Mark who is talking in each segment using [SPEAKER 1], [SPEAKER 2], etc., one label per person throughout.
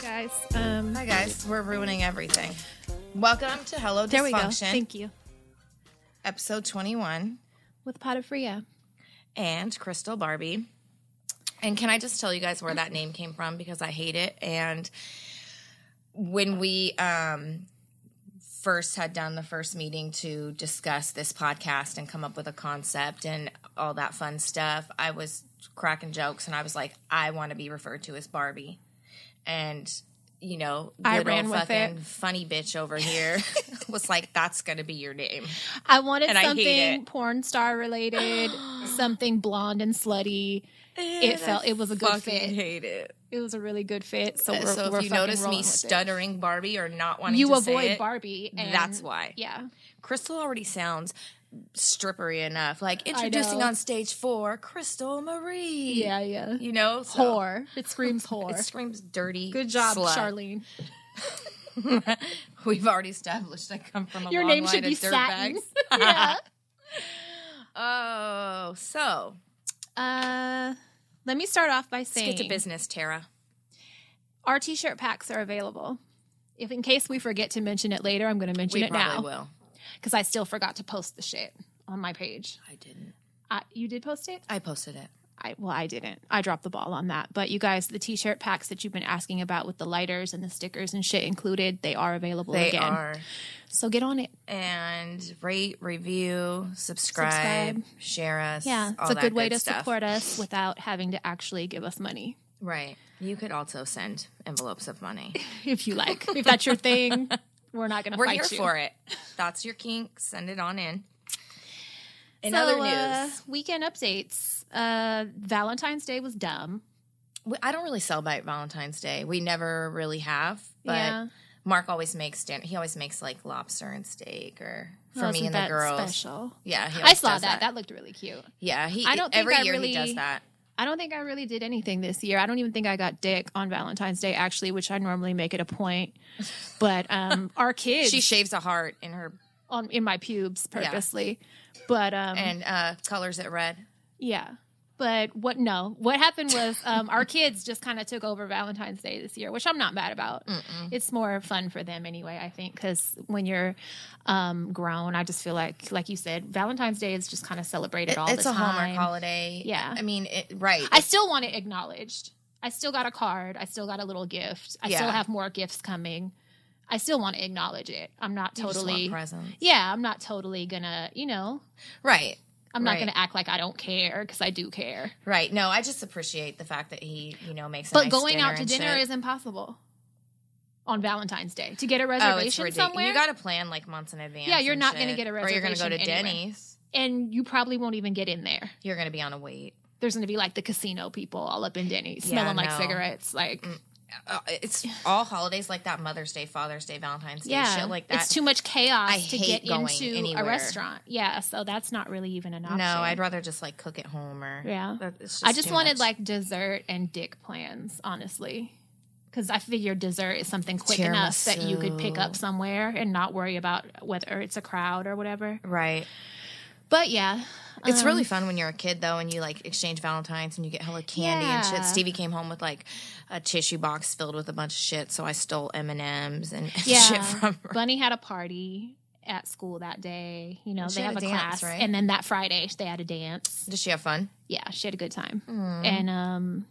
[SPEAKER 1] guys. Um,
[SPEAKER 2] Hi guys, we're ruining everything. Welcome to Hello
[SPEAKER 1] there we go.
[SPEAKER 2] Dysfunction,
[SPEAKER 1] Thank you.
[SPEAKER 2] episode 21,
[SPEAKER 1] With Potafria.
[SPEAKER 2] and Crystal Barbie. And can I just tell you guys where that name came from because I hate it and when we um first had done the first meeting to discuss this podcast and come up with a concept and all that fun stuff, I was cracking jokes and I was like I want to be referred to as Barbie. And you know,
[SPEAKER 1] I
[SPEAKER 2] good old
[SPEAKER 1] ran with it.
[SPEAKER 2] fucking funny bitch over here was like, "That's gonna be your name."
[SPEAKER 1] I wanted
[SPEAKER 2] And I hate
[SPEAKER 1] something
[SPEAKER 2] it.
[SPEAKER 1] porn star related, something blonde and slutty. It felt it was a good
[SPEAKER 2] Fucking
[SPEAKER 1] fit.
[SPEAKER 2] hate it.
[SPEAKER 1] It was a really good fit. So, we're,
[SPEAKER 2] Uh, so
[SPEAKER 1] we're
[SPEAKER 2] if you
[SPEAKER 1] fucking
[SPEAKER 2] notice
[SPEAKER 1] rolling
[SPEAKER 2] me
[SPEAKER 1] with it.
[SPEAKER 2] stuttering Barbie or not wanting
[SPEAKER 1] you
[SPEAKER 2] to
[SPEAKER 1] avoid
[SPEAKER 2] say it,
[SPEAKER 1] Barbie. And
[SPEAKER 2] that's why.
[SPEAKER 1] Yeah,
[SPEAKER 2] Crystal already sounds strippery enough. Like introducing
[SPEAKER 1] know.
[SPEAKER 2] on stage four, Crystal Marie.
[SPEAKER 1] yeah, yeah.
[SPEAKER 2] You know, so
[SPEAKER 1] Whore. It screams
[SPEAKER 2] It
[SPEAKER 1] whore.
[SPEAKER 2] screams dirty.
[SPEAKER 1] Good job,
[SPEAKER 2] slut.
[SPEAKER 1] Charlene.
[SPEAKER 2] We've already established I come from a
[SPEAKER 1] Your
[SPEAKER 2] long
[SPEAKER 1] name
[SPEAKER 2] line
[SPEAKER 1] should
[SPEAKER 2] of
[SPEAKER 1] be Satin.
[SPEAKER 2] dirtbags.
[SPEAKER 1] yeah.
[SPEAKER 2] Oh, so
[SPEAKER 1] Uh, let me start off by saying
[SPEAKER 2] let's get to business, Tara.
[SPEAKER 1] our t-shirt packs are available. If in case we forget to mention it later, I'm going to mention
[SPEAKER 2] We
[SPEAKER 1] it
[SPEAKER 2] probably
[SPEAKER 1] now
[SPEAKER 2] will.
[SPEAKER 1] because I still forgot to post the shit on my page.
[SPEAKER 2] I didn't.
[SPEAKER 1] I, you did post it?
[SPEAKER 2] I posted it.
[SPEAKER 1] I well, I didn't. I dropped the ball on that. But you guys, the t-shirt packs that you've been asking about with the lighters and the stickers and shit included, they are available
[SPEAKER 2] They
[SPEAKER 1] again.
[SPEAKER 2] are.
[SPEAKER 1] So get on it.
[SPEAKER 2] and rate, review, subscribe,
[SPEAKER 1] Subscribe.
[SPEAKER 2] share us.
[SPEAKER 1] Yeah, it's
[SPEAKER 2] all
[SPEAKER 1] a
[SPEAKER 2] that
[SPEAKER 1] good way to
[SPEAKER 2] stuff.
[SPEAKER 1] support us without having to actually give us money
[SPEAKER 2] Right. You could also send envelopes of money.
[SPEAKER 1] if you like. if that's your thing, we're not going to
[SPEAKER 2] We're
[SPEAKER 1] fight
[SPEAKER 2] here
[SPEAKER 1] you.
[SPEAKER 2] for it. That's your kink. Send it on in. In
[SPEAKER 1] So,
[SPEAKER 2] other
[SPEAKER 1] uh,
[SPEAKER 2] news,
[SPEAKER 1] weekend updates. Uh, Valentine's Day was dumb.
[SPEAKER 2] we- I don't really celebrate Valentine's Day. We never really have, but
[SPEAKER 1] Yeah.
[SPEAKER 2] Mark always makes dinner. He always makes like lobster and steak, or for
[SPEAKER 1] Wasn't
[SPEAKER 2] me and the
[SPEAKER 1] Oh, that
[SPEAKER 2] girls.
[SPEAKER 1] Special.
[SPEAKER 2] Yeah, he
[SPEAKER 1] I
[SPEAKER 2] always
[SPEAKER 1] saw
[SPEAKER 2] does
[SPEAKER 1] that. that. looked really cute.
[SPEAKER 2] Yeah, he.
[SPEAKER 1] I don't think
[SPEAKER 2] every
[SPEAKER 1] I
[SPEAKER 2] year
[SPEAKER 1] really-
[SPEAKER 2] he does that.
[SPEAKER 1] I don't think I really did anything this year. I don't even think I got dick on Valentine's Day, actually, which I normally make it a point. But um, our kids
[SPEAKER 2] She shaves a heart in her
[SPEAKER 1] on in my pubes purposely. But um,
[SPEAKER 2] and uh, colors it red.
[SPEAKER 1] yeah. But what no, what happened was um, our kids just kind of took over Valentine's Day this year, which I'm not mad about. It's more fun for them anyway, I think, because when you're um, grown, I just feel like, like you said, Valentine's Day is just kind of celebrated all
[SPEAKER 2] it's
[SPEAKER 1] the
[SPEAKER 2] a
[SPEAKER 1] time.
[SPEAKER 2] Hallmark holiday.
[SPEAKER 1] Yeah.
[SPEAKER 2] I mean, it, right.
[SPEAKER 1] I still want it acknowledged. I still got a card. I still got a little gift. I still
[SPEAKER 2] Yeah.
[SPEAKER 1] have more gifts coming. I still want to acknowledge it. I'm not
[SPEAKER 2] You just want
[SPEAKER 1] totally.
[SPEAKER 2] presents.
[SPEAKER 1] Yeah, I'm not totally gonna. You know,
[SPEAKER 2] Right.
[SPEAKER 1] I'm not
[SPEAKER 2] Right.
[SPEAKER 1] gonna act like I don't care because I do care.
[SPEAKER 2] Right. No, I just appreciate the fact that he, you know, makes. A
[SPEAKER 1] but
[SPEAKER 2] nice
[SPEAKER 1] going out to
[SPEAKER 2] and
[SPEAKER 1] dinner
[SPEAKER 2] shit.
[SPEAKER 1] is impossible on Valentine's Day to get a
[SPEAKER 2] oh, it's
[SPEAKER 1] reservation
[SPEAKER 2] ridiculous.
[SPEAKER 1] somewhere.
[SPEAKER 2] You got to plan like months in advance.
[SPEAKER 1] Yeah, you're
[SPEAKER 2] and
[SPEAKER 1] not gonna
[SPEAKER 2] shit.
[SPEAKER 1] get a
[SPEAKER 2] Or you're gonna go to
[SPEAKER 1] reservation anywhere.
[SPEAKER 2] Denny's.
[SPEAKER 1] and you probably won't even get in there.
[SPEAKER 2] You're gonna be on a wait.
[SPEAKER 1] There's gonna be like the casino people all up in Denny's,
[SPEAKER 2] Yeah,
[SPEAKER 1] smelling like
[SPEAKER 2] no.
[SPEAKER 1] cigarettes. Like,
[SPEAKER 2] Uh, it's all holidays like that: Mother's Day, Father's Day, Valentine's Day,
[SPEAKER 1] yeah,
[SPEAKER 2] shit like that.
[SPEAKER 1] it's too much chaos
[SPEAKER 2] I
[SPEAKER 1] to
[SPEAKER 2] hate
[SPEAKER 1] get
[SPEAKER 2] going
[SPEAKER 1] into
[SPEAKER 2] anywhere.
[SPEAKER 1] a restaurant. Yeah, so that's not really even an option.
[SPEAKER 2] no, I'd rather just like cook at home or
[SPEAKER 1] Yeah.
[SPEAKER 2] That- it's
[SPEAKER 1] I just
[SPEAKER 2] too
[SPEAKER 1] wanted
[SPEAKER 2] much.
[SPEAKER 1] like dessert and dick plans, honestly. Because I figured dessert is something quick enough that you could pick up
[SPEAKER 2] Tiramisu.
[SPEAKER 1] somewhere and not worry about whether it's a crowd or whatever.
[SPEAKER 2] right.
[SPEAKER 1] But yeah, um,
[SPEAKER 2] It's really fun when you're a kid though, and you like exchange valentines and you get hella candy and
[SPEAKER 1] Yeah.
[SPEAKER 2] shit. Stevie came home with like a tissue box filled with a bunch of shit, so I stole M and M's and shit from her.
[SPEAKER 1] Bunny had a party at school that day. You know,
[SPEAKER 2] She
[SPEAKER 1] they
[SPEAKER 2] had
[SPEAKER 1] have a,
[SPEAKER 2] a dance,
[SPEAKER 1] class,
[SPEAKER 2] right?
[SPEAKER 1] and then that Friday they had a dance.
[SPEAKER 2] Did she have fun?
[SPEAKER 1] Yeah, she had a good time, and um,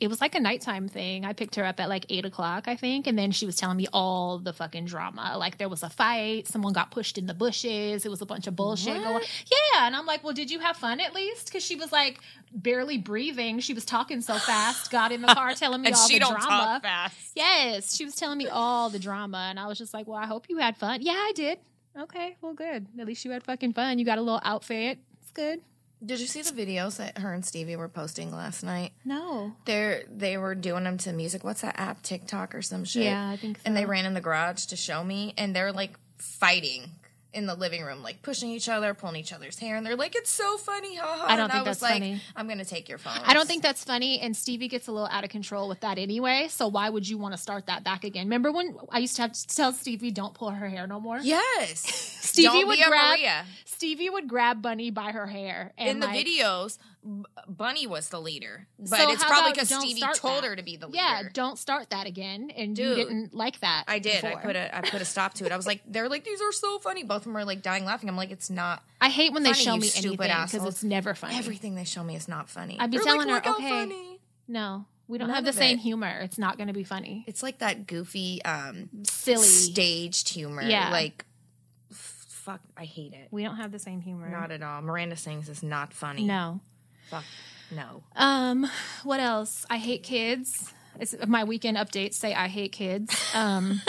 [SPEAKER 1] it was like a nighttime thing. I picked her up at like eight o'clock, I think, and then she was telling me all the fucking drama. Like there was a fight, someone got pushed in the bushes. It was a bunch of bullshit going. Yeah, and I'm like, well, did you have fun at least? Because she was like barely breathing. She was talking so fast. Got in the car telling me all the drama.
[SPEAKER 2] fast.
[SPEAKER 1] Yes, she was telling me all the drama, and I was just like, "Well, I hope you had fun." Yeah, I did. Okay, well, good. At least you had fucking fun. You got a little outfit. It's good.
[SPEAKER 2] Did you see the videos that her and Stevie were posting last night?
[SPEAKER 1] No,
[SPEAKER 2] They're they were doing them to music. What's that app? TikTok or some shit.
[SPEAKER 1] Yeah, I think
[SPEAKER 2] And they
[SPEAKER 1] so.
[SPEAKER 2] ran in the garage to show me, and they're like fighting. in the living room, like pushing each other, pulling each other's hair, and they're like, "It's so funny, haha."
[SPEAKER 1] I don't
[SPEAKER 2] and
[SPEAKER 1] think
[SPEAKER 2] was
[SPEAKER 1] that's
[SPEAKER 2] like,
[SPEAKER 1] funny.
[SPEAKER 2] I'm gonna take your phone.
[SPEAKER 1] I don't think that's funny. And Stevie gets a little out of control with that anyway. So why would you want to start that back again? Remember when I used to have to tell Stevie, don't pull her hair no more?
[SPEAKER 2] Yes,
[SPEAKER 1] Stevie
[SPEAKER 2] Don't
[SPEAKER 1] would
[SPEAKER 2] be a
[SPEAKER 1] grab
[SPEAKER 2] Maria.
[SPEAKER 1] Stevie would grab Bunny by her hair and
[SPEAKER 2] in the
[SPEAKER 1] like,
[SPEAKER 2] videos. B- Bunny was the leader, but
[SPEAKER 1] So
[SPEAKER 2] it's
[SPEAKER 1] how
[SPEAKER 2] probably
[SPEAKER 1] about
[SPEAKER 2] because
[SPEAKER 1] don't
[SPEAKER 2] Stevie
[SPEAKER 1] start
[SPEAKER 2] told
[SPEAKER 1] that?
[SPEAKER 2] her to be the leader.
[SPEAKER 1] Yeah, don't start that again. And you
[SPEAKER 2] Dude.
[SPEAKER 1] didn't like that.
[SPEAKER 2] I did. I
[SPEAKER 1] before.
[SPEAKER 2] put a I put a stop to it. I was like, they're like, these are so funny. Both of them are like dying laughing. I'm like, it's not.
[SPEAKER 1] I hate when they
[SPEAKER 2] Funny,
[SPEAKER 1] show
[SPEAKER 2] you
[SPEAKER 1] me
[SPEAKER 2] stupid
[SPEAKER 1] anything because
[SPEAKER 2] assholes.
[SPEAKER 1] it's never funny.
[SPEAKER 2] Everything they show me is not funny.
[SPEAKER 1] I'd be
[SPEAKER 2] They're
[SPEAKER 1] telling her,
[SPEAKER 2] "Look how
[SPEAKER 1] okay.
[SPEAKER 2] funny."
[SPEAKER 1] No, we don't
[SPEAKER 2] None
[SPEAKER 1] have the
[SPEAKER 2] of
[SPEAKER 1] same
[SPEAKER 2] it.
[SPEAKER 1] humor. It's not going to be funny.
[SPEAKER 2] It's like that goofy, um,
[SPEAKER 1] silly.
[SPEAKER 2] staged humor.
[SPEAKER 1] Yeah.
[SPEAKER 2] like f- fuck, I hate it.
[SPEAKER 1] we don't have the same humor.
[SPEAKER 2] Not at all. Miranda sings is not funny.
[SPEAKER 1] no.
[SPEAKER 2] fuck, no.
[SPEAKER 1] Um, what else? I hate kids. It's, my weekend updates say I hate kids. Um,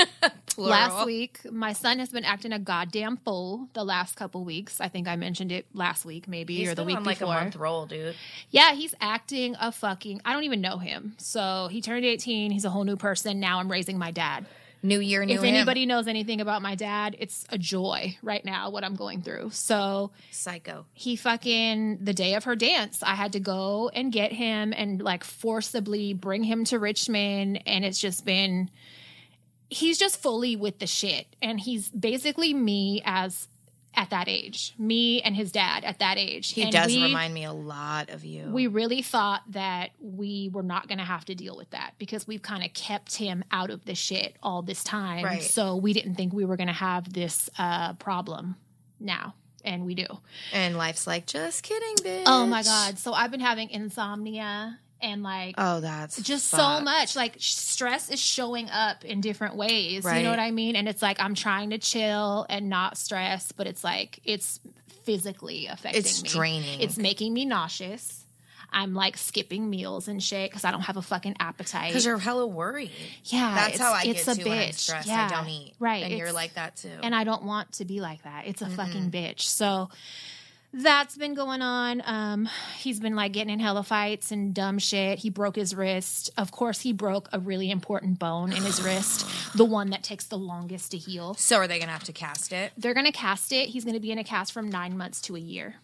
[SPEAKER 1] last
[SPEAKER 2] Plural.
[SPEAKER 1] week, my son has been acting a goddamn fool the last couple weeks. I think I mentioned it last week, maybe
[SPEAKER 2] He's
[SPEAKER 1] or the
[SPEAKER 2] been
[SPEAKER 1] week
[SPEAKER 2] on,
[SPEAKER 1] before.
[SPEAKER 2] like a month roll, dude.
[SPEAKER 1] Yeah, he's acting a fucking. I don't even know him. So he turned 18. He's a whole new person. Now I'm raising my dad.
[SPEAKER 2] New year, new
[SPEAKER 1] if
[SPEAKER 2] him.
[SPEAKER 1] anybody knows anything about my dad, it's a joy right now what I'm going through. So
[SPEAKER 2] psycho.
[SPEAKER 1] he fucking the day of her dance, I had to go and get him and like forcibly bring him to Richmond and it's just been he's just fully with the shit and he's basically me as at that age, me and his dad at that age.
[SPEAKER 2] He
[SPEAKER 1] And
[SPEAKER 2] does
[SPEAKER 1] we-
[SPEAKER 2] remind me a lot of you.
[SPEAKER 1] we really thought that we were not going to have to deal with that because we've kind of kept him out of the shit all this time.
[SPEAKER 2] Right.
[SPEAKER 1] So we didn't think we were going to have this uh, problem now. And we do.
[SPEAKER 2] and life's like just kidding, bitch.
[SPEAKER 1] Oh my God. So I've been having insomnia and like
[SPEAKER 2] Oh, that's
[SPEAKER 1] just so
[SPEAKER 2] fucked.
[SPEAKER 1] much. Like sh- stress is showing up in different ways. You
[SPEAKER 2] Right.
[SPEAKER 1] know what I mean? And it's like I'm trying to chill and not stress, but it's like it's physically affecting
[SPEAKER 2] It's
[SPEAKER 1] me.
[SPEAKER 2] draining.
[SPEAKER 1] It's making me nauseous. I'm like skipping meals and shit because I don't have a fucking appetite.
[SPEAKER 2] Because you're hella worried.
[SPEAKER 1] yeah,
[SPEAKER 2] That's
[SPEAKER 1] it's,
[SPEAKER 2] how I
[SPEAKER 1] it's
[SPEAKER 2] get
[SPEAKER 1] a
[SPEAKER 2] too
[SPEAKER 1] bitch.
[SPEAKER 2] when I'm stressed.
[SPEAKER 1] Yeah,
[SPEAKER 2] I don't eat.
[SPEAKER 1] Right,
[SPEAKER 2] And you're
[SPEAKER 1] it's-
[SPEAKER 2] like that too.
[SPEAKER 1] and I don't want to be like that. It's a fucking bitch. So that's been going on. Um, he's been like getting in hella fights and dumb shit. He broke his wrist. Of course, he broke a really important bone in his wrist, the one that takes the longest to heal.
[SPEAKER 2] so are they gonna have to cast it?
[SPEAKER 1] They're gonna cast it. He's gonna be in a cast from nine months to a year.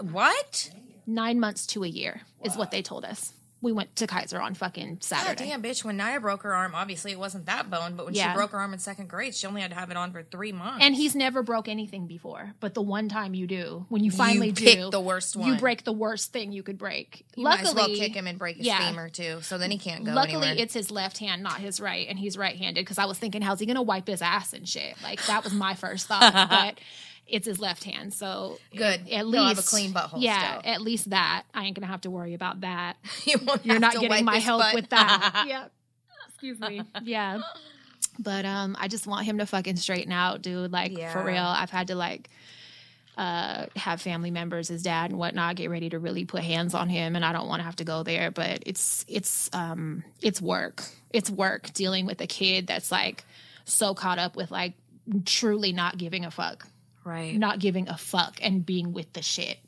[SPEAKER 2] What?
[SPEAKER 1] Nine months to a year is what they told us. We went to Kaiser on fucking
[SPEAKER 2] God
[SPEAKER 1] Saturday.
[SPEAKER 2] damn, bitch. When Naya broke her arm, obviously it wasn't that bone, but when
[SPEAKER 1] Yeah.
[SPEAKER 2] she broke her arm in second grade, she only had to have it on for three months.
[SPEAKER 1] And he's never broke anything before, but the one time you do, when you finally
[SPEAKER 2] pick
[SPEAKER 1] do,
[SPEAKER 2] the worst
[SPEAKER 1] You
[SPEAKER 2] one.
[SPEAKER 1] break the worst thing you could break.
[SPEAKER 2] you
[SPEAKER 1] Luckily,
[SPEAKER 2] might as well kick him and break his
[SPEAKER 1] yeah.
[SPEAKER 2] femur too. So then he can't go
[SPEAKER 1] Luckily,
[SPEAKER 2] anywhere.
[SPEAKER 1] it's his left hand, not his right, and he's right-handed. Because I was thinking, how's he gonna wipe his ass and shit? Like that was my first thought. but it's his left hand, so
[SPEAKER 2] Good.
[SPEAKER 1] At
[SPEAKER 2] He'll
[SPEAKER 1] least
[SPEAKER 2] have a clean butthole
[SPEAKER 1] Yeah,
[SPEAKER 2] still.
[SPEAKER 1] at least that I ain't gonna have to worry about that.
[SPEAKER 2] you won't
[SPEAKER 1] You're
[SPEAKER 2] have
[SPEAKER 1] not
[SPEAKER 2] to
[SPEAKER 1] getting
[SPEAKER 2] wipe
[SPEAKER 1] my
[SPEAKER 2] his
[SPEAKER 1] help
[SPEAKER 2] butt.
[SPEAKER 1] with that. yeah. Excuse me. Yeah. But um, I just want him to fucking straighten out, dude. Like for
[SPEAKER 2] Yeah.
[SPEAKER 1] real, I've had to like uh have family members, his dad and whatnot, get ready to really put hands on him, and I don't want to have to go there. But it's it's um it's work. It's work dealing with a kid that's like so caught up with like truly not giving a fuck
[SPEAKER 2] right.
[SPEAKER 1] not giving a fuck and being with the shit.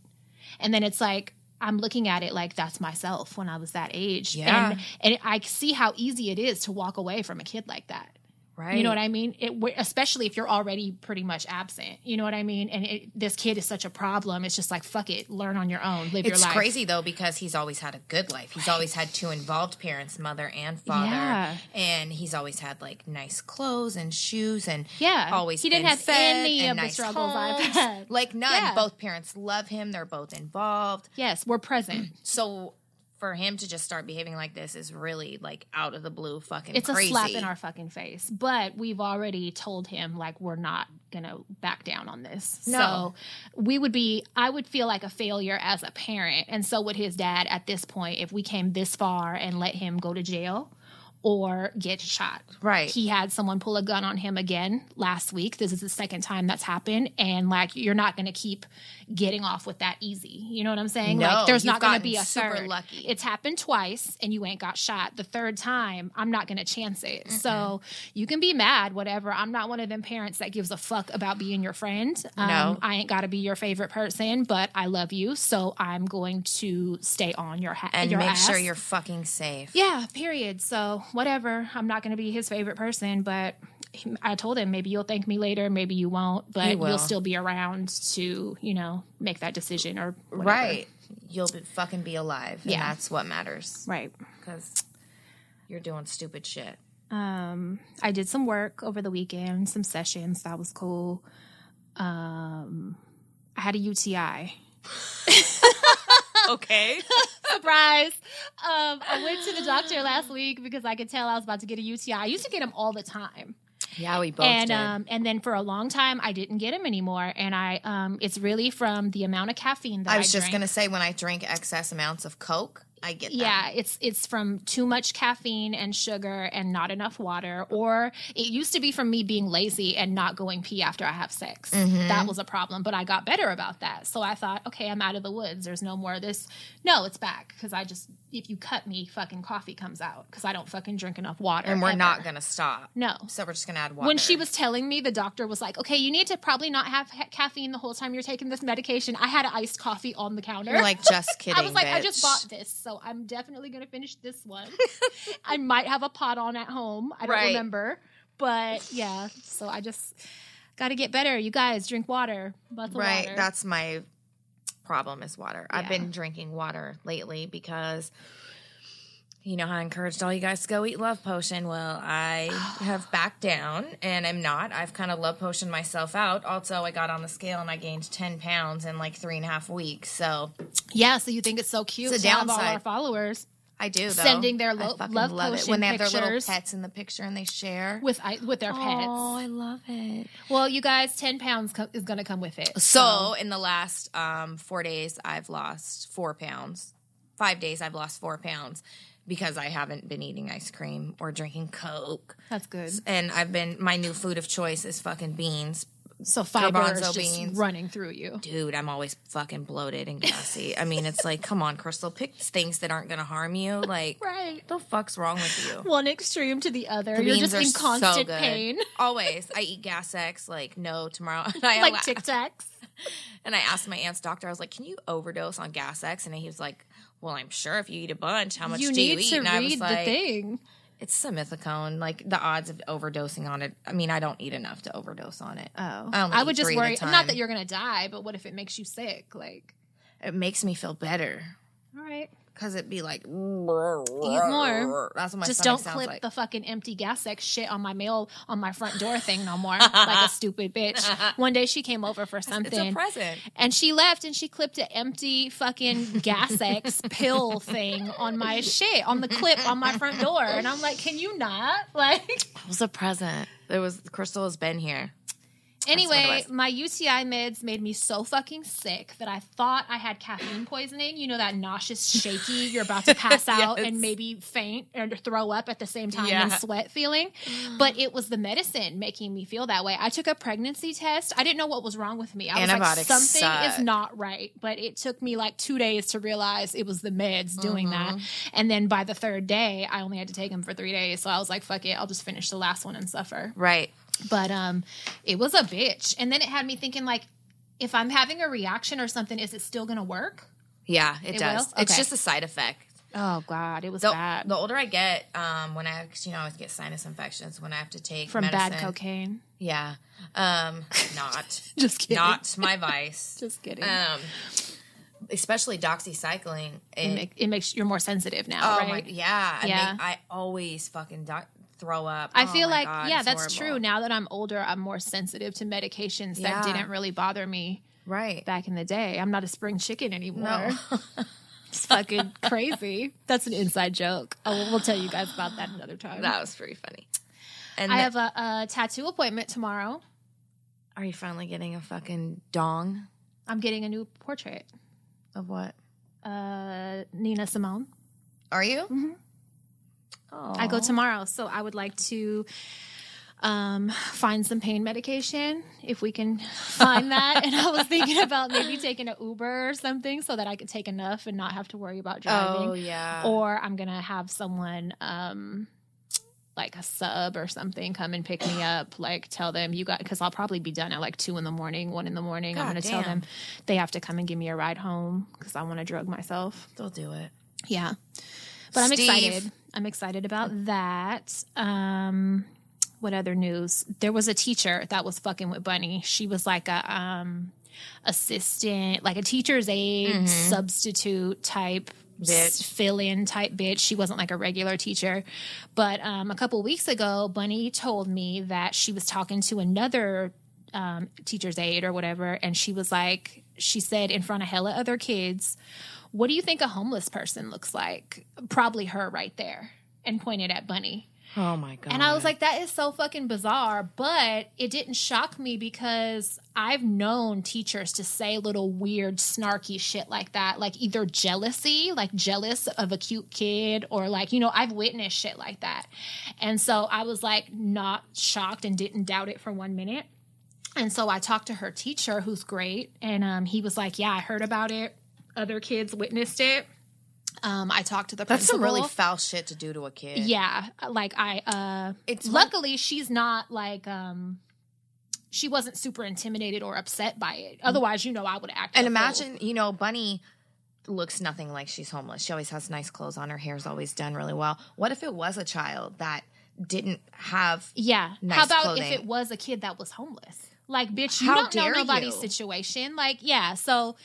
[SPEAKER 1] And then it's like I'm looking at it like that's myself when I was that age.
[SPEAKER 2] Yeah.
[SPEAKER 1] And and I see how easy it is to walk away from a kid like that.
[SPEAKER 2] Right.
[SPEAKER 1] You know what I mean? It w- especially if you're already pretty much absent. You know what I mean? And it, this kid is such a problem. It's just like fuck it, learn on your own, live your
[SPEAKER 2] It's
[SPEAKER 1] life.
[SPEAKER 2] crazy though because he's always had a good life. He's always had two involved parents, mother and father,
[SPEAKER 1] Yeah.
[SPEAKER 2] and he's always had like nice clothes and shoes and
[SPEAKER 1] Yeah.
[SPEAKER 2] always
[SPEAKER 1] He didn't
[SPEAKER 2] been
[SPEAKER 1] have
[SPEAKER 2] fed
[SPEAKER 1] any
[SPEAKER 2] and
[SPEAKER 1] of the
[SPEAKER 2] nice
[SPEAKER 1] struggles I've
[SPEAKER 2] homes.
[SPEAKER 1] had.
[SPEAKER 2] Like none.
[SPEAKER 1] Yeah.
[SPEAKER 2] Both parents love him. They're both involved.
[SPEAKER 1] Yes, we're present.
[SPEAKER 2] So for him to just start behaving like this is really like out of the blue fucking
[SPEAKER 1] It's
[SPEAKER 2] crazy.
[SPEAKER 1] a slap in our fucking face, but we've already told him like we're not gonna back down on this.
[SPEAKER 2] No.
[SPEAKER 1] So we would be, I would feel like a failure as a parent, and so would his dad at this point if we came this far and let him go to jail or get shot.
[SPEAKER 2] Right.
[SPEAKER 1] He had someone pull a gun on him again last week. This is the second time that's happened, and like you're not gonna keep getting off with that easy. You know what I'm saying?
[SPEAKER 2] No,
[SPEAKER 1] like there's
[SPEAKER 2] you've
[SPEAKER 1] not gonna
[SPEAKER 2] gotten
[SPEAKER 1] be a
[SPEAKER 2] super
[SPEAKER 1] third.
[SPEAKER 2] lucky.
[SPEAKER 1] It's it's happened twice and you ain't got shot. The third time, I'm not going to chance it. So you can be mad, whatever. I'm not one of them parents that gives a fuck about being your friend. Um,
[SPEAKER 2] No.
[SPEAKER 1] I ain't got to be your favorite person, but I love you. So I'm going to stay on your hat
[SPEAKER 2] and
[SPEAKER 1] your
[SPEAKER 2] make
[SPEAKER 1] ass.
[SPEAKER 2] sure you're fucking safe.
[SPEAKER 1] Yeah, period. So whatever. I'm not going to be his favorite person, but I told him maybe you'll thank me later, maybe you won't, but
[SPEAKER 2] You
[SPEAKER 1] you
[SPEAKER 2] will.
[SPEAKER 1] will still be around to you know make that decision or whatever.
[SPEAKER 2] Right. You'll be, fucking be alive. And
[SPEAKER 1] Yeah.
[SPEAKER 2] that's what matters.
[SPEAKER 1] right.
[SPEAKER 2] Because you're doing stupid shit.
[SPEAKER 1] Um, I did some work over the weekend, some sessions. That was cool. Um, I had a UTI.
[SPEAKER 2] Okay.
[SPEAKER 1] Surprise! Um, I went to the doctor last week because I could tell I was about to get a UTI. I used to get them all the time.
[SPEAKER 2] yeah, we both
[SPEAKER 1] and
[SPEAKER 2] did.
[SPEAKER 1] um and then for a long time I didn't get them anymore and I um it's really from the amount of caffeine that I,
[SPEAKER 2] I was just
[SPEAKER 1] drink.
[SPEAKER 2] going to say when I drink excess amounts of Coke, I get that.
[SPEAKER 1] yeah, it's it's from too much caffeine and sugar and not enough water or it used to be from me being lazy and not going pee after I have sex.
[SPEAKER 2] Mm-hmm.
[SPEAKER 1] That was a problem, but I got better about that. So I thought, okay, I'm out of the woods. There's no more of this. No, it's back cuz I just if you cut me, fucking coffee comes out cuz I don't fucking drink enough water.
[SPEAKER 2] And we're
[SPEAKER 1] ever.
[SPEAKER 2] not going to stop.
[SPEAKER 1] No.
[SPEAKER 2] So we're just going to add water.
[SPEAKER 1] When she was telling me, the doctor was like, "Okay, you need to probably not have ha- caffeine the whole time you're taking this medication." I had an iced coffee on the counter.
[SPEAKER 2] You're like, just kidding.
[SPEAKER 1] I was like, "I just
[SPEAKER 2] bitch."
[SPEAKER 1] bought this, so I'm definitely gonna finish this one. I might have a pot on at home. I don't
[SPEAKER 2] Right.
[SPEAKER 1] remember, but yeah. So I just got to get better. You guys drink water. Lots of
[SPEAKER 2] Right.
[SPEAKER 1] water.
[SPEAKER 2] That's my problem is water. I've
[SPEAKER 1] Yeah.
[SPEAKER 2] been drinking water lately because you know how I encouraged all you guys to go eat love potion. Well, I have backed down and I'm not. I've kind of love potioned myself out. Also, I got on the scale and I gained 10 pounds in like three and a half weeks. So
[SPEAKER 1] yeah. So you think it's so cute
[SPEAKER 2] It's a
[SPEAKER 1] to have all our
[SPEAKER 2] downside.
[SPEAKER 1] followers
[SPEAKER 2] I do, though.
[SPEAKER 1] Sending their
[SPEAKER 2] I
[SPEAKER 1] lo-
[SPEAKER 2] fucking
[SPEAKER 1] love
[SPEAKER 2] When
[SPEAKER 1] potion
[SPEAKER 2] they have their
[SPEAKER 1] pictures.
[SPEAKER 2] little pets in the picture and they share.
[SPEAKER 1] with I, with their
[SPEAKER 2] Oh,
[SPEAKER 1] pets?
[SPEAKER 2] I love it.
[SPEAKER 1] Well, you guys, ten pounds co- is gonna come with it.
[SPEAKER 2] So in the last um, four days, I've lost four pounds. Five days, I've lost four pounds because I haven't been eating ice cream or drinking Coke.
[SPEAKER 1] That's good.
[SPEAKER 2] And I've been my new food of choice is fucking beans.
[SPEAKER 1] So fiber is
[SPEAKER 2] Garbanzo
[SPEAKER 1] just
[SPEAKER 2] beans.
[SPEAKER 1] running through you.
[SPEAKER 2] Dude, I'm always fucking bloated and gassy. I mean, it's like, come on, Crystal, pick things that aren't gonna harm you. Like,
[SPEAKER 1] Right.
[SPEAKER 2] what the fuck's wrong with you?
[SPEAKER 1] One extreme to the other.
[SPEAKER 2] The
[SPEAKER 1] You're
[SPEAKER 2] beans
[SPEAKER 1] just in
[SPEAKER 2] so
[SPEAKER 1] constant
[SPEAKER 2] good.
[SPEAKER 1] pain.
[SPEAKER 2] Always, I eat Gas X. Like, no, tomorrow. And I
[SPEAKER 1] like
[SPEAKER 2] allow-
[SPEAKER 1] Tic Tacs.
[SPEAKER 2] And I asked my aunt's doctor, I was like, can you overdose on Gas X? And he was like, well, I'm sure if you eat a bunch, how much
[SPEAKER 1] You
[SPEAKER 2] do
[SPEAKER 1] need
[SPEAKER 2] you eat?
[SPEAKER 1] to
[SPEAKER 2] and I was
[SPEAKER 1] read the
[SPEAKER 2] like,
[SPEAKER 1] thing.
[SPEAKER 2] it's simethicone. Like the odds of overdosing on it. I mean, I don't eat enough to overdose on it.
[SPEAKER 1] Oh.
[SPEAKER 2] I only
[SPEAKER 1] I would
[SPEAKER 2] eat
[SPEAKER 1] just
[SPEAKER 2] three at a
[SPEAKER 1] worry.
[SPEAKER 2] time.
[SPEAKER 1] Not that you're going to die, but what if it makes you sick? Like,
[SPEAKER 2] It makes me feel better
[SPEAKER 1] all right.
[SPEAKER 2] because it'd be like, eat
[SPEAKER 1] more.
[SPEAKER 2] That's what my
[SPEAKER 1] just
[SPEAKER 2] stomach
[SPEAKER 1] don't
[SPEAKER 2] sounds
[SPEAKER 1] clip
[SPEAKER 2] like.
[SPEAKER 1] the fucking empty gas sack shit on my mail on my front door thing no more. like a stupid bitch. One day she came over for
[SPEAKER 2] It's a
[SPEAKER 1] something.
[SPEAKER 2] present.
[SPEAKER 1] And she left and she clipped an empty fucking gas X pill thing on my shit, on the clip on my front door. And I'm like, can you not? Like,
[SPEAKER 2] It was a present. There was Crystal has been here.
[SPEAKER 1] anyway,
[SPEAKER 2] was.
[SPEAKER 1] my UTI meds made me so fucking sick that I thought I had caffeine poisoning. You know, that nauseous, shaky, you're about to pass out
[SPEAKER 2] Yes.
[SPEAKER 1] and maybe faint or throw up at the same time and
[SPEAKER 2] Yeah. Mm.
[SPEAKER 1] sweat feeling. But it was the medicine making me feel that way. I took a pregnancy test. I didn't know what was wrong with me. I
[SPEAKER 2] Antibiotics
[SPEAKER 1] was like, something
[SPEAKER 2] suck.
[SPEAKER 1] is not right. But it took me like two days to realize it was the meds doing that.
[SPEAKER 2] Mm-hmm.
[SPEAKER 1] And then by the third day, I only had to take them for three days. So I was like, fuck it, I'll just finish the last one and suffer
[SPEAKER 2] Right.
[SPEAKER 1] but um it was a bitch and then it had me thinking like if i'm having a reaction or something is it still gonna work
[SPEAKER 2] Yeah, it,
[SPEAKER 1] It
[SPEAKER 2] does.
[SPEAKER 1] will?
[SPEAKER 2] It's
[SPEAKER 1] Okay.
[SPEAKER 2] just a side effect.
[SPEAKER 1] oh god it was
[SPEAKER 2] The,
[SPEAKER 1] bad
[SPEAKER 2] the older I get, um, when I, 'cause, you know, I always get sinus infections when I have to take
[SPEAKER 1] from bad
[SPEAKER 2] medicine.
[SPEAKER 1] cocaine
[SPEAKER 2] Yeah. Um not
[SPEAKER 1] just kidding
[SPEAKER 2] not my vice.
[SPEAKER 1] just kidding
[SPEAKER 2] Um especially doxycycline. It,
[SPEAKER 1] it, make, it makes you're more sensitive now
[SPEAKER 2] oh
[SPEAKER 1] right
[SPEAKER 2] my yeah. I
[SPEAKER 1] Yeah.
[SPEAKER 2] make- I always fucking doc- throw up.
[SPEAKER 1] I
[SPEAKER 2] Oh
[SPEAKER 1] feel
[SPEAKER 2] my
[SPEAKER 1] like,
[SPEAKER 2] God,
[SPEAKER 1] yeah,
[SPEAKER 2] it's
[SPEAKER 1] that's
[SPEAKER 2] horrible.
[SPEAKER 1] true. Now that I'm older, I'm more sensitive to medications
[SPEAKER 2] Yeah.
[SPEAKER 1] that didn't really bother me
[SPEAKER 2] Right.
[SPEAKER 1] back in the day. I'm not a spring chicken anymore. it's fucking crazy. That's an inside joke. Oh, we'll- we'll tell you guys about that another time.
[SPEAKER 2] That was pretty funny. And
[SPEAKER 1] I
[SPEAKER 2] the-
[SPEAKER 1] have a, a tattoo appointment tomorrow.
[SPEAKER 2] are you finally getting a fucking dong
[SPEAKER 1] I'm getting a new portrait.
[SPEAKER 2] of what?
[SPEAKER 1] uh, Nina Simone.
[SPEAKER 2] Are you? Mm-hmm. Oh.
[SPEAKER 1] I go tomorrow, so I would like to um, find some pain medication if we can find that. and I was thinking about maybe taking an Uber or something so that I could take enough and not have to worry about driving.
[SPEAKER 2] Oh yeah.
[SPEAKER 1] Or I'm gonna have someone. Um, like a sub or something, come and pick me up. Like, tell them you got because I'll probably be done at like two in the morning, one in the morning. I'm
[SPEAKER 2] God
[SPEAKER 1] gonna tell
[SPEAKER 2] damn.
[SPEAKER 1] them they have to come and give me a ride home because I want to drug myself.
[SPEAKER 2] They'll do it.
[SPEAKER 1] Yeah. But I'm
[SPEAKER 2] Steve.
[SPEAKER 1] excited. I'm excited about that. Um, what other news? There was a teacher that was fucking with Bunny. She was like a um assistant, like a teacher's aide, substitute type
[SPEAKER 2] Bitch.
[SPEAKER 1] fill in type bitch. She wasn't like a regular teacher. But um a couple weeks ago, Bunny told me that she was talking to another um teacher's aide or whatever and she was like she said in front of hella other kids, "What do you think a homeless person looks like?" Probably her right there and pointed at Bunny.
[SPEAKER 2] Oh my god.
[SPEAKER 1] And I was like, that is so fucking bizarre. But it didn't shock me because I've known teachers to say little weird, snarky shit like that, like either jealousy, like jealous of a cute kid, or like, you know, I've witnessed shit like that. And so I was like, not shocked and didn't doubt it for one minute. And so I talked to her teacher, who's great. And um, he was like, yeah, I heard about it. Other kids witnessed it. Um, I talked to the
[SPEAKER 2] that's some
[SPEAKER 1] principal.
[SPEAKER 2] really foul shit to do to a kid.
[SPEAKER 1] Yeah, like I uh
[SPEAKER 2] It's one-
[SPEAKER 1] luckily she's not like um she wasn't super intimidated or upset by it. Otherwise, you know I would act.
[SPEAKER 2] And
[SPEAKER 1] a fool.
[SPEAKER 2] imagine, you know, Bunny looks nothing like she's homeless. She always has nice clothes on. Her hair's always done really well. What if it was a child that didn't have
[SPEAKER 1] Yeah. How
[SPEAKER 2] nice
[SPEAKER 1] about
[SPEAKER 2] clothing.
[SPEAKER 1] if it was a kid that was homeless? Like, bitch, you
[SPEAKER 2] How
[SPEAKER 1] don't know
[SPEAKER 2] dare
[SPEAKER 1] nobody's
[SPEAKER 2] you.
[SPEAKER 1] situation. Like, yeah. So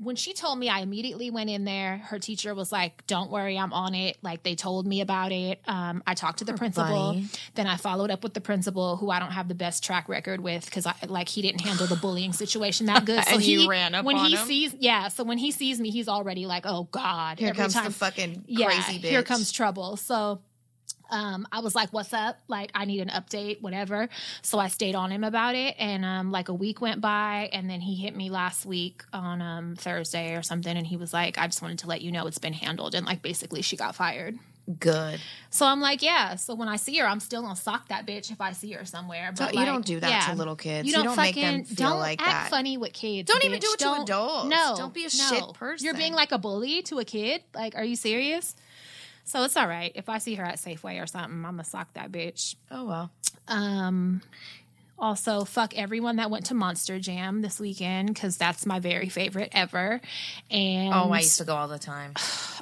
[SPEAKER 1] when she told me, I immediately went in there. Her teacher was like, "Don't worry, I'm on it." Like they told me about it. Um, I talked to the principal.
[SPEAKER 2] Bunny.
[SPEAKER 1] Then I followed up with the principal, who I don't have the best track record with because I like he didn't handle the bullying situation that good. So
[SPEAKER 2] And
[SPEAKER 1] he
[SPEAKER 2] you ran up
[SPEAKER 1] when
[SPEAKER 2] on
[SPEAKER 1] he
[SPEAKER 2] him?
[SPEAKER 1] sees, yeah. So when he sees me, he's already like, "Oh God!"
[SPEAKER 2] here
[SPEAKER 1] every
[SPEAKER 2] comes
[SPEAKER 1] time-
[SPEAKER 2] the fucking crazy bitch?
[SPEAKER 1] here comes trouble. So um, I was like, what's up? Like, I need an update, whatever. So I stayed on him about it. And um, like a week went by. And then he hit me last week on um, Thursday or something. And he was like, I just wanted to let you know it's been handled. And like, basically, she got fired.
[SPEAKER 2] good.
[SPEAKER 1] So I'm like, yeah. So when I see her, I'm still gonna sock that bitch if I see her somewhere. But
[SPEAKER 2] Don't- you
[SPEAKER 1] like,
[SPEAKER 2] don't do that
[SPEAKER 1] yeah.
[SPEAKER 2] to little kids. You don't make them feel
[SPEAKER 1] don't
[SPEAKER 2] like
[SPEAKER 1] act
[SPEAKER 2] that.
[SPEAKER 1] funny with kids.
[SPEAKER 2] Don't even
[SPEAKER 1] bitch.
[SPEAKER 2] do it to
[SPEAKER 1] Don't-
[SPEAKER 2] adults.
[SPEAKER 1] No,
[SPEAKER 2] Don't be a
[SPEAKER 1] no.
[SPEAKER 2] shit person.
[SPEAKER 1] You're being like a bully to a kid. Like, are you serious? So it's all right if I see her at Safeway or something. I'm gonna sock that bitch.
[SPEAKER 2] Oh well.
[SPEAKER 1] Um, also, fuck everyone that went to Monster Jam this weekend because that's my very favorite ever. And
[SPEAKER 2] Oh, I used to go all the time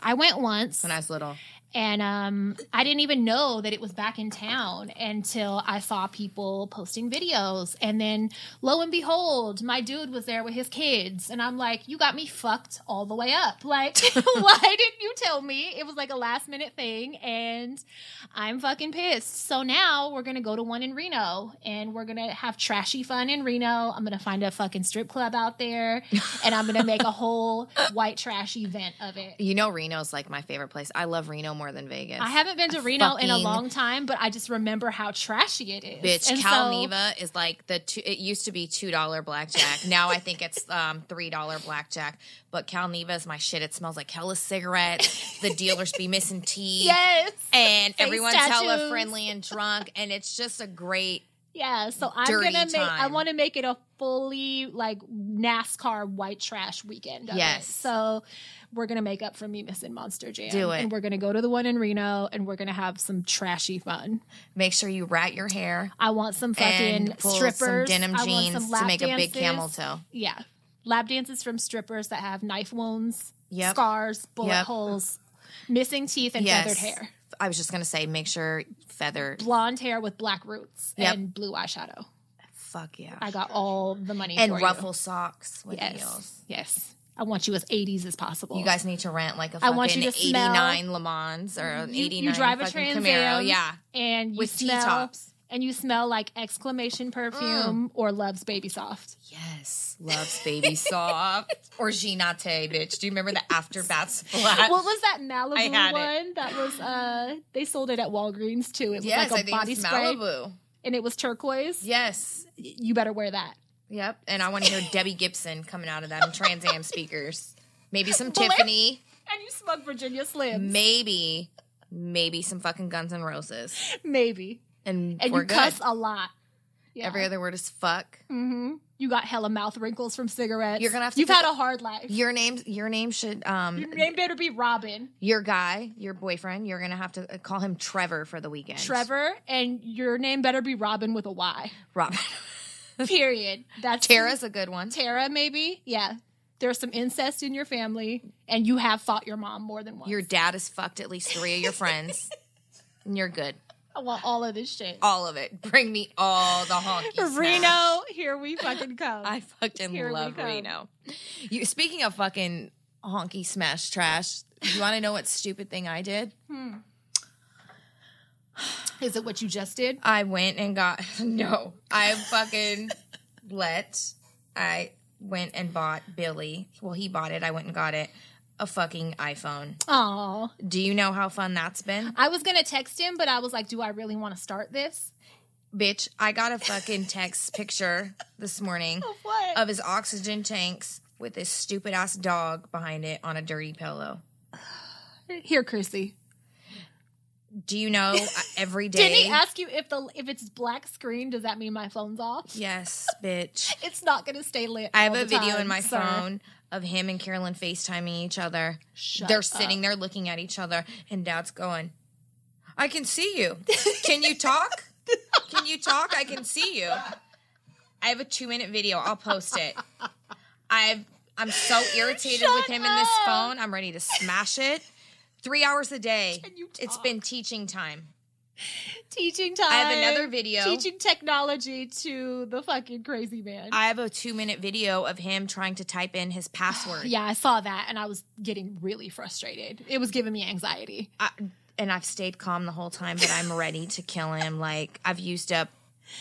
[SPEAKER 1] I went once
[SPEAKER 2] when I was little.
[SPEAKER 1] and um, I didn't even know that it was back in town until I saw people posting videos. And then lo and behold, my dude was there with his kids. And I'm like, you got me fucked all the way up. Like, why didn't you tell me? It was like a last minute thing. And I'm fucking pissed. So now we're going to go to one in Reno and we're going to have trashy fun in Reno. I'm going to find a fucking strip club out there and I'm going to make a whole white trash event of it.
[SPEAKER 2] You know, Reno's like my favorite place. I love Reno more than Vegas.
[SPEAKER 1] I haven't been to Reno in a
[SPEAKER 2] fucking-
[SPEAKER 1] long time, but I just remember how trashy it is.
[SPEAKER 2] Bitch,
[SPEAKER 1] And
[SPEAKER 2] Cal
[SPEAKER 1] so-
[SPEAKER 2] Neva is like the two, it used to be two dollar blackjack. Now I think it's um three dollar blackjack. But Cal Neva is my shit. It smells like hella cigarettes. The dealers be missing teeth.
[SPEAKER 1] Yes.
[SPEAKER 2] And
[SPEAKER 1] Face
[SPEAKER 2] everyone's
[SPEAKER 1] tattoos.
[SPEAKER 2] hella friendly and drunk. And it's just a great
[SPEAKER 1] Yeah. So I'm
[SPEAKER 2] Dirty
[SPEAKER 1] gonna make. I
[SPEAKER 2] time.
[SPEAKER 1] want to make it a fully like NASCAR white trash weekend. of it.
[SPEAKER 2] Yes.
[SPEAKER 1] So we're gonna make up for me missing Monster Jam.
[SPEAKER 2] Do it.
[SPEAKER 1] And we're gonna go to the one in Reno, and we're gonna have some trashy fun.
[SPEAKER 2] make sure you rat your hair.
[SPEAKER 1] I want some fucking
[SPEAKER 2] And pull some
[SPEAKER 1] strippers,
[SPEAKER 2] denim
[SPEAKER 1] I want
[SPEAKER 2] jeans
[SPEAKER 1] some
[SPEAKER 2] to
[SPEAKER 1] lap
[SPEAKER 2] make a big camel
[SPEAKER 1] dances.
[SPEAKER 2] toe.
[SPEAKER 1] Yeah. Lap dances from strippers that have knife wounds,
[SPEAKER 2] Yep.
[SPEAKER 1] scars, bullet
[SPEAKER 2] Yep.
[SPEAKER 1] holes, missing teeth, and feathered
[SPEAKER 2] Yes.
[SPEAKER 1] hair.
[SPEAKER 2] I was just gonna say make sure feather
[SPEAKER 1] blonde hair with black roots
[SPEAKER 2] Yep.
[SPEAKER 1] and blue eyeshadow.
[SPEAKER 2] fuck yeah.
[SPEAKER 1] I got all the money
[SPEAKER 2] and
[SPEAKER 1] for you.
[SPEAKER 2] ruffle socks with
[SPEAKER 1] Yes,
[SPEAKER 2] heels.
[SPEAKER 1] yes. I want you as '80s as possible.
[SPEAKER 2] You guys need to rent like a
[SPEAKER 1] I
[SPEAKER 2] fucking
[SPEAKER 1] want you to smell- Mm-hmm.
[SPEAKER 2] 89 Le Mans or an
[SPEAKER 1] You-
[SPEAKER 2] 89
[SPEAKER 1] you drive a
[SPEAKER 2] fucking
[SPEAKER 1] Trans Am.
[SPEAKER 2] Camaro. Yeah.
[SPEAKER 1] and you
[SPEAKER 2] with
[SPEAKER 1] smell
[SPEAKER 2] T-tops. Mm.
[SPEAKER 1] and you smell like exclamation perfume or Love's Baby Soft.
[SPEAKER 2] Yes. Loves Baby Soft. or Ginate, bitch. Do you remember the after bath splat?
[SPEAKER 1] What was that Malibu
[SPEAKER 2] had it.
[SPEAKER 1] one? That was uh they sold it at Walgreens too. It was like
[SPEAKER 2] yes,
[SPEAKER 1] a
[SPEAKER 2] I think
[SPEAKER 1] body
[SPEAKER 2] it's
[SPEAKER 1] spray
[SPEAKER 2] Malibu.
[SPEAKER 1] and it was turquoise.
[SPEAKER 2] Yes.
[SPEAKER 1] You better wear that.
[SPEAKER 2] Yep. And I want to hear Debbie Gibson coming out of that in Trans Am speakers. Maybe some
[SPEAKER 1] Blip.
[SPEAKER 2] Tiffany.
[SPEAKER 1] And you smug Virginia Slims.
[SPEAKER 2] Maybe, maybe some fucking Guns N' Roses.
[SPEAKER 1] Maybe.
[SPEAKER 2] And,
[SPEAKER 1] And
[SPEAKER 2] we're
[SPEAKER 1] you
[SPEAKER 2] good.
[SPEAKER 1] cuss a lot. Yeah.
[SPEAKER 2] Every other word is fuck.
[SPEAKER 1] Mm-hmm. You got hella mouth wrinkles from cigarettes.
[SPEAKER 2] You're gonna have to
[SPEAKER 1] You've
[SPEAKER 2] pick
[SPEAKER 1] had a hard life.
[SPEAKER 2] Your name, your name should, um,
[SPEAKER 1] Your name better be Robin,
[SPEAKER 2] your guy, your boyfriend, you're gonna have to uh, call him Trevor for the weekend.
[SPEAKER 1] Trevor, and your name better be Robin with a Y.
[SPEAKER 2] Robin.
[SPEAKER 1] Period. That's
[SPEAKER 2] Tara's a good one.
[SPEAKER 1] Tara, maybe. Yeah. There's some incest in your family, and you have fought your mom more than once.
[SPEAKER 2] Your dad has fucked at least three of your friends, and you're good.
[SPEAKER 1] I want all of this shit.
[SPEAKER 2] all of it. Bring me all the honky. snacks.
[SPEAKER 1] Reno, here we fucking come.
[SPEAKER 2] I fucking
[SPEAKER 1] Here we
[SPEAKER 2] love
[SPEAKER 1] go.
[SPEAKER 2] Reno. You speaking of fucking honky smash trash, you want to know what stupid thing I did?
[SPEAKER 1] Is it what you just did?
[SPEAKER 2] I went and got no. I fucking let I went and bought Billy. Well, he bought it. I went and got it. A fucking iPhone.
[SPEAKER 1] Oh,
[SPEAKER 2] Do you know how fun that's been?
[SPEAKER 1] I was gonna text him, but I was like, "Do I really want to start this?"
[SPEAKER 2] Bitch, I got a fucking text picture this morning
[SPEAKER 1] What?
[SPEAKER 2] of his oxygen tanks with his stupid ass dog behind it on a dirty pillow.
[SPEAKER 1] Here, Chrissy.
[SPEAKER 2] Do you know uh, every day?
[SPEAKER 1] Didn't he ask you if the if it's black screen? Does that mean my phone's off?
[SPEAKER 2] yes, bitch.
[SPEAKER 1] It's not gonna stay lit.
[SPEAKER 2] I have
[SPEAKER 1] all
[SPEAKER 2] a
[SPEAKER 1] the
[SPEAKER 2] video
[SPEAKER 1] time,
[SPEAKER 2] in my
[SPEAKER 1] sir.
[SPEAKER 2] phone of him and Carolyn FaceTiming each other.
[SPEAKER 1] Shut
[SPEAKER 2] They're
[SPEAKER 1] up.
[SPEAKER 2] sitting there looking at each other, and dad's going, I can see you. Can you talk? Can you talk? I can see you. I have a two minute video. I'll post it. I've I'm so irritated
[SPEAKER 1] Shut
[SPEAKER 2] with him and this
[SPEAKER 1] up.
[SPEAKER 2] phone. I'm ready to smash it. Three hours a day.
[SPEAKER 1] Can you
[SPEAKER 2] It's been teaching time.
[SPEAKER 1] Teaching time.
[SPEAKER 2] I have another video.
[SPEAKER 1] Teaching technology to the fucking crazy man.
[SPEAKER 2] I have a two minute video of him trying to type in his password.
[SPEAKER 1] yeah, I saw that and I was getting really frustrated. It was giving me anxiety.
[SPEAKER 2] I, and I've stayed calm the whole time, but I'm ready to kill him. Like I've used up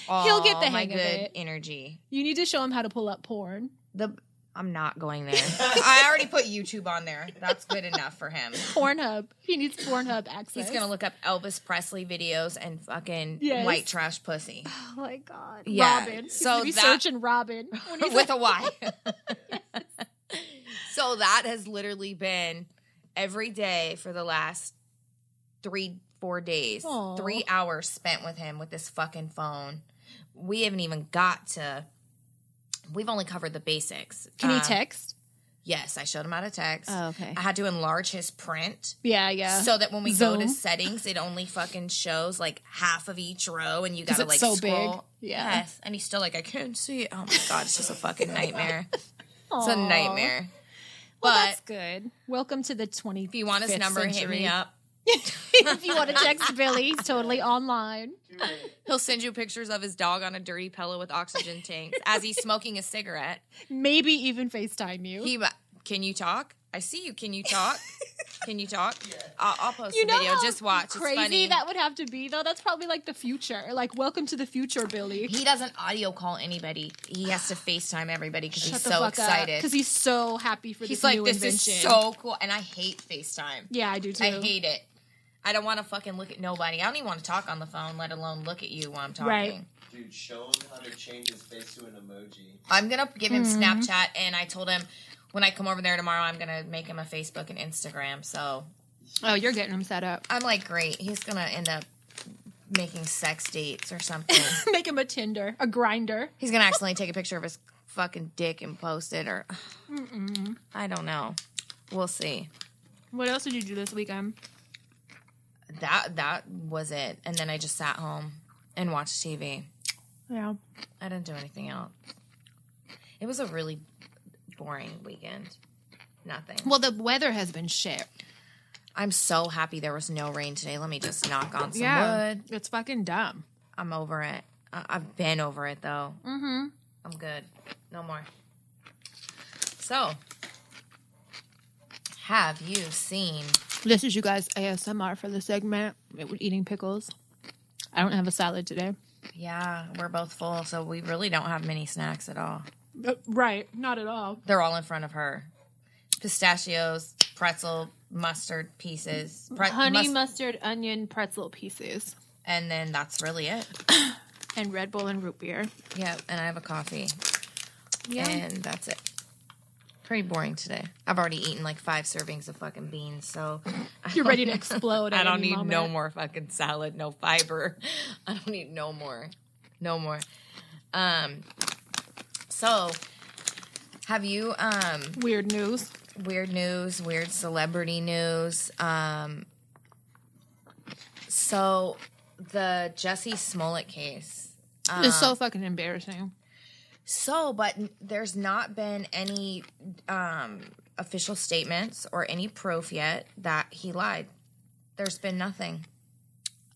[SPEAKER 2] all
[SPEAKER 1] He'll get the
[SPEAKER 2] my
[SPEAKER 1] hang of
[SPEAKER 2] good
[SPEAKER 1] it.
[SPEAKER 2] energy.
[SPEAKER 1] You need to show him how to pull up porn.
[SPEAKER 2] The I'm not going there. I already put YouTube on there. That's good enough for him.
[SPEAKER 1] Pornhub. He needs Pornhub access.
[SPEAKER 2] He's gonna look up Elvis Presley videos and fucking
[SPEAKER 1] Yes.
[SPEAKER 2] white trash pussy
[SPEAKER 1] Oh my god.
[SPEAKER 2] Yeah,
[SPEAKER 1] Robin. He's
[SPEAKER 2] so
[SPEAKER 1] gonna be
[SPEAKER 2] that-
[SPEAKER 1] searching Robin. When he's
[SPEAKER 2] with a Y. so that has literally been every day for the last three, four days.
[SPEAKER 1] Aw.
[SPEAKER 2] Three hours spent with him with this fucking phone. We haven't even got to. We've only covered the basics.
[SPEAKER 1] Can he
[SPEAKER 2] Um,
[SPEAKER 1] text?
[SPEAKER 2] Yes, I showed him how to text.
[SPEAKER 1] Oh, okay.
[SPEAKER 2] I had to enlarge his print
[SPEAKER 1] Yeah, yeah.
[SPEAKER 2] so that when we go to
[SPEAKER 1] Zoom.
[SPEAKER 2] settings, it only fucking shows like half of each row, and you
[SPEAKER 1] 'Cause
[SPEAKER 2] gotta
[SPEAKER 1] it's so
[SPEAKER 2] like
[SPEAKER 1] big.
[SPEAKER 2] scroll.
[SPEAKER 1] Yeah.
[SPEAKER 2] Yes, and he's still like, I can't see it. Oh my god, it's just a fucking nightmare. it's a nightmare.
[SPEAKER 1] Well,
[SPEAKER 2] but-
[SPEAKER 1] that's good. Welcome to the 20th.
[SPEAKER 2] If you want his number, hit me up.
[SPEAKER 1] if you want to text Billy, he's totally online.
[SPEAKER 2] He'll send you pictures of his dog on a dirty pillow with oxygen tanks as he's smoking a cigarette.
[SPEAKER 1] Maybe even FaceTime you.
[SPEAKER 2] He, can you talk? I see you. Can you talk? Can you talk? I'll, I'll post
[SPEAKER 1] you
[SPEAKER 2] the
[SPEAKER 1] know
[SPEAKER 2] video.
[SPEAKER 1] how
[SPEAKER 2] Just watch. it's
[SPEAKER 1] Crazy
[SPEAKER 2] funny.
[SPEAKER 1] that would have to be though. That's probably like the future. Like welcome to the future, Billy.
[SPEAKER 2] he doesn't audio call anybody. He has to FaceTime everybody because he's
[SPEAKER 1] Shut the
[SPEAKER 2] so
[SPEAKER 1] fuck
[SPEAKER 2] excited.
[SPEAKER 1] because he's so happy for
[SPEAKER 2] He's
[SPEAKER 1] this
[SPEAKER 2] like,
[SPEAKER 1] new
[SPEAKER 2] this
[SPEAKER 1] invention.
[SPEAKER 2] is so cool, and I hate FaceTime.
[SPEAKER 1] yeah, I do too.
[SPEAKER 2] I hate it. I don't want to fucking look at nobody. I don't even want to talk on the phone, let alone look at you while I'm talking.
[SPEAKER 1] Right.
[SPEAKER 3] Dude, show him how to change his face to an emoji.
[SPEAKER 2] I'm gonna give him
[SPEAKER 1] Mm-hmm.
[SPEAKER 2] Snapchat, and I told him when I come over there tomorrow, I'm gonna make him a Facebook and Instagram. So
[SPEAKER 1] Oh, you're getting him set up.
[SPEAKER 2] I'm like, great. He's gonna end up making sex dates or something.
[SPEAKER 1] Make him a Tinder, a grinder.
[SPEAKER 2] He's gonna accidentally take a picture of his fucking dick and post it, or I don't know. We'll see.
[SPEAKER 1] What else did you do this weekend?
[SPEAKER 2] That that was it. And then I just sat home and watched TV.
[SPEAKER 1] Yeah.
[SPEAKER 2] I didn't do anything else. It was a really boring weekend. Nothing.
[SPEAKER 1] Well, the weather has been shit.
[SPEAKER 2] I'm so happy there was no rain today. Let me just knock on some wood.
[SPEAKER 1] It's fucking dumb.
[SPEAKER 2] I'm over it. I- I've been over it though. Mm-hmm. I'm good. No more. So, have you seen?
[SPEAKER 1] This is you guys ASMR for the segment. It- Eating pickles. I don't have a salad today.
[SPEAKER 2] Yeah, we're both full, so we really don't have many snacks at all.
[SPEAKER 1] Uh, right, not at all.
[SPEAKER 2] They're all in front of her. Pistachios, pretzel, mustard pieces, pre-
[SPEAKER 1] Honey
[SPEAKER 2] mus-
[SPEAKER 1] mustard onion pretzel pieces
[SPEAKER 2] and then that's really it.
[SPEAKER 1] and Red Bull and root beer.
[SPEAKER 2] Yeah, and I have a coffee,
[SPEAKER 1] Yeah.
[SPEAKER 2] and that's it. Pretty boring today. I've already eaten like five servings of fucking beans, so I
[SPEAKER 1] You're
[SPEAKER 2] don't
[SPEAKER 1] ready to
[SPEAKER 2] know.
[SPEAKER 1] explode.
[SPEAKER 2] I
[SPEAKER 1] at
[SPEAKER 2] don't
[SPEAKER 1] any
[SPEAKER 2] need
[SPEAKER 1] moment.
[SPEAKER 2] no more fucking salad, no fiber. I don't need no more. No more. Um so have you um
[SPEAKER 1] weird news.
[SPEAKER 2] weird news, weird celebrity news? Um so the Jesse Smollett case.
[SPEAKER 1] it's so fucking embarrassing.
[SPEAKER 2] So, but n- there's not been any um official statements or any proof yet that he lied. There's been nothing.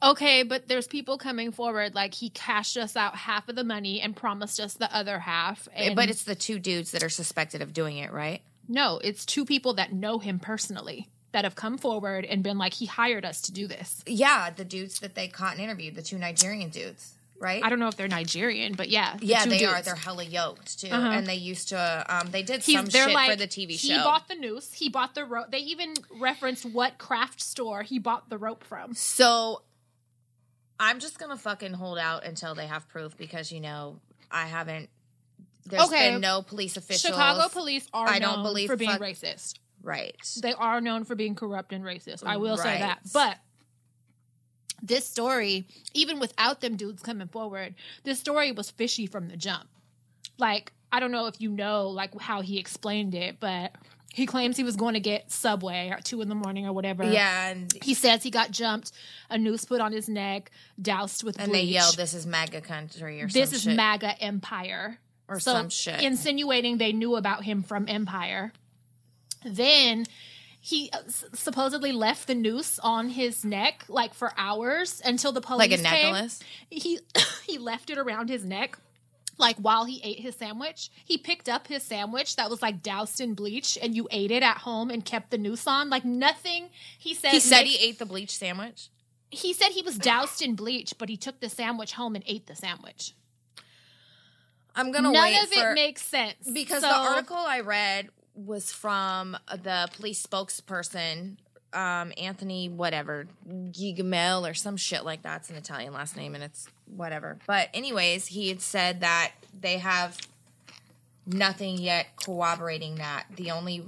[SPEAKER 1] Okay, but there's people coming forward like he cashed us out half of the money and promised us the other half. And
[SPEAKER 2] but it's the two dudes that are suspected of doing it, right?
[SPEAKER 1] no, it's two people that know him personally that have come forward and been like he hired us to do this.
[SPEAKER 2] Yeah, the dudes that they caught and interviewed, the two Nigerian dudes, right?
[SPEAKER 1] I don't know if they're Nigerian, but yeah, the
[SPEAKER 2] yeah,
[SPEAKER 1] two
[SPEAKER 2] they
[SPEAKER 1] dudes. Uh-huh.
[SPEAKER 2] are. They're hella yoked too, and they used to. Um, they did
[SPEAKER 1] He's-
[SPEAKER 2] some
[SPEAKER 1] they're
[SPEAKER 2] shit
[SPEAKER 1] like
[SPEAKER 2] for the TV show.
[SPEAKER 1] He bought the noose. He bought the rope. They even referenced what craft store he bought the rope from.
[SPEAKER 2] So I'm just gonna fucking hold out until they have proof because you know I haven't. There's
[SPEAKER 1] Okay.
[SPEAKER 2] been no police officials.
[SPEAKER 1] Chicago police are
[SPEAKER 2] I
[SPEAKER 1] known
[SPEAKER 2] don't believe
[SPEAKER 1] for being
[SPEAKER 2] fuck-
[SPEAKER 1] racist.
[SPEAKER 2] right?
[SPEAKER 1] They are known for being corrupt and racist. I will say
[SPEAKER 2] Right.
[SPEAKER 1] that. But this story, even without them dudes coming forward, this story was fishy from the jump. Like, I don't know if you know like how he explained it, but he claims he was going to get subway at two in the morning or whatever.
[SPEAKER 2] Yeah, and
[SPEAKER 1] He says he got jumped, a noose put on his neck, doused with
[SPEAKER 2] and they
[SPEAKER 1] bleach.
[SPEAKER 2] yelled, "This is MAGA country" or
[SPEAKER 1] this
[SPEAKER 2] some
[SPEAKER 1] is
[SPEAKER 2] shit.
[SPEAKER 1] MAGA Empire
[SPEAKER 2] Or some shit.
[SPEAKER 1] insinuating they knew about him from Empire. Then he uh, s- supposedly left the noose on his neck like for hours until the police
[SPEAKER 2] like a
[SPEAKER 1] came.
[SPEAKER 2] necklace.
[SPEAKER 1] He he left it around his neck. Like while he ate his sandwich, he picked up his sandwich that was like doused in bleach, and you ate it at home and kept the noose on. Like nothing. He said
[SPEAKER 2] He said
[SPEAKER 1] makes-
[SPEAKER 2] he ate the bleach sandwich.
[SPEAKER 1] he said he was doused in bleach, but he took the sandwich home and ate the sandwich.
[SPEAKER 2] I'm gonna
[SPEAKER 1] None
[SPEAKER 2] wait
[SPEAKER 1] of
[SPEAKER 2] for-
[SPEAKER 1] it makes sense
[SPEAKER 2] because
[SPEAKER 1] So-
[SPEAKER 2] the article I read was from the police spokesperson, um, Anthony whatever Gigamel or some shit like that. It's an Italian last name and it's whatever. But anyways, he had said that they have nothing yet corroborating that. The only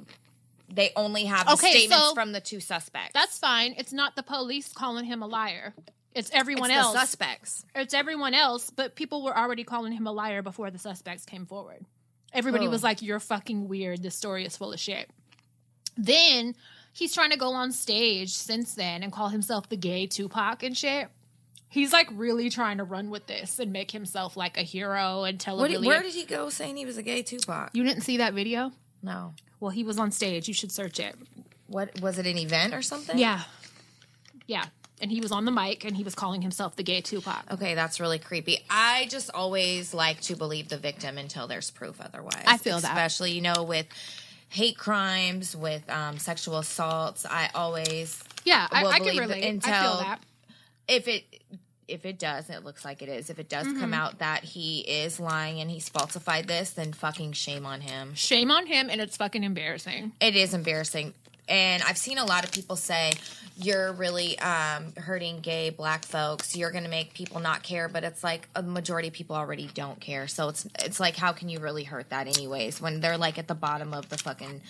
[SPEAKER 2] they only have the
[SPEAKER 1] Okay,
[SPEAKER 2] statements
[SPEAKER 1] so-
[SPEAKER 2] from the two suspects.
[SPEAKER 1] That's fine. It's not the police calling him a liar. It's
[SPEAKER 2] It's
[SPEAKER 1] everyone
[SPEAKER 2] the
[SPEAKER 1] else.
[SPEAKER 2] suspects.
[SPEAKER 1] it's everyone else, but people were already calling him a liar before the suspects came forward. Everybody
[SPEAKER 2] Oh.
[SPEAKER 1] was like, You're fucking weird. This story is full of shit. Then he's trying to go on stage since then and call himself the gay Tupac and shit. He's like really trying to run with this and make himself like a hero and tell a
[SPEAKER 2] What did-
[SPEAKER 1] really.
[SPEAKER 2] where did he go saying he was a gay Tupac?
[SPEAKER 1] you didn't see that video?
[SPEAKER 2] No.
[SPEAKER 1] Well, he was on stage. You should search it.
[SPEAKER 2] What was it an event or something?
[SPEAKER 1] Yeah. Yeah. And he was on the mic and he was calling himself the gay Tupac.
[SPEAKER 2] Okay, that's really creepy. I just always like to believe the victim until there's proof otherwise.
[SPEAKER 1] I feel that.
[SPEAKER 2] Especially, you know, with hate crimes, with um, sexual assaults. I always,
[SPEAKER 1] Yeah, I,
[SPEAKER 2] will
[SPEAKER 1] I can
[SPEAKER 2] believe
[SPEAKER 1] relate.
[SPEAKER 2] until
[SPEAKER 1] I feel that.
[SPEAKER 2] if it if it does, it looks like it is. If it does
[SPEAKER 1] Mm-hmm.
[SPEAKER 2] come out that he is lying and he's falsified this, then fucking shame on him.
[SPEAKER 1] Shame on him, and it's fucking embarrassing.
[SPEAKER 2] It is embarrassing. And I've seen a lot of people say, you're really um, hurting gay black folks. You're going to make people not care. But it's like a majority of people already don't care. So it's it's like, how can you really hurt that anyways when they're like at the bottom of the fucking,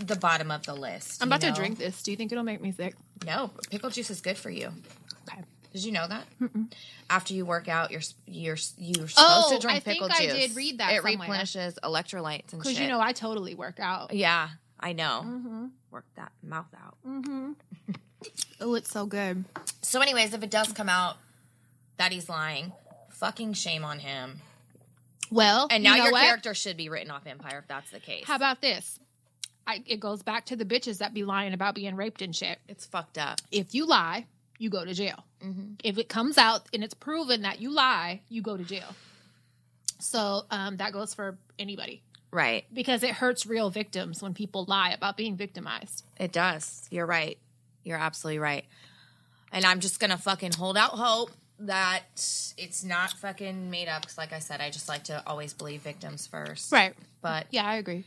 [SPEAKER 2] the bottom of the list?
[SPEAKER 1] I'm
[SPEAKER 2] you
[SPEAKER 1] about
[SPEAKER 2] know?
[SPEAKER 1] to drink this. Do you think it'll make me sick?
[SPEAKER 2] No, pickle juice is good for you.
[SPEAKER 1] Okay.
[SPEAKER 2] Did you know that? After you work out, you're s- you're s- you're supposed
[SPEAKER 1] Oh,
[SPEAKER 2] to drink
[SPEAKER 1] I think
[SPEAKER 2] pickle
[SPEAKER 1] I
[SPEAKER 2] juice.
[SPEAKER 1] did read that
[SPEAKER 2] It
[SPEAKER 1] somewhere.
[SPEAKER 2] replenishes electrolytes and shit.
[SPEAKER 1] Because you know I totally work out.
[SPEAKER 2] yeah, I know.
[SPEAKER 1] Mm-hmm.
[SPEAKER 2] Work that mouth out.
[SPEAKER 1] Oh, it's so good.
[SPEAKER 2] So, anyways, if it does come out that he's lying, fucking shame on him.
[SPEAKER 1] Well,
[SPEAKER 2] And now
[SPEAKER 1] you know
[SPEAKER 2] your
[SPEAKER 1] what?
[SPEAKER 2] character should be written off Empire if that's the case.
[SPEAKER 1] How about this? I, it goes back to the bitches that be lying about being raped and shit.
[SPEAKER 2] it's fucked up.
[SPEAKER 1] If you lie, you go to jail. If it comes out and it's proven that you lie, you go to jail. So um, that goes for anybody
[SPEAKER 2] Right.
[SPEAKER 1] because it hurts real victims when people lie about being victimized.
[SPEAKER 2] It does. You're right. You're absolutely right. And I'm just going to fucking hold out hope that it's not fucking made up. Because, like I said, I just like to always believe victims first.
[SPEAKER 1] Right.
[SPEAKER 2] But
[SPEAKER 1] Yeah, I agree.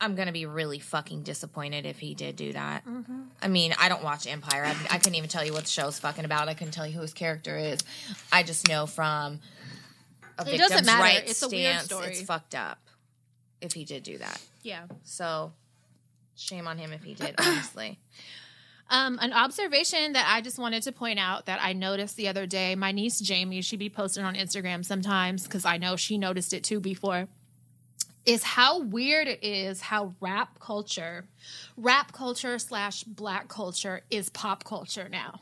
[SPEAKER 2] I'm going to be really fucking disappointed if he did do that.
[SPEAKER 1] Mm-hmm.
[SPEAKER 2] I mean, I don't watch Empire. I, I couldn't even tell you what the show's fucking about. I couldn't tell you who his character is. I just know from a
[SPEAKER 1] It
[SPEAKER 2] victim's
[SPEAKER 1] doesn't matter.
[SPEAKER 2] rights
[SPEAKER 1] It's a
[SPEAKER 2] stance,
[SPEAKER 1] weird story.
[SPEAKER 2] it's fucked up if he did do that.
[SPEAKER 1] Yeah.
[SPEAKER 2] So shame on him if he did, honestly.
[SPEAKER 1] Um, an observation that I just wanted to point out that I noticed the other day, my niece Jamie, she be posting on Instagram sometimes because I know she noticed it too before, is how weird it is how rap culture, rap culture slash black culture is pop culture now.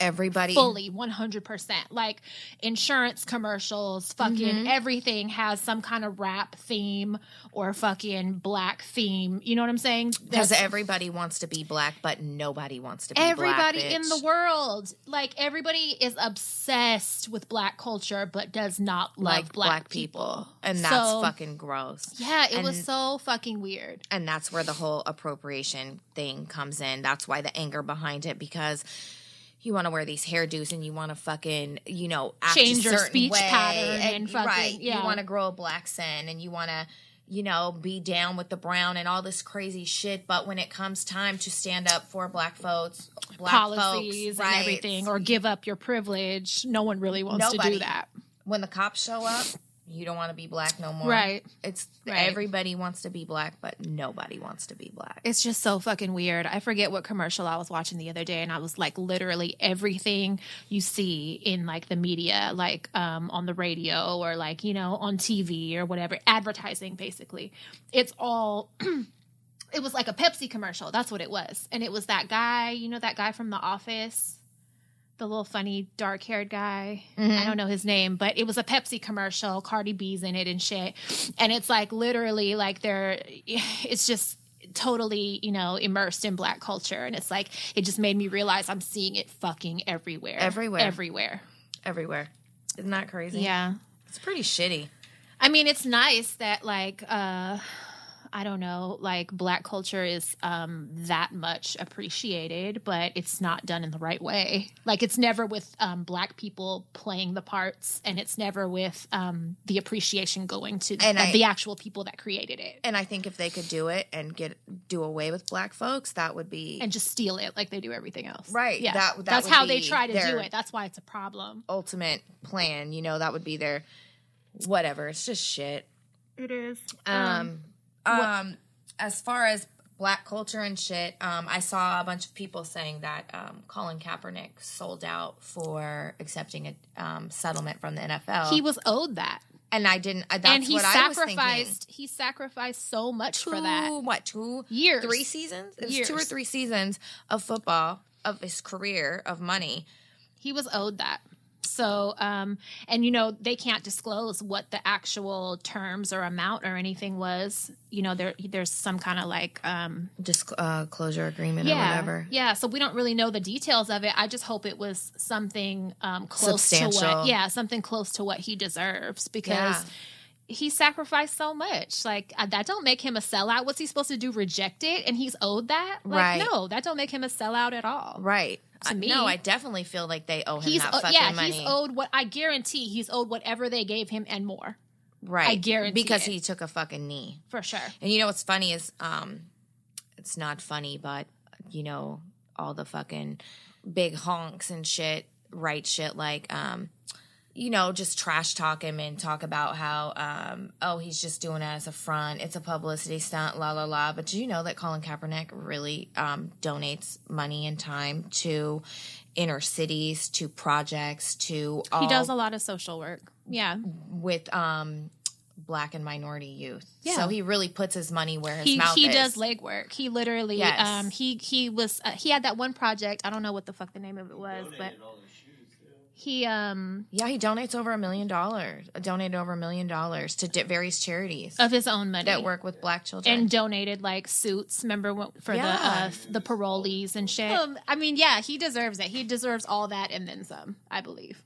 [SPEAKER 2] everybody
[SPEAKER 1] fully 100% like insurance commercials fucking everything has some kind of rap theme or fucking black theme you know what i'm saying
[SPEAKER 2] because
[SPEAKER 1] That's-
[SPEAKER 2] everybody wants to be black, but nobody wants to be black,
[SPEAKER 1] everybody in
[SPEAKER 2] bitch.
[SPEAKER 1] the world like everybody is obsessed with black culture but does not love
[SPEAKER 2] like
[SPEAKER 1] black, people.
[SPEAKER 2] and that's
[SPEAKER 1] So-
[SPEAKER 2] fucking gross.
[SPEAKER 1] yeah it was
[SPEAKER 2] And-
[SPEAKER 1] so fucking weird
[SPEAKER 2] and that's where the whole appropriation thing comes in. That's why the anger behind it because you want to wear these hairdos and you want to fucking you know act
[SPEAKER 1] Change
[SPEAKER 2] a
[SPEAKER 1] your
[SPEAKER 2] certain
[SPEAKER 1] speech
[SPEAKER 2] way
[SPEAKER 1] pattern and fucking-
[SPEAKER 2] right.
[SPEAKER 1] yeah.
[SPEAKER 2] You want to grow a black sin and you want to you know be down with the brown and all this crazy shit. But when it comes time to stand up for black folks, black
[SPEAKER 1] policies and
[SPEAKER 2] folks, rights,
[SPEAKER 1] everything or give up your privilege no one really wants to do
[SPEAKER 2] Nobody.
[SPEAKER 1] that
[SPEAKER 2] when the cops show up. You don't want to be black no more.
[SPEAKER 1] Right.
[SPEAKER 2] It's
[SPEAKER 1] Right.
[SPEAKER 2] everybody wants to be black, but nobody wants to be black.
[SPEAKER 1] it's just so fucking weird. I forget what commercial I was watching the other day, and I was like, literally everything you see in like the media, like um, on the radio or like you know on TV or whatever, advertising basically, it's all. it was like a Pepsi commercial. That's what it was, and it was that guy, you know, that guy from The Office. The little funny dark haired guy. I don't know his name, but it was a Pepsi commercial. Cardi B's in it and shit. And it's like literally like they're, it's just totally, you know, immersed in black culture. And it's like, it just made me realize I'm seeing it fucking everywhere.
[SPEAKER 2] Everywhere.
[SPEAKER 1] Everywhere.
[SPEAKER 2] everywhere. Isn't that crazy?
[SPEAKER 1] Yeah.
[SPEAKER 2] It's pretty shitty.
[SPEAKER 1] I mean, it's nice that like uh I don't know, like black culture is um that much appreciated, but it's not done in the right way. Like it's never with um black people playing the parts and it's never with um the appreciation going to
[SPEAKER 2] And
[SPEAKER 1] of
[SPEAKER 2] I-
[SPEAKER 1] the actual people that created it
[SPEAKER 2] And I think if they could do it and get do away with black folks, that would be
[SPEAKER 1] and just steal it like they do everything else.
[SPEAKER 2] Right.
[SPEAKER 1] Yeah.
[SPEAKER 2] That- that
[SPEAKER 1] That's
[SPEAKER 2] would
[SPEAKER 1] how they
[SPEAKER 2] be
[SPEAKER 1] try to do
[SPEAKER 2] their-
[SPEAKER 1] it. That's why it's a problem.
[SPEAKER 2] ultimate plan. You know, that would be their whatever. It's just shit.
[SPEAKER 1] It is.
[SPEAKER 2] Um, um, as far as black culture and shit, um, I saw a bunch of people saying that um, Colin Kaepernick sold out for accepting a um, settlement from the NFL.
[SPEAKER 1] He was owed that.
[SPEAKER 2] and I didn't. uh, That's
[SPEAKER 1] and he
[SPEAKER 2] what I was thinking.
[SPEAKER 1] sacrificed he sacrificed so much for that.
[SPEAKER 2] two- What two
[SPEAKER 1] Years.
[SPEAKER 2] three seasons? It was two or
[SPEAKER 1] Years.
[SPEAKER 2] three seasons of football of his career of money.
[SPEAKER 1] he was owed that so um and you know they can't disclose what the actual terms or amount or anything was you know there there's some kind of like um
[SPEAKER 2] Disclosure uh, closure agreement
[SPEAKER 1] yeah
[SPEAKER 2] or whatever.
[SPEAKER 1] yeah so we don't really know the details of it i just hope it was something um close to what
[SPEAKER 2] Substantial.
[SPEAKER 1] yeah something close to what he deserves because
[SPEAKER 2] Yeah.
[SPEAKER 1] he sacrificed so much like uh, that don't make him a sellout what's he supposed to do reject it and he's owed that like
[SPEAKER 2] Right.
[SPEAKER 1] no that don't make him a sellout at all
[SPEAKER 2] Right.
[SPEAKER 1] To
[SPEAKER 2] I-
[SPEAKER 1] me-
[SPEAKER 2] no, I definitely feel like they owe him
[SPEAKER 1] he's
[SPEAKER 2] that
[SPEAKER 1] o-
[SPEAKER 2] fucking
[SPEAKER 1] yeah
[SPEAKER 2] money.
[SPEAKER 1] he's owed what i guarantee he's owed whatever they gave him and more
[SPEAKER 2] right.
[SPEAKER 1] I guarantee
[SPEAKER 2] because
[SPEAKER 1] it.
[SPEAKER 2] he took a fucking knee.
[SPEAKER 1] for sure
[SPEAKER 2] And you know what's funny is, um, it's not funny, but you know all the fucking big honks and shit, right? Shit like, um, you know, just trash talk him and talk about how, um, oh, he's just doing it as a front. It's a publicity stunt, la la la. But do you know that Colin Kaepernick really um, donates money and time to inner cities, to projects, to all
[SPEAKER 1] He does a lot of social work. Yeah.
[SPEAKER 2] with um, black and minority youth.
[SPEAKER 1] Yeah.
[SPEAKER 2] So he really puts his money where his
[SPEAKER 1] He
[SPEAKER 2] mouth
[SPEAKER 1] he
[SPEAKER 2] is.
[SPEAKER 1] does legwork. He literally
[SPEAKER 2] Yes.
[SPEAKER 1] um he he was uh, he had that one project. I don't know what the fuck the name of it was, but
[SPEAKER 3] all the shoes too.
[SPEAKER 1] he um
[SPEAKER 2] Yeah, he donates over a million dollars. Donated over a million dollars to di- various charities
[SPEAKER 1] of his own money
[SPEAKER 2] that work with black children.
[SPEAKER 1] and donated like suits. Remember when, for the uh,
[SPEAKER 2] Yeah.
[SPEAKER 1] f- the parolees and shit. Um, I mean, yeah, he deserves it. He deserves all that and then some. I believe.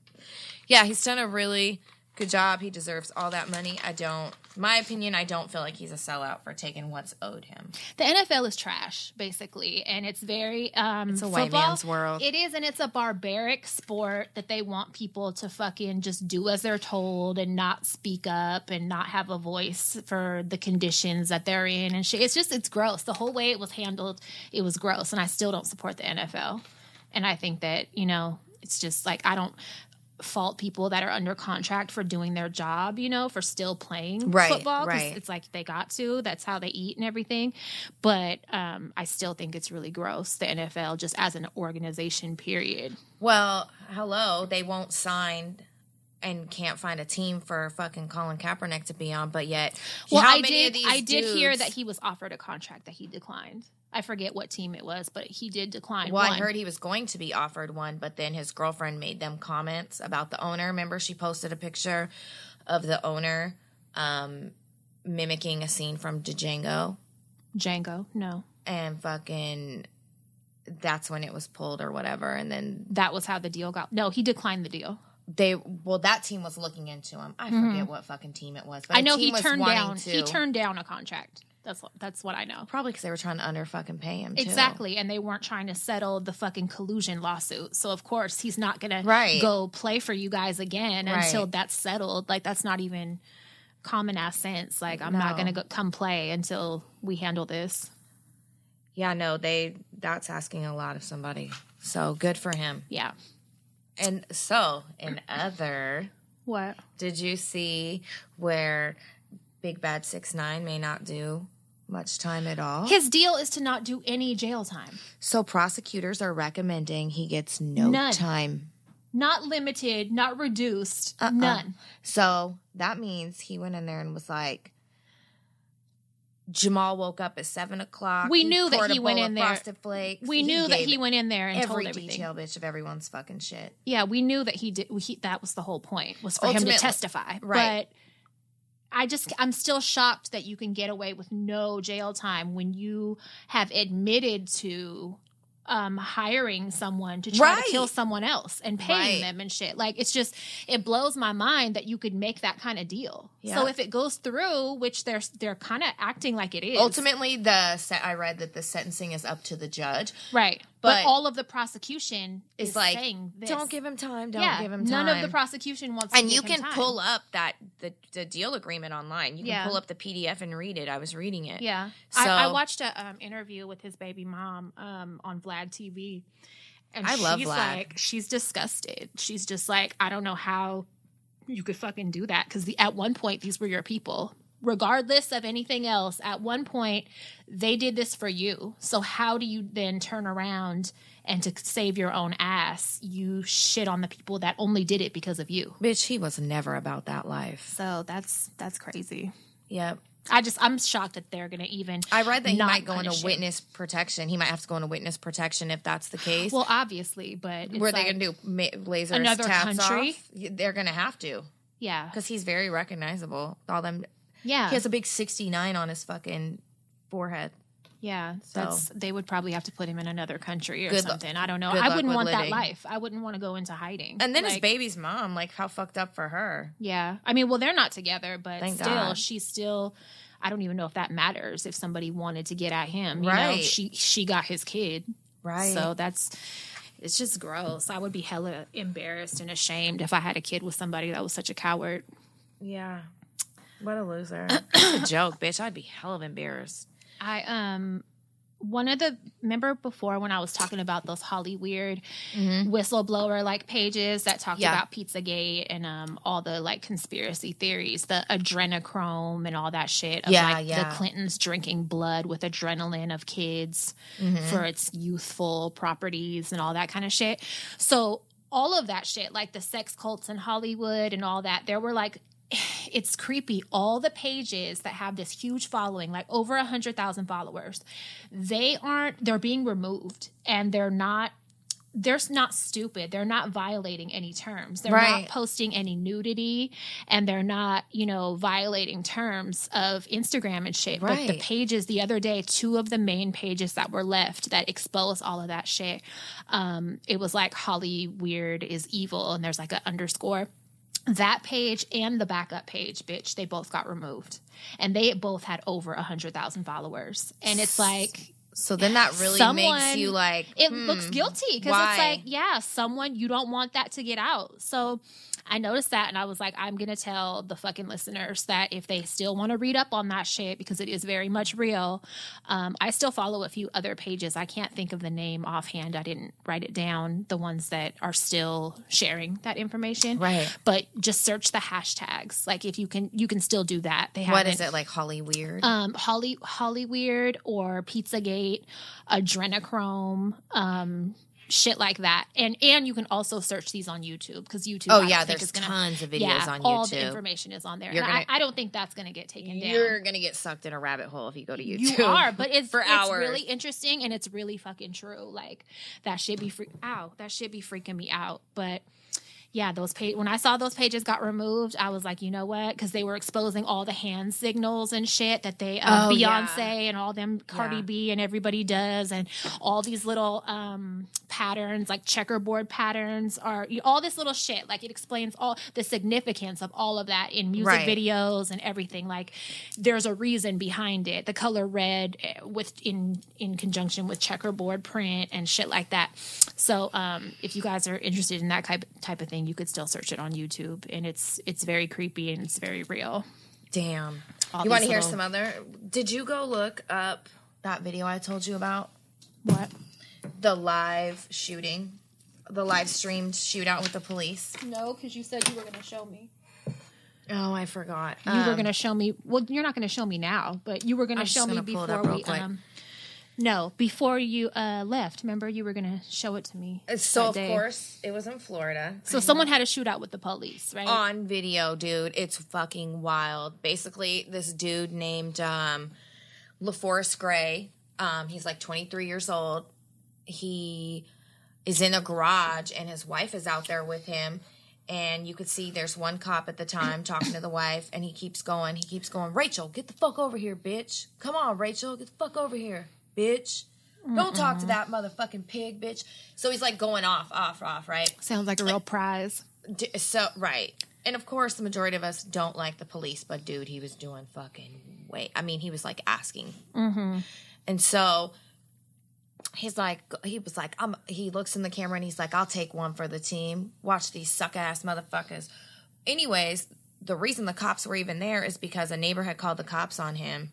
[SPEAKER 2] yeah, he's done a really good job. He deserves all that money. I don't, my opinion, I don't feel like he's a sellout for taking what's owed him.
[SPEAKER 1] the NFL is trash, basically, and it's very um, it's
[SPEAKER 2] a white man's world.
[SPEAKER 1] It is, and it's a barbaric sport that they want people to fucking just do as they're told and not speak up and not have a voice for the conditions that they're in and shit. It's just it's gross. The whole way it was handled, it was gross, and I still don't support the NFL. And I think that you know, it's just like I don't fault people that are under contract for doing their job, you know, for still playing
[SPEAKER 2] Right,
[SPEAKER 1] football. 'cause
[SPEAKER 2] right.
[SPEAKER 1] It's like they got to. That's how they eat and everything. But um, I still think it's really gross. The NFL just as an organization, period.
[SPEAKER 2] Well, hello, they won't sign and can't find a team for fucking Colin Kaepernick to be on, but yet,
[SPEAKER 1] Well,
[SPEAKER 2] how
[SPEAKER 1] I
[SPEAKER 2] many
[SPEAKER 1] did.
[SPEAKER 2] of these
[SPEAKER 1] I did hear
[SPEAKER 2] dudes-
[SPEAKER 1] that he was offered a contract that he declined. I forget what team it was, but he did decline.
[SPEAKER 2] Well, I
[SPEAKER 1] one.
[SPEAKER 2] heard he was going to be offered one, but then his girlfriend made them comments about the owner. Remember, she posted a picture of the owner um, mimicking a scene from Django,
[SPEAKER 1] Django. No,
[SPEAKER 2] and fucking that's when it was pulled or whatever. And then
[SPEAKER 1] that was how the deal got. No, he declined the deal.
[SPEAKER 2] they, well, that team was looking into him. I forget what fucking team it was, but
[SPEAKER 1] Mm-hmm. I
[SPEAKER 2] a
[SPEAKER 1] know
[SPEAKER 2] team
[SPEAKER 1] he
[SPEAKER 2] was
[SPEAKER 1] turned
[SPEAKER 2] wanting
[SPEAKER 1] down.
[SPEAKER 2] to-
[SPEAKER 1] He turned down a contract. That's what- that's what I know.
[SPEAKER 2] probably because they were trying to under fucking pay him. too.
[SPEAKER 1] Exactly, and they weren't trying to settle the fucking collusion lawsuit. So of course he's not gonna
[SPEAKER 2] Right.
[SPEAKER 1] go play for you guys again
[SPEAKER 2] Right.
[SPEAKER 1] until that's settled. Like that's not even common ass sense. Like I'm not
[SPEAKER 2] No.
[SPEAKER 1] gonna go, come play until we handle this.
[SPEAKER 2] Yeah, no, they that's asking a lot of somebody. So good for him.
[SPEAKER 1] Yeah.
[SPEAKER 2] And so, in other,
[SPEAKER 1] What?
[SPEAKER 2] did you see where Big Bad Six Nine may not do much time at all?
[SPEAKER 1] His deal is to not do any jail time.
[SPEAKER 2] So prosecutors are recommending he gets no
[SPEAKER 1] None.
[SPEAKER 2] time.
[SPEAKER 1] Not limited, not reduced,
[SPEAKER 2] Uh-uh.
[SPEAKER 1] none.
[SPEAKER 2] So that means he went in there and was like, Jamal woke up at seven o'clock.
[SPEAKER 1] We knew that
[SPEAKER 2] poured a
[SPEAKER 1] he went
[SPEAKER 2] bowl
[SPEAKER 1] in
[SPEAKER 2] of
[SPEAKER 1] there.
[SPEAKER 2] Frosted flakes.
[SPEAKER 1] We knew that
[SPEAKER 2] gave
[SPEAKER 1] he went in there and
[SPEAKER 2] every
[SPEAKER 1] told everything.
[SPEAKER 2] detail, bitch, of everyone's fucking shit.
[SPEAKER 1] Yeah, we knew that he did. He, that was the whole point was for him
[SPEAKER 2] Ultimately-
[SPEAKER 1] to testify.
[SPEAKER 2] right.
[SPEAKER 1] But I just, I'm still shocked that you can get away with no jail time when you have admitted to um, hiring someone to try
[SPEAKER 2] Right.
[SPEAKER 1] to kill someone else and paying
[SPEAKER 2] Right.
[SPEAKER 1] them and shit. Like it's just, it blows my mind that you could make that kind of deal. So
[SPEAKER 2] Yeah.
[SPEAKER 1] if it goes through, which they're they're kind of acting like it is,
[SPEAKER 2] Ultimately, the se- I read that the sentencing is up to the judge.
[SPEAKER 1] right? But,
[SPEAKER 2] but
[SPEAKER 1] all of the prosecution
[SPEAKER 2] It's
[SPEAKER 1] is
[SPEAKER 2] like,
[SPEAKER 1] saying this.
[SPEAKER 2] Don't give him time. Don't
[SPEAKER 1] yeah,
[SPEAKER 2] give him time.
[SPEAKER 1] none of the prosecution wants.
[SPEAKER 2] and
[SPEAKER 1] to
[SPEAKER 2] you
[SPEAKER 1] give him
[SPEAKER 2] can
[SPEAKER 1] time.
[SPEAKER 2] pull up that the, the deal agreement online. You can
[SPEAKER 1] Yeah.
[SPEAKER 2] pull up the PDF and read it. I was reading it.
[SPEAKER 1] Yeah. I, I
[SPEAKER 2] So-
[SPEAKER 1] watched an um, interview with his baby mom um, on Vlad TV. And
[SPEAKER 2] I love
[SPEAKER 1] she's
[SPEAKER 2] Vlad.
[SPEAKER 1] like, she's disgusted. She's just like, I don't know how you could fucking do that. Because at one point, these were your people. Regardless of anything else, at one point, they did this for you. So how do you then turn around and to save your own ass, you shit on the people that only did it because of you?
[SPEAKER 2] Bitch, he was never about that life.
[SPEAKER 1] So that's that's crazy.
[SPEAKER 2] Yep.
[SPEAKER 1] I just I'm shocked that they're gonna even.
[SPEAKER 2] I read that he
[SPEAKER 1] Not
[SPEAKER 2] might go into
[SPEAKER 1] punish him.
[SPEAKER 2] witness protection. He might have to go into witness protection if that's the case.
[SPEAKER 1] Well, obviously, but it's
[SPEAKER 2] Were they
[SPEAKER 1] like-
[SPEAKER 2] going to do ma- laser
[SPEAKER 1] another
[SPEAKER 2] tats
[SPEAKER 1] country?
[SPEAKER 2] off? Y- They're going to have to
[SPEAKER 1] Yeah.
[SPEAKER 2] because he's very recognizable. All them.
[SPEAKER 1] Yeah.
[SPEAKER 2] He has a big sixty nine on his fucking forehead.
[SPEAKER 1] yeah. That's they would probably have to put him in another country or
[SPEAKER 2] Good lu-
[SPEAKER 1] something. I don't know.
[SPEAKER 2] good
[SPEAKER 1] I
[SPEAKER 2] luck
[SPEAKER 1] wouldn't
[SPEAKER 2] with
[SPEAKER 1] want that
[SPEAKER 2] living.
[SPEAKER 1] life. I wouldn't want to go into hiding.
[SPEAKER 2] And then his
[SPEAKER 1] Like,
[SPEAKER 2] baby's mom, like how fucked up for her.
[SPEAKER 1] Yeah. I mean, well, they're not together, but
[SPEAKER 2] Thank
[SPEAKER 1] still,
[SPEAKER 2] God.
[SPEAKER 1] she's still I don't even know if that matters if somebody wanted to get at him. You know,
[SPEAKER 2] Right.
[SPEAKER 1] she she got his kid.
[SPEAKER 2] Right.
[SPEAKER 1] So that's it's just gross. I would be hella embarrassed and ashamed if I had a kid with somebody that was such a coward.
[SPEAKER 2] Yeah. What a loser. It's a joke, bitch. I'd be hell of embarrassed.
[SPEAKER 1] I um one of the remember before when I was talking about those Holly Weird whistleblower like pages that talked
[SPEAKER 2] Mm-hmm. Yeah.
[SPEAKER 1] about Pizzagate and um all the like conspiracy theories, the adrenochrome and all that shit of
[SPEAKER 2] Yeah,
[SPEAKER 1] like
[SPEAKER 2] yeah.
[SPEAKER 1] the Clintons drinking blood with adrenaline of kids for its youthful properties and all that kind of shit. So all of that shit, like the sex cults in Hollywood and all that, there were like it's creepy. All the pages that have this huge following, like over a hundred thousand followers, they aren't. They're being removed, and they're not. They're s- not stupid. They're not violating any terms. They're
[SPEAKER 2] Right.
[SPEAKER 1] not posting any nudity, and they're not, you know, violating terms of Instagram and shit. But the
[SPEAKER 2] Right.
[SPEAKER 1] pages the other day, two of the main pages that were left that expose all of that shit. Um, it was like Holly Weird is evil, and there's like an underscore that page and the backup page, bitch, they both got removed. And they both had over 100,000 followers. And it's like,
[SPEAKER 2] So then that really makes
[SPEAKER 1] Someone-
[SPEAKER 2] you like
[SPEAKER 1] it
[SPEAKER 2] hmm,
[SPEAKER 1] looks guilty because
[SPEAKER 2] Why?
[SPEAKER 1] it's like, yeah, someone, you don't want that to get out. So I noticed that and I was like, I'm going to tell the fucking listeners that if they still want to read up on that shit, because it is very much real, um, I still follow a few other pages. I can't think of the name offhand. I didn't write it down, the ones that are still sharing that information.
[SPEAKER 2] Right.
[SPEAKER 1] But just search the hashtags. Like if you can, you can still do that. They
[SPEAKER 2] what
[SPEAKER 1] haven't-
[SPEAKER 2] is it like Holly Weird?
[SPEAKER 1] um, Holly Holly Weird or Pizzagate, Adrenochrome, um, shit like that. And and you can also search these on YouTube because YouTube.
[SPEAKER 2] Oh
[SPEAKER 1] I
[SPEAKER 2] yeah,
[SPEAKER 1] don't think
[SPEAKER 2] there's
[SPEAKER 1] is gonna-
[SPEAKER 2] tons of videos
[SPEAKER 1] yeah,
[SPEAKER 2] on YouTube.
[SPEAKER 1] All the information is on there.
[SPEAKER 2] You're
[SPEAKER 1] and I,
[SPEAKER 2] gonna-
[SPEAKER 1] I don't think that's going to get taken down.
[SPEAKER 2] You're gonna get sucked in a rabbit hole if you go to YouTube.
[SPEAKER 1] You are, but it's
[SPEAKER 2] For
[SPEAKER 1] it's
[SPEAKER 2] hours.
[SPEAKER 1] really interesting and it's really fucking true. Like that should be freak ow, that should be freaking me out. But yeah, those page when I saw those pages got removed, I was like, you know what? Because they were exposing all the hand signals and shit that they um,
[SPEAKER 2] Oh, yeah.
[SPEAKER 1] Beyonce and all them Cardi
[SPEAKER 2] Yeah.
[SPEAKER 1] B and everybody does, and all these little um, patterns like checkerboard patterns are all this little shit. Like it explains all the significance of all of that in music
[SPEAKER 2] Right.
[SPEAKER 1] videos videos and everything like there's a reason behind it the color red eh, with in in conjunction with checkerboard print and shit like that so um if you guys are interested in that type type of thing you could still search it on youtube and it's it's very creepy and it's very real
[SPEAKER 2] Damn.
[SPEAKER 1] All
[SPEAKER 2] you want to
[SPEAKER 1] these
[SPEAKER 2] hear
[SPEAKER 1] little-
[SPEAKER 2] some other? Did you go look up that video I told you about?
[SPEAKER 1] what
[SPEAKER 2] The live shooting, the live streamed shootout with the police.
[SPEAKER 1] no because you said you were going to show me
[SPEAKER 2] Oh, I forgot.
[SPEAKER 1] you were going to show me well you're not going to show me now but you were going to
[SPEAKER 2] I'm just
[SPEAKER 1] show me
[SPEAKER 2] gonna pull it
[SPEAKER 1] before
[SPEAKER 2] up
[SPEAKER 1] we
[SPEAKER 2] real quick.
[SPEAKER 1] um no before you uh left remember you were going to show it to me
[SPEAKER 2] So
[SPEAKER 1] that
[SPEAKER 2] of
[SPEAKER 1] day.
[SPEAKER 2] course it was in Florida.
[SPEAKER 1] so someone had a shootout with the police right
[SPEAKER 2] on video, dude. It's fucking wild. Basically, this dude named um, LaForest Gray. Um, he's like 23 years old. He is in a garage, and his wife is out there with him. And you could see there's one cop at the time talking to the wife, and he keeps going. He keeps going, Rachel, get the fuck over here, bitch. Come on, Rachel, get the fuck over here, bitch. Don't talk to that motherfucking pig, bitch. So he's like going off, off, off, right?
[SPEAKER 1] Sounds like a real prize.
[SPEAKER 2] D- so right and of course the majority of us don't like the police but dude he was doing fucking way i mean he was like asking and so he's like he was like i'm he looks in the camera and he's like i'll take one for the team watch these suck ass motherfuckers anyways the reason the cops were even there is because a neighbor had called the cops on him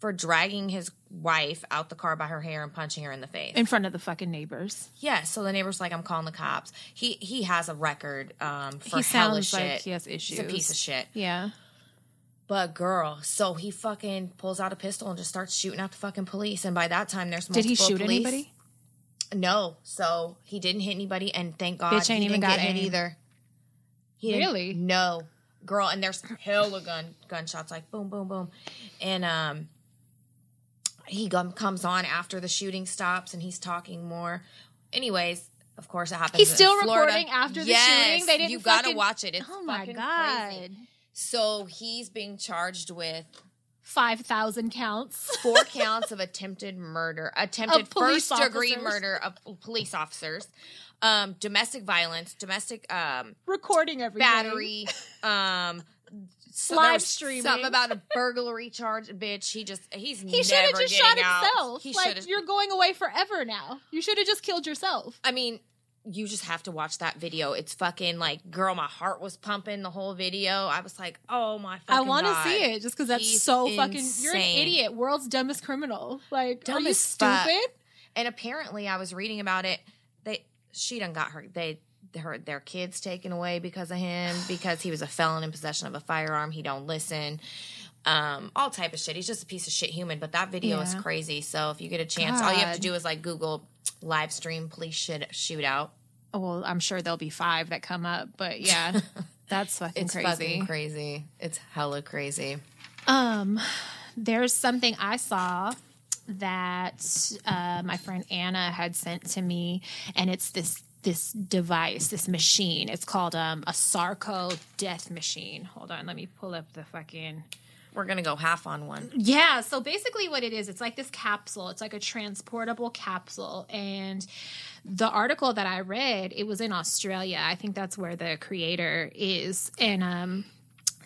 [SPEAKER 2] for dragging his wife out the car by her hair and punching her in the face
[SPEAKER 1] In front of the fucking neighbors.
[SPEAKER 2] yeah, so the neighbor's like, I'm calling the cops. He he has a record um, for
[SPEAKER 1] He
[SPEAKER 2] hella
[SPEAKER 1] sounds
[SPEAKER 2] shit.
[SPEAKER 1] like he has
[SPEAKER 2] He's a
[SPEAKER 1] issues.
[SPEAKER 2] piece of shit.
[SPEAKER 1] Yeah.
[SPEAKER 2] But girl, so he fucking pulls out a pistol and just starts shooting at the fucking police. And by that time, there's multiple
[SPEAKER 1] Did he shoot
[SPEAKER 2] police.
[SPEAKER 1] anybody?
[SPEAKER 2] No, so he didn't hit anybody, and thank God
[SPEAKER 1] Bitch ain't
[SPEAKER 2] he
[SPEAKER 1] even
[SPEAKER 2] didn't
[SPEAKER 1] got
[SPEAKER 2] get hit
[SPEAKER 1] aim.
[SPEAKER 2] either. He didn't-
[SPEAKER 1] Really?
[SPEAKER 2] No, girl. And there's hella gun gunshots, like boom, boom, boom, and um, he gum, comes on after the shooting stops, and he's talking more. Anyways, of course, it happens.
[SPEAKER 1] He's
[SPEAKER 2] in
[SPEAKER 1] still
[SPEAKER 2] Florida.
[SPEAKER 1] recording after the
[SPEAKER 2] Yes,
[SPEAKER 1] shooting. They didn't.
[SPEAKER 2] You
[SPEAKER 1] fucking...
[SPEAKER 2] gotta watch it. It's
[SPEAKER 1] oh my
[SPEAKER 2] fucking
[SPEAKER 1] god.
[SPEAKER 2] crazy. So he's being charged with
[SPEAKER 1] Five thousand counts.
[SPEAKER 2] four counts of attempted murder, attempted
[SPEAKER 1] Of police
[SPEAKER 2] first degree
[SPEAKER 1] officers.
[SPEAKER 2] murder of police officers, um, domestic violence, domestic um,
[SPEAKER 1] Recording everything.
[SPEAKER 2] battery, um, so there
[SPEAKER 1] Live
[SPEAKER 2] was
[SPEAKER 1] streaming.
[SPEAKER 2] something about a burglary charge. Bitch, he just he's
[SPEAKER 1] He should
[SPEAKER 2] never
[SPEAKER 1] have just shot
[SPEAKER 2] getting out.
[SPEAKER 1] himself.
[SPEAKER 2] He should
[SPEAKER 1] like
[SPEAKER 2] have.
[SPEAKER 1] you're going away forever now. You should have just killed yourself.
[SPEAKER 2] I mean. You just have to watch that video. It's fucking like, girl, my heart was pumping the whole video. I was like, oh my fucking
[SPEAKER 1] I want to
[SPEAKER 2] God.
[SPEAKER 1] see it just because that's
[SPEAKER 2] He's
[SPEAKER 1] so fucking. You're an
[SPEAKER 2] insane.
[SPEAKER 1] idiot. World's dumbest criminal. Like,
[SPEAKER 2] Dumb
[SPEAKER 1] are you
[SPEAKER 2] as fuck.
[SPEAKER 1] stupid?
[SPEAKER 2] And apparently, I was reading about it. They she done got her they her their kids taken away because of him because he was a felon in possession of a firearm. He don't listen. Um, all type of shit. He's just a piece of shit human. But that video is
[SPEAKER 1] Yeah.
[SPEAKER 2] crazy. So if you get a chance, all you have to
[SPEAKER 1] God.
[SPEAKER 2] do is like Google live stream police shit shootout.
[SPEAKER 1] Oh, well, I'm sure there'll be five that come up, but yeah, that's fucking
[SPEAKER 2] It's
[SPEAKER 1] crazy.
[SPEAKER 2] fucking crazy. It's hella crazy.
[SPEAKER 1] Um, there's something I saw that uh, my friend Anna had sent to me, and it's this this device, this machine. It's called um, a Sarco death machine. Hold on, let me pull up the fucking.
[SPEAKER 2] We're gonna go half on one.
[SPEAKER 1] Yeah, so basically what it is, it's like this capsule. It's like a transportable capsule. And the article that I read, it was in Australia. I think that's where the creator is. And um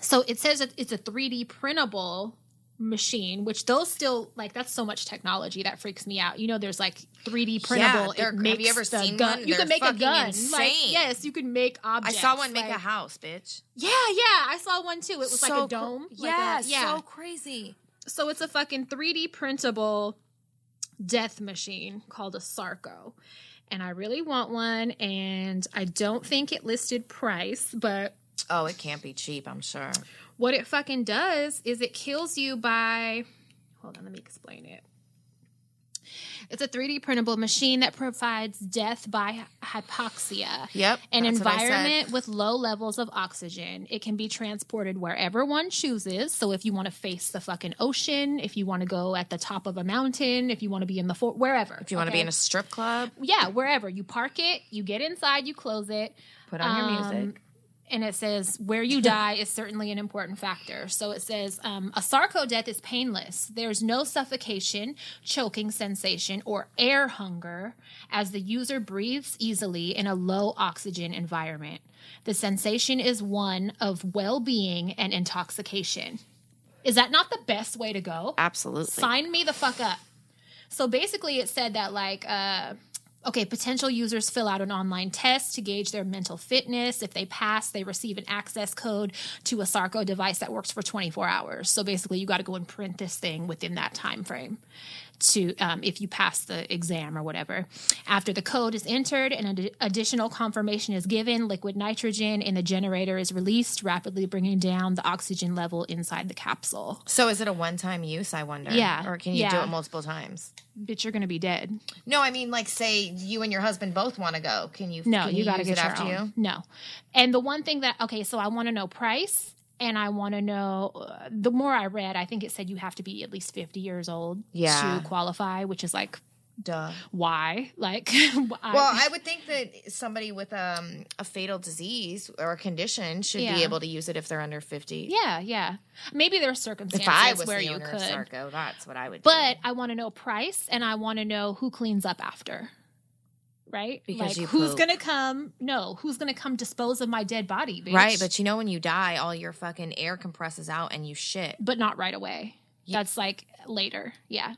[SPEAKER 1] so it says that it's a 3D printable machine, which those still like that's so much technology that freaks me out. You know, there's like 3D printable.
[SPEAKER 2] they're-
[SPEAKER 1] it
[SPEAKER 2] have you
[SPEAKER 1] makes
[SPEAKER 2] ever
[SPEAKER 1] the
[SPEAKER 2] seen
[SPEAKER 1] gun.
[SPEAKER 2] one?
[SPEAKER 1] You
[SPEAKER 2] They're
[SPEAKER 1] can make a
[SPEAKER 2] fucking
[SPEAKER 1] gun. Like,
[SPEAKER 2] insane.
[SPEAKER 1] yes, you can make
[SPEAKER 2] I
[SPEAKER 1] objects.
[SPEAKER 2] saw one make a
[SPEAKER 1] like-
[SPEAKER 2] house, bitch.
[SPEAKER 1] Yeah, yeah. I saw one too. It was like
[SPEAKER 2] So
[SPEAKER 1] a
[SPEAKER 2] cr-
[SPEAKER 1] dome. like a-
[SPEAKER 2] yeah,
[SPEAKER 1] yeah.
[SPEAKER 2] so crazy.
[SPEAKER 1] So it's a fucking 3D printable death machine called a Sarco. And I really want one. And I don't think it listed price, but
[SPEAKER 2] Oh, it can't be cheap. I'm sure.
[SPEAKER 1] what it fucking does is it kills you by. Hold on, let me explain it. It's a 3D printable machine that provides death by hypoxia.
[SPEAKER 2] Yep,
[SPEAKER 1] An
[SPEAKER 2] that's what I said.
[SPEAKER 1] environment with low levels of oxygen. It can be transported wherever one chooses. So if you want to face the fucking ocean, if you want to go at the top of a mountain, if you want to be in the fort, wherever.
[SPEAKER 2] If you want to be in a strip club,
[SPEAKER 1] yeah, wherever. You park it, you get inside, you close it.
[SPEAKER 2] put on
[SPEAKER 1] Um,
[SPEAKER 2] your music.
[SPEAKER 1] and it says where you die is certainly an important factor. So it says um, a sarco death is painless. There's no suffocation, choking sensation, or air hunger as the user breathes easily in a low oxygen environment. The sensation is one of well being and intoxication. Is that not the best way to go?
[SPEAKER 2] Absolutely.
[SPEAKER 1] Sign me the fuck up. So basically, it said that like, uh, okay, potential users fill out an online test to gauge their mental fitness. If they pass, they receive an access code to a Sarco device that works for 24 hours. So basically, you got to go and print this thing within that time frame to um, if you pass the exam or whatever. After the code is entered and ad- additional confirmation is given, liquid nitrogen in the generator is released, rapidly bringing down the oxygen level inside the capsule.
[SPEAKER 2] So is it a one-time use? I wonder.
[SPEAKER 1] Yeah,
[SPEAKER 2] Or can you do
[SPEAKER 1] yeah.
[SPEAKER 2] it multiple times?
[SPEAKER 1] Bitch, you're gonna be dead.
[SPEAKER 2] No, I mean like say you and your husband both want to go. Can you?
[SPEAKER 1] No,
[SPEAKER 2] can
[SPEAKER 1] you, gotta
[SPEAKER 2] use
[SPEAKER 1] get
[SPEAKER 2] it
[SPEAKER 1] your
[SPEAKER 2] after
[SPEAKER 1] own.
[SPEAKER 2] you.
[SPEAKER 1] No, and the one thing that okay, so I want to know price, and I want to know uh, the more I read, I think it said you have to be at least fifty years old
[SPEAKER 2] Yeah.
[SPEAKER 1] to qualify, which is like
[SPEAKER 2] Duh.
[SPEAKER 1] why, like why?
[SPEAKER 2] Well, I would think that somebody with um, a fatal disease or a condition should
[SPEAKER 1] Yeah.
[SPEAKER 2] be able to use it if they're under fifty.
[SPEAKER 1] yeah, yeah, maybe there are circumstances
[SPEAKER 2] If I was
[SPEAKER 1] where
[SPEAKER 2] the
[SPEAKER 1] you
[SPEAKER 2] owner
[SPEAKER 1] could,
[SPEAKER 2] of Sarco, that's what I would.
[SPEAKER 1] but I want to know price, and I want to know who cleans up after. Right?
[SPEAKER 2] Because
[SPEAKER 1] like,
[SPEAKER 2] you
[SPEAKER 1] who's
[SPEAKER 2] poop.
[SPEAKER 1] gonna come? No, who's gonna come dispose of my dead body?
[SPEAKER 2] do.
[SPEAKER 1] Bitch?
[SPEAKER 2] right, but you know when you die, all your fucking air compresses out and you shit.
[SPEAKER 1] but not right away.
[SPEAKER 2] Yeah.
[SPEAKER 1] That's like later. Yeah.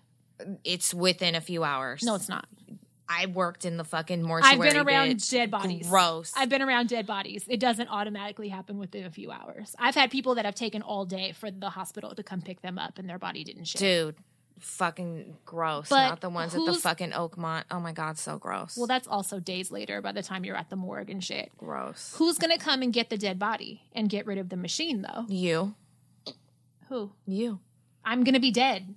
[SPEAKER 2] It's within a few hours.
[SPEAKER 1] No, it's not.
[SPEAKER 2] I worked in the fucking mortuary.
[SPEAKER 1] I've been around
[SPEAKER 2] bitch.
[SPEAKER 1] dead bodies.
[SPEAKER 2] Gross.
[SPEAKER 1] I've been around dead bodies. It doesn't automatically happen within a few hours. I've had people that have taken all day for the hospital to come pick them up and their body didn't shit.
[SPEAKER 2] dude fucking gross
[SPEAKER 1] But
[SPEAKER 2] not the ones at the
[SPEAKER 1] who's-
[SPEAKER 2] fucking oakmont oh my god so gross
[SPEAKER 1] Well, that's also days later by the time you're at the morgue and shit.
[SPEAKER 2] gross
[SPEAKER 1] Who's going to come and get the dead body and get rid of the machine though?
[SPEAKER 2] you
[SPEAKER 1] Who?
[SPEAKER 2] you
[SPEAKER 1] I'm going to be dead.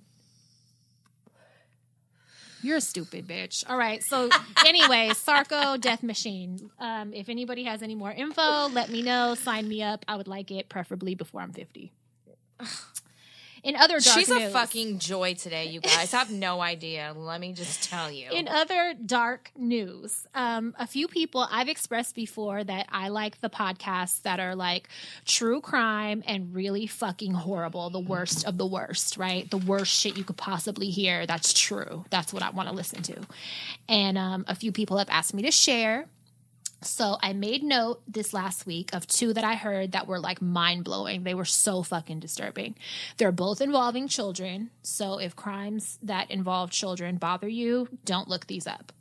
[SPEAKER 1] You're a stupid bitch. All right. So anyway, Sarco Death Machine. Um, if anybody has any more info, let me know. Sign me up. I would like it, preferably before I'm 50. In other dark
[SPEAKER 2] she's a
[SPEAKER 1] news-
[SPEAKER 2] fucking joy today you guys I have no idea let me just tell you
[SPEAKER 1] In other dark news, um, a few people I've expressed before that I like the podcasts that are like true crime and really fucking horrible, the worst of the worst, right? The worst shit you could possibly hear. That's true. That's what I want to listen to. And um, a few people have asked me to share. So I made note this last week of two that I heard that were like mind blowing. They were so fucking disturbing. They're both involving children. So if crimes that involve children bother you, don't look these up.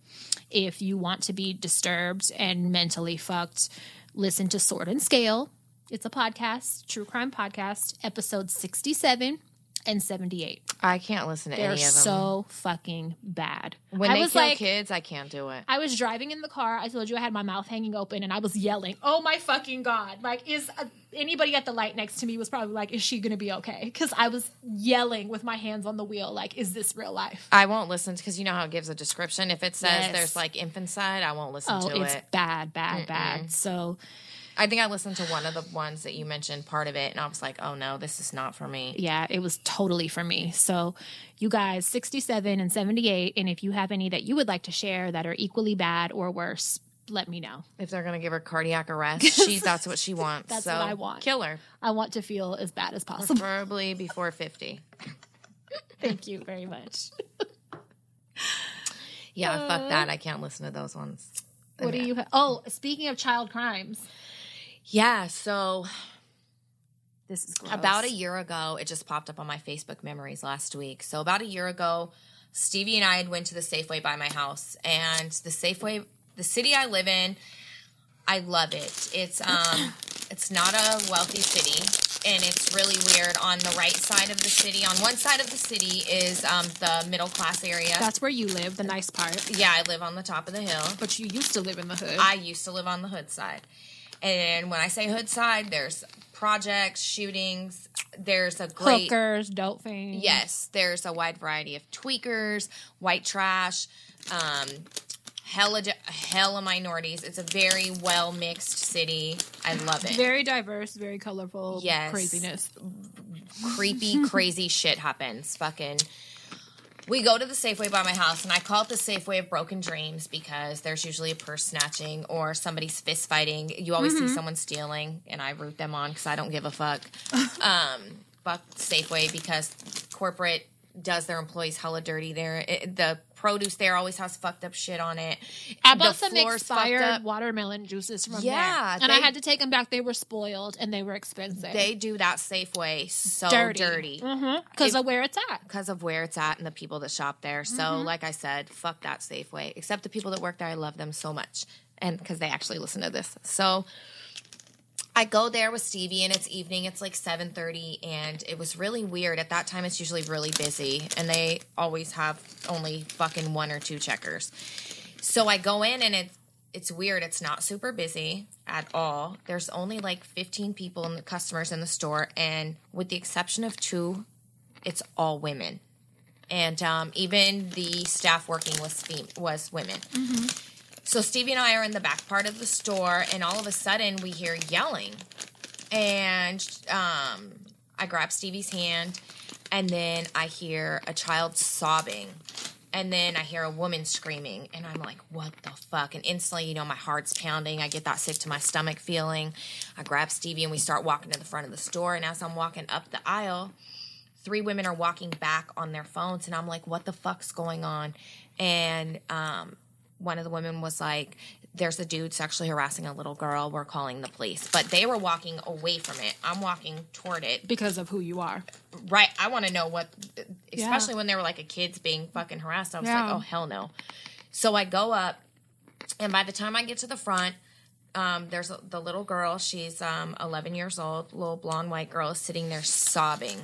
[SPEAKER 1] If you want to be disturbed and mentally fucked, listen to Sword and Scale. It's a podcast, true crime podcast, episode 67 and 78.
[SPEAKER 2] i can't listen to any
[SPEAKER 1] They're
[SPEAKER 2] of them
[SPEAKER 1] so fucking bad.
[SPEAKER 2] when
[SPEAKER 1] I
[SPEAKER 2] they
[SPEAKER 1] was
[SPEAKER 2] kill
[SPEAKER 1] like,
[SPEAKER 2] kids i can't do it
[SPEAKER 1] I was driving in the car. I told you I had my mouth hanging open and I was yelling, "Oh my fucking god." Like is uh, anybody at the light next to me was probably like, "Is she going to be okay?" Cuz I was yelling with my hands on the wheel like, "Is this real life?"
[SPEAKER 2] I won't listen because you know how it gives a description. If it says
[SPEAKER 1] Yes.
[SPEAKER 2] there's like infanticide, I won't listen
[SPEAKER 1] Oh,
[SPEAKER 2] to
[SPEAKER 1] it's
[SPEAKER 2] it.
[SPEAKER 1] bad, bad, bad. So,
[SPEAKER 2] I think I listened to one of the ones that you mentioned, part of it, and I was like, oh no, this is not for me.
[SPEAKER 1] yeah, it was totally for me. So, you guys, 67 and 78, and if you have any that you would like to share that are equally bad or worse, let me know.
[SPEAKER 2] If they're gonna give her cardiac arrest, she that's what she wants.
[SPEAKER 1] That's
[SPEAKER 2] so
[SPEAKER 1] what I want.
[SPEAKER 2] Kill her.
[SPEAKER 1] I want to feel as bad as possible.
[SPEAKER 2] Preferably before 50.
[SPEAKER 1] Thank you very much.
[SPEAKER 2] Yeah, fuck that. I can't listen to those ones.
[SPEAKER 1] Uh, What do you ha- Oh, speaking of child crimes,
[SPEAKER 2] Yeah, so
[SPEAKER 1] this is gross.
[SPEAKER 2] about a year ago, it just popped up on my Facebook memories last week. So about a year ago, Stevie and I had went to the Safeway by my house and the Safeway the city I live in, I love it. It's um it's not a wealthy city and it's really weird on the right side of the city. On one side of the city is um the middle class area.
[SPEAKER 1] That's where you live, the nice part.
[SPEAKER 2] yeah, I live on the top of the hill.
[SPEAKER 1] But you used to live in the hood.
[SPEAKER 2] I used to live on the hood side. And when I say Hood Side, there's projects, shootings. There's a great
[SPEAKER 1] hookers, dope things.
[SPEAKER 2] Yes, there's a wide variety of tweakers, white trash, um, hella, hella minorities. It's a very well mixed city. I love it.
[SPEAKER 1] Very diverse, very colorful
[SPEAKER 2] Yes.
[SPEAKER 1] craziness.
[SPEAKER 2] Creepy, crazy shit happens. Fucking. We go to the Safeway by my house, and I call it the Safeway of broken dreams because there's usually a purse snatching or somebody's fist fighting. You always see someone stealing, and I root them on because I don't give a fuck. um, fuck Safeway because corporate does their employees hella dirty there. It, the produce there always has fucked up shit on it.
[SPEAKER 1] I
[SPEAKER 2] The
[SPEAKER 1] bought some
[SPEAKER 2] floor's fucked
[SPEAKER 1] expired
[SPEAKER 2] up.
[SPEAKER 1] watermelon juices from
[SPEAKER 2] Yeah,
[SPEAKER 1] there, and I
[SPEAKER 2] they-
[SPEAKER 1] had to take them back. They were spoiled and they were expensive.
[SPEAKER 2] They do that Safeway so
[SPEAKER 1] dirty,
[SPEAKER 2] dirty.
[SPEAKER 1] because of where it's at.
[SPEAKER 2] because of where it's at and the people that shop there. So, like I said, fuck that Safeway. Except the people that work there, I love them so much, and because they actually listen to this. So, I go there with Stevie, and it's evening. It's like seven thirty, and it was really weird. At that time, it's usually really busy, and they always have only fucking one or two checkers. So I go in, and it's it's weird. It's not super busy at all. There's only like fifteen people and customers in the store, and with the exception of two it's all women, and um, even the staff working was fem- was women. So Stevie and I are in the back part of the store, and all of a sudden we hear yelling, and um, I grab Stevie's hand, and then I hear a child sobbing. And then I hear a woman screaming, and I'm like, what the fuck? And instantly, you know, my heart's pounding. I get that sick to my stomach feeling. I grab Stevie and we start walking to the front of the store. And as I'm walking up the aisle, three women are walking back on their phones and i'm like what the fuck's going on and um, one of the women was like there's a dude sexually harassing a little girl we're calling the police but they were walking away from it i'm walking toward it
[SPEAKER 1] Because of who you are.
[SPEAKER 2] right i want to know what
[SPEAKER 1] Yeah.
[SPEAKER 2] especially when they were like a kid's being fucking harassed i was
[SPEAKER 1] Yeah.
[SPEAKER 2] like oh hell no so i go up and by the time i get to the front um, there's a, the little girl she's um, 11 years old little blonde white girl is sitting there sobbing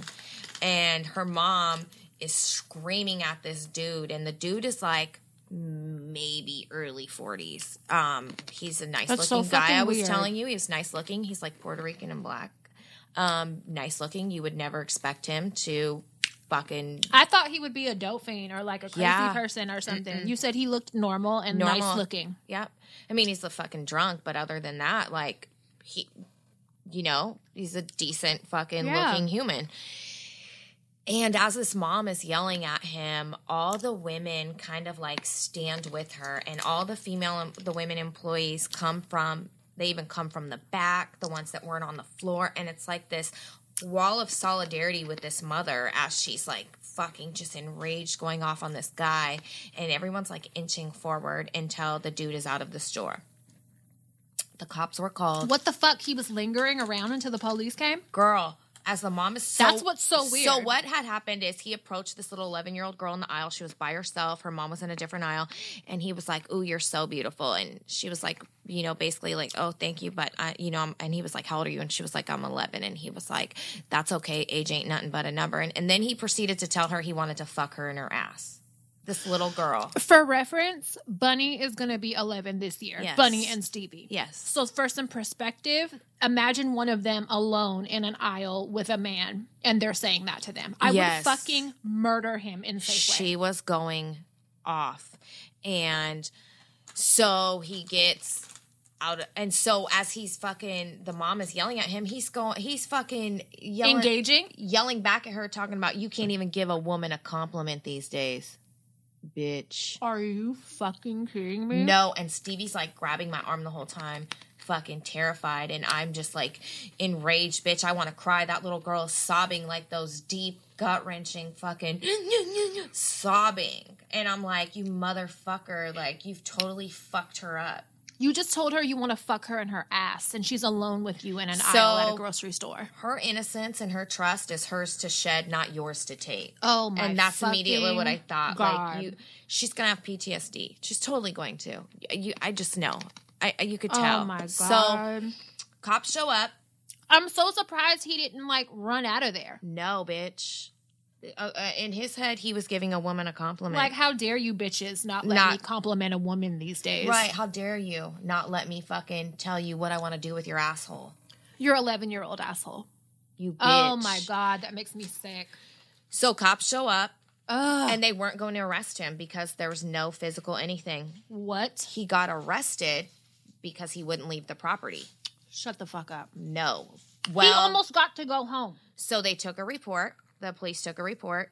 [SPEAKER 2] and her mom is screaming at this dude and the dude is like maybe early 40s um, he's a nice
[SPEAKER 1] That's so
[SPEAKER 2] looking guy i
[SPEAKER 1] fucking
[SPEAKER 2] was
[SPEAKER 1] weird.
[SPEAKER 2] telling you he was nice looking he's like puerto rican and black um, nice looking you would never expect him to fucking
[SPEAKER 1] I thought he would be a dope fiend or like a crazy
[SPEAKER 2] Yeah.
[SPEAKER 1] person or something. You said he looked normal and nice
[SPEAKER 2] Normal.
[SPEAKER 1] looking.
[SPEAKER 2] Yep. I mean, he's a fucking drunk, but other than that, like he, you know, he's a decent fucking
[SPEAKER 1] Yeah.
[SPEAKER 2] looking human. And as this mom is yelling at him, all the women kind of like stand with her, and all the female, the women employees come from. They even come from the back, the ones that weren't on the floor, and it's like this wall of solidarity with this mother as she's like fucking just enraged going off on this guy, and everyone's like inching forward until the dude is out of the store. The cops were called
[SPEAKER 1] What the fuck? He was lingering around until the police came?
[SPEAKER 2] girl as the mom is so,
[SPEAKER 1] That's what's so
[SPEAKER 2] So
[SPEAKER 1] weird.
[SPEAKER 2] what had happened is he approached this little eleven year old girl in the aisle. She was by herself. Her mom was in a different aisle, and he was like, "Oh, you're so beautiful," and she was like, you know, basically like, "Oh, thank you," but I, you know, I'm, and he was like, "How old are you?" And she was like, "I'm 11." and he was like, "That's okay. Age ain't nothing but a number." And, and then he proceeded to tell her he wanted to fuck her in her ass. This little girl.
[SPEAKER 1] For reference, Bunny is going to be 11 this year.
[SPEAKER 2] Yes.
[SPEAKER 1] Bunny and Stevie.
[SPEAKER 2] Yes.
[SPEAKER 1] So, for some perspective, imagine one of them alone in an aisle with a man and they're saying that to them. I
[SPEAKER 2] Yes.
[SPEAKER 1] would fucking murder him in Safeway.
[SPEAKER 2] She was going off. And so he gets out of, and so as he's fucking the mom is yelling at him, he's going he's fucking yelling
[SPEAKER 1] Engaging?
[SPEAKER 2] yelling back at her talking about you can't even give a woman a compliment these days. Bitch.
[SPEAKER 1] Are you fucking kidding me?
[SPEAKER 2] No, and Stevie's like grabbing my arm the whole time, fucking terrified. And I'm just like enraged, bitch. I want to cry. That little girl is sobbing like those deep, gut wrenching fucking sobbing. And I'm like, you motherfucker, like you've totally fucked her up.
[SPEAKER 1] You just told her you want to fuck her in her ass and she's alone with you in an
[SPEAKER 2] So-
[SPEAKER 1] aisle at a grocery store.
[SPEAKER 2] Her innocence and her trust is hers to shed, not yours to take.
[SPEAKER 1] Oh my
[SPEAKER 2] And that's immediately what I
[SPEAKER 1] fucking
[SPEAKER 2] thought.
[SPEAKER 1] God.
[SPEAKER 2] Like you, she's gonna have PTSD. She's totally going to. You, I just know. I, I- you could tell.
[SPEAKER 1] Oh my god.
[SPEAKER 2] So cops show up.
[SPEAKER 1] I'm so surprised he didn't like run out of there.
[SPEAKER 2] No, bitch. uh, uh, in his head, he was giving a woman a compliment.
[SPEAKER 1] Like, how dare you bitches not let
[SPEAKER 2] Not-
[SPEAKER 1] me compliment a woman these days?
[SPEAKER 2] right? How dare you not let me fucking tell you what I want to do with your asshole?
[SPEAKER 1] You're 11 year old asshole.
[SPEAKER 2] You bitch.
[SPEAKER 1] Oh my God, that makes me sick.
[SPEAKER 2] So cops show up
[SPEAKER 1] Ugh.
[SPEAKER 2] and they weren't going to arrest him because there was no physical anything.
[SPEAKER 1] What?
[SPEAKER 2] He got arrested because he wouldn't leave the property.
[SPEAKER 1] Shut the fuck up.
[SPEAKER 2] No.
[SPEAKER 1] he
[SPEAKER 2] Well,
[SPEAKER 1] almost got to go home.
[SPEAKER 2] so they took a report. The police took a report.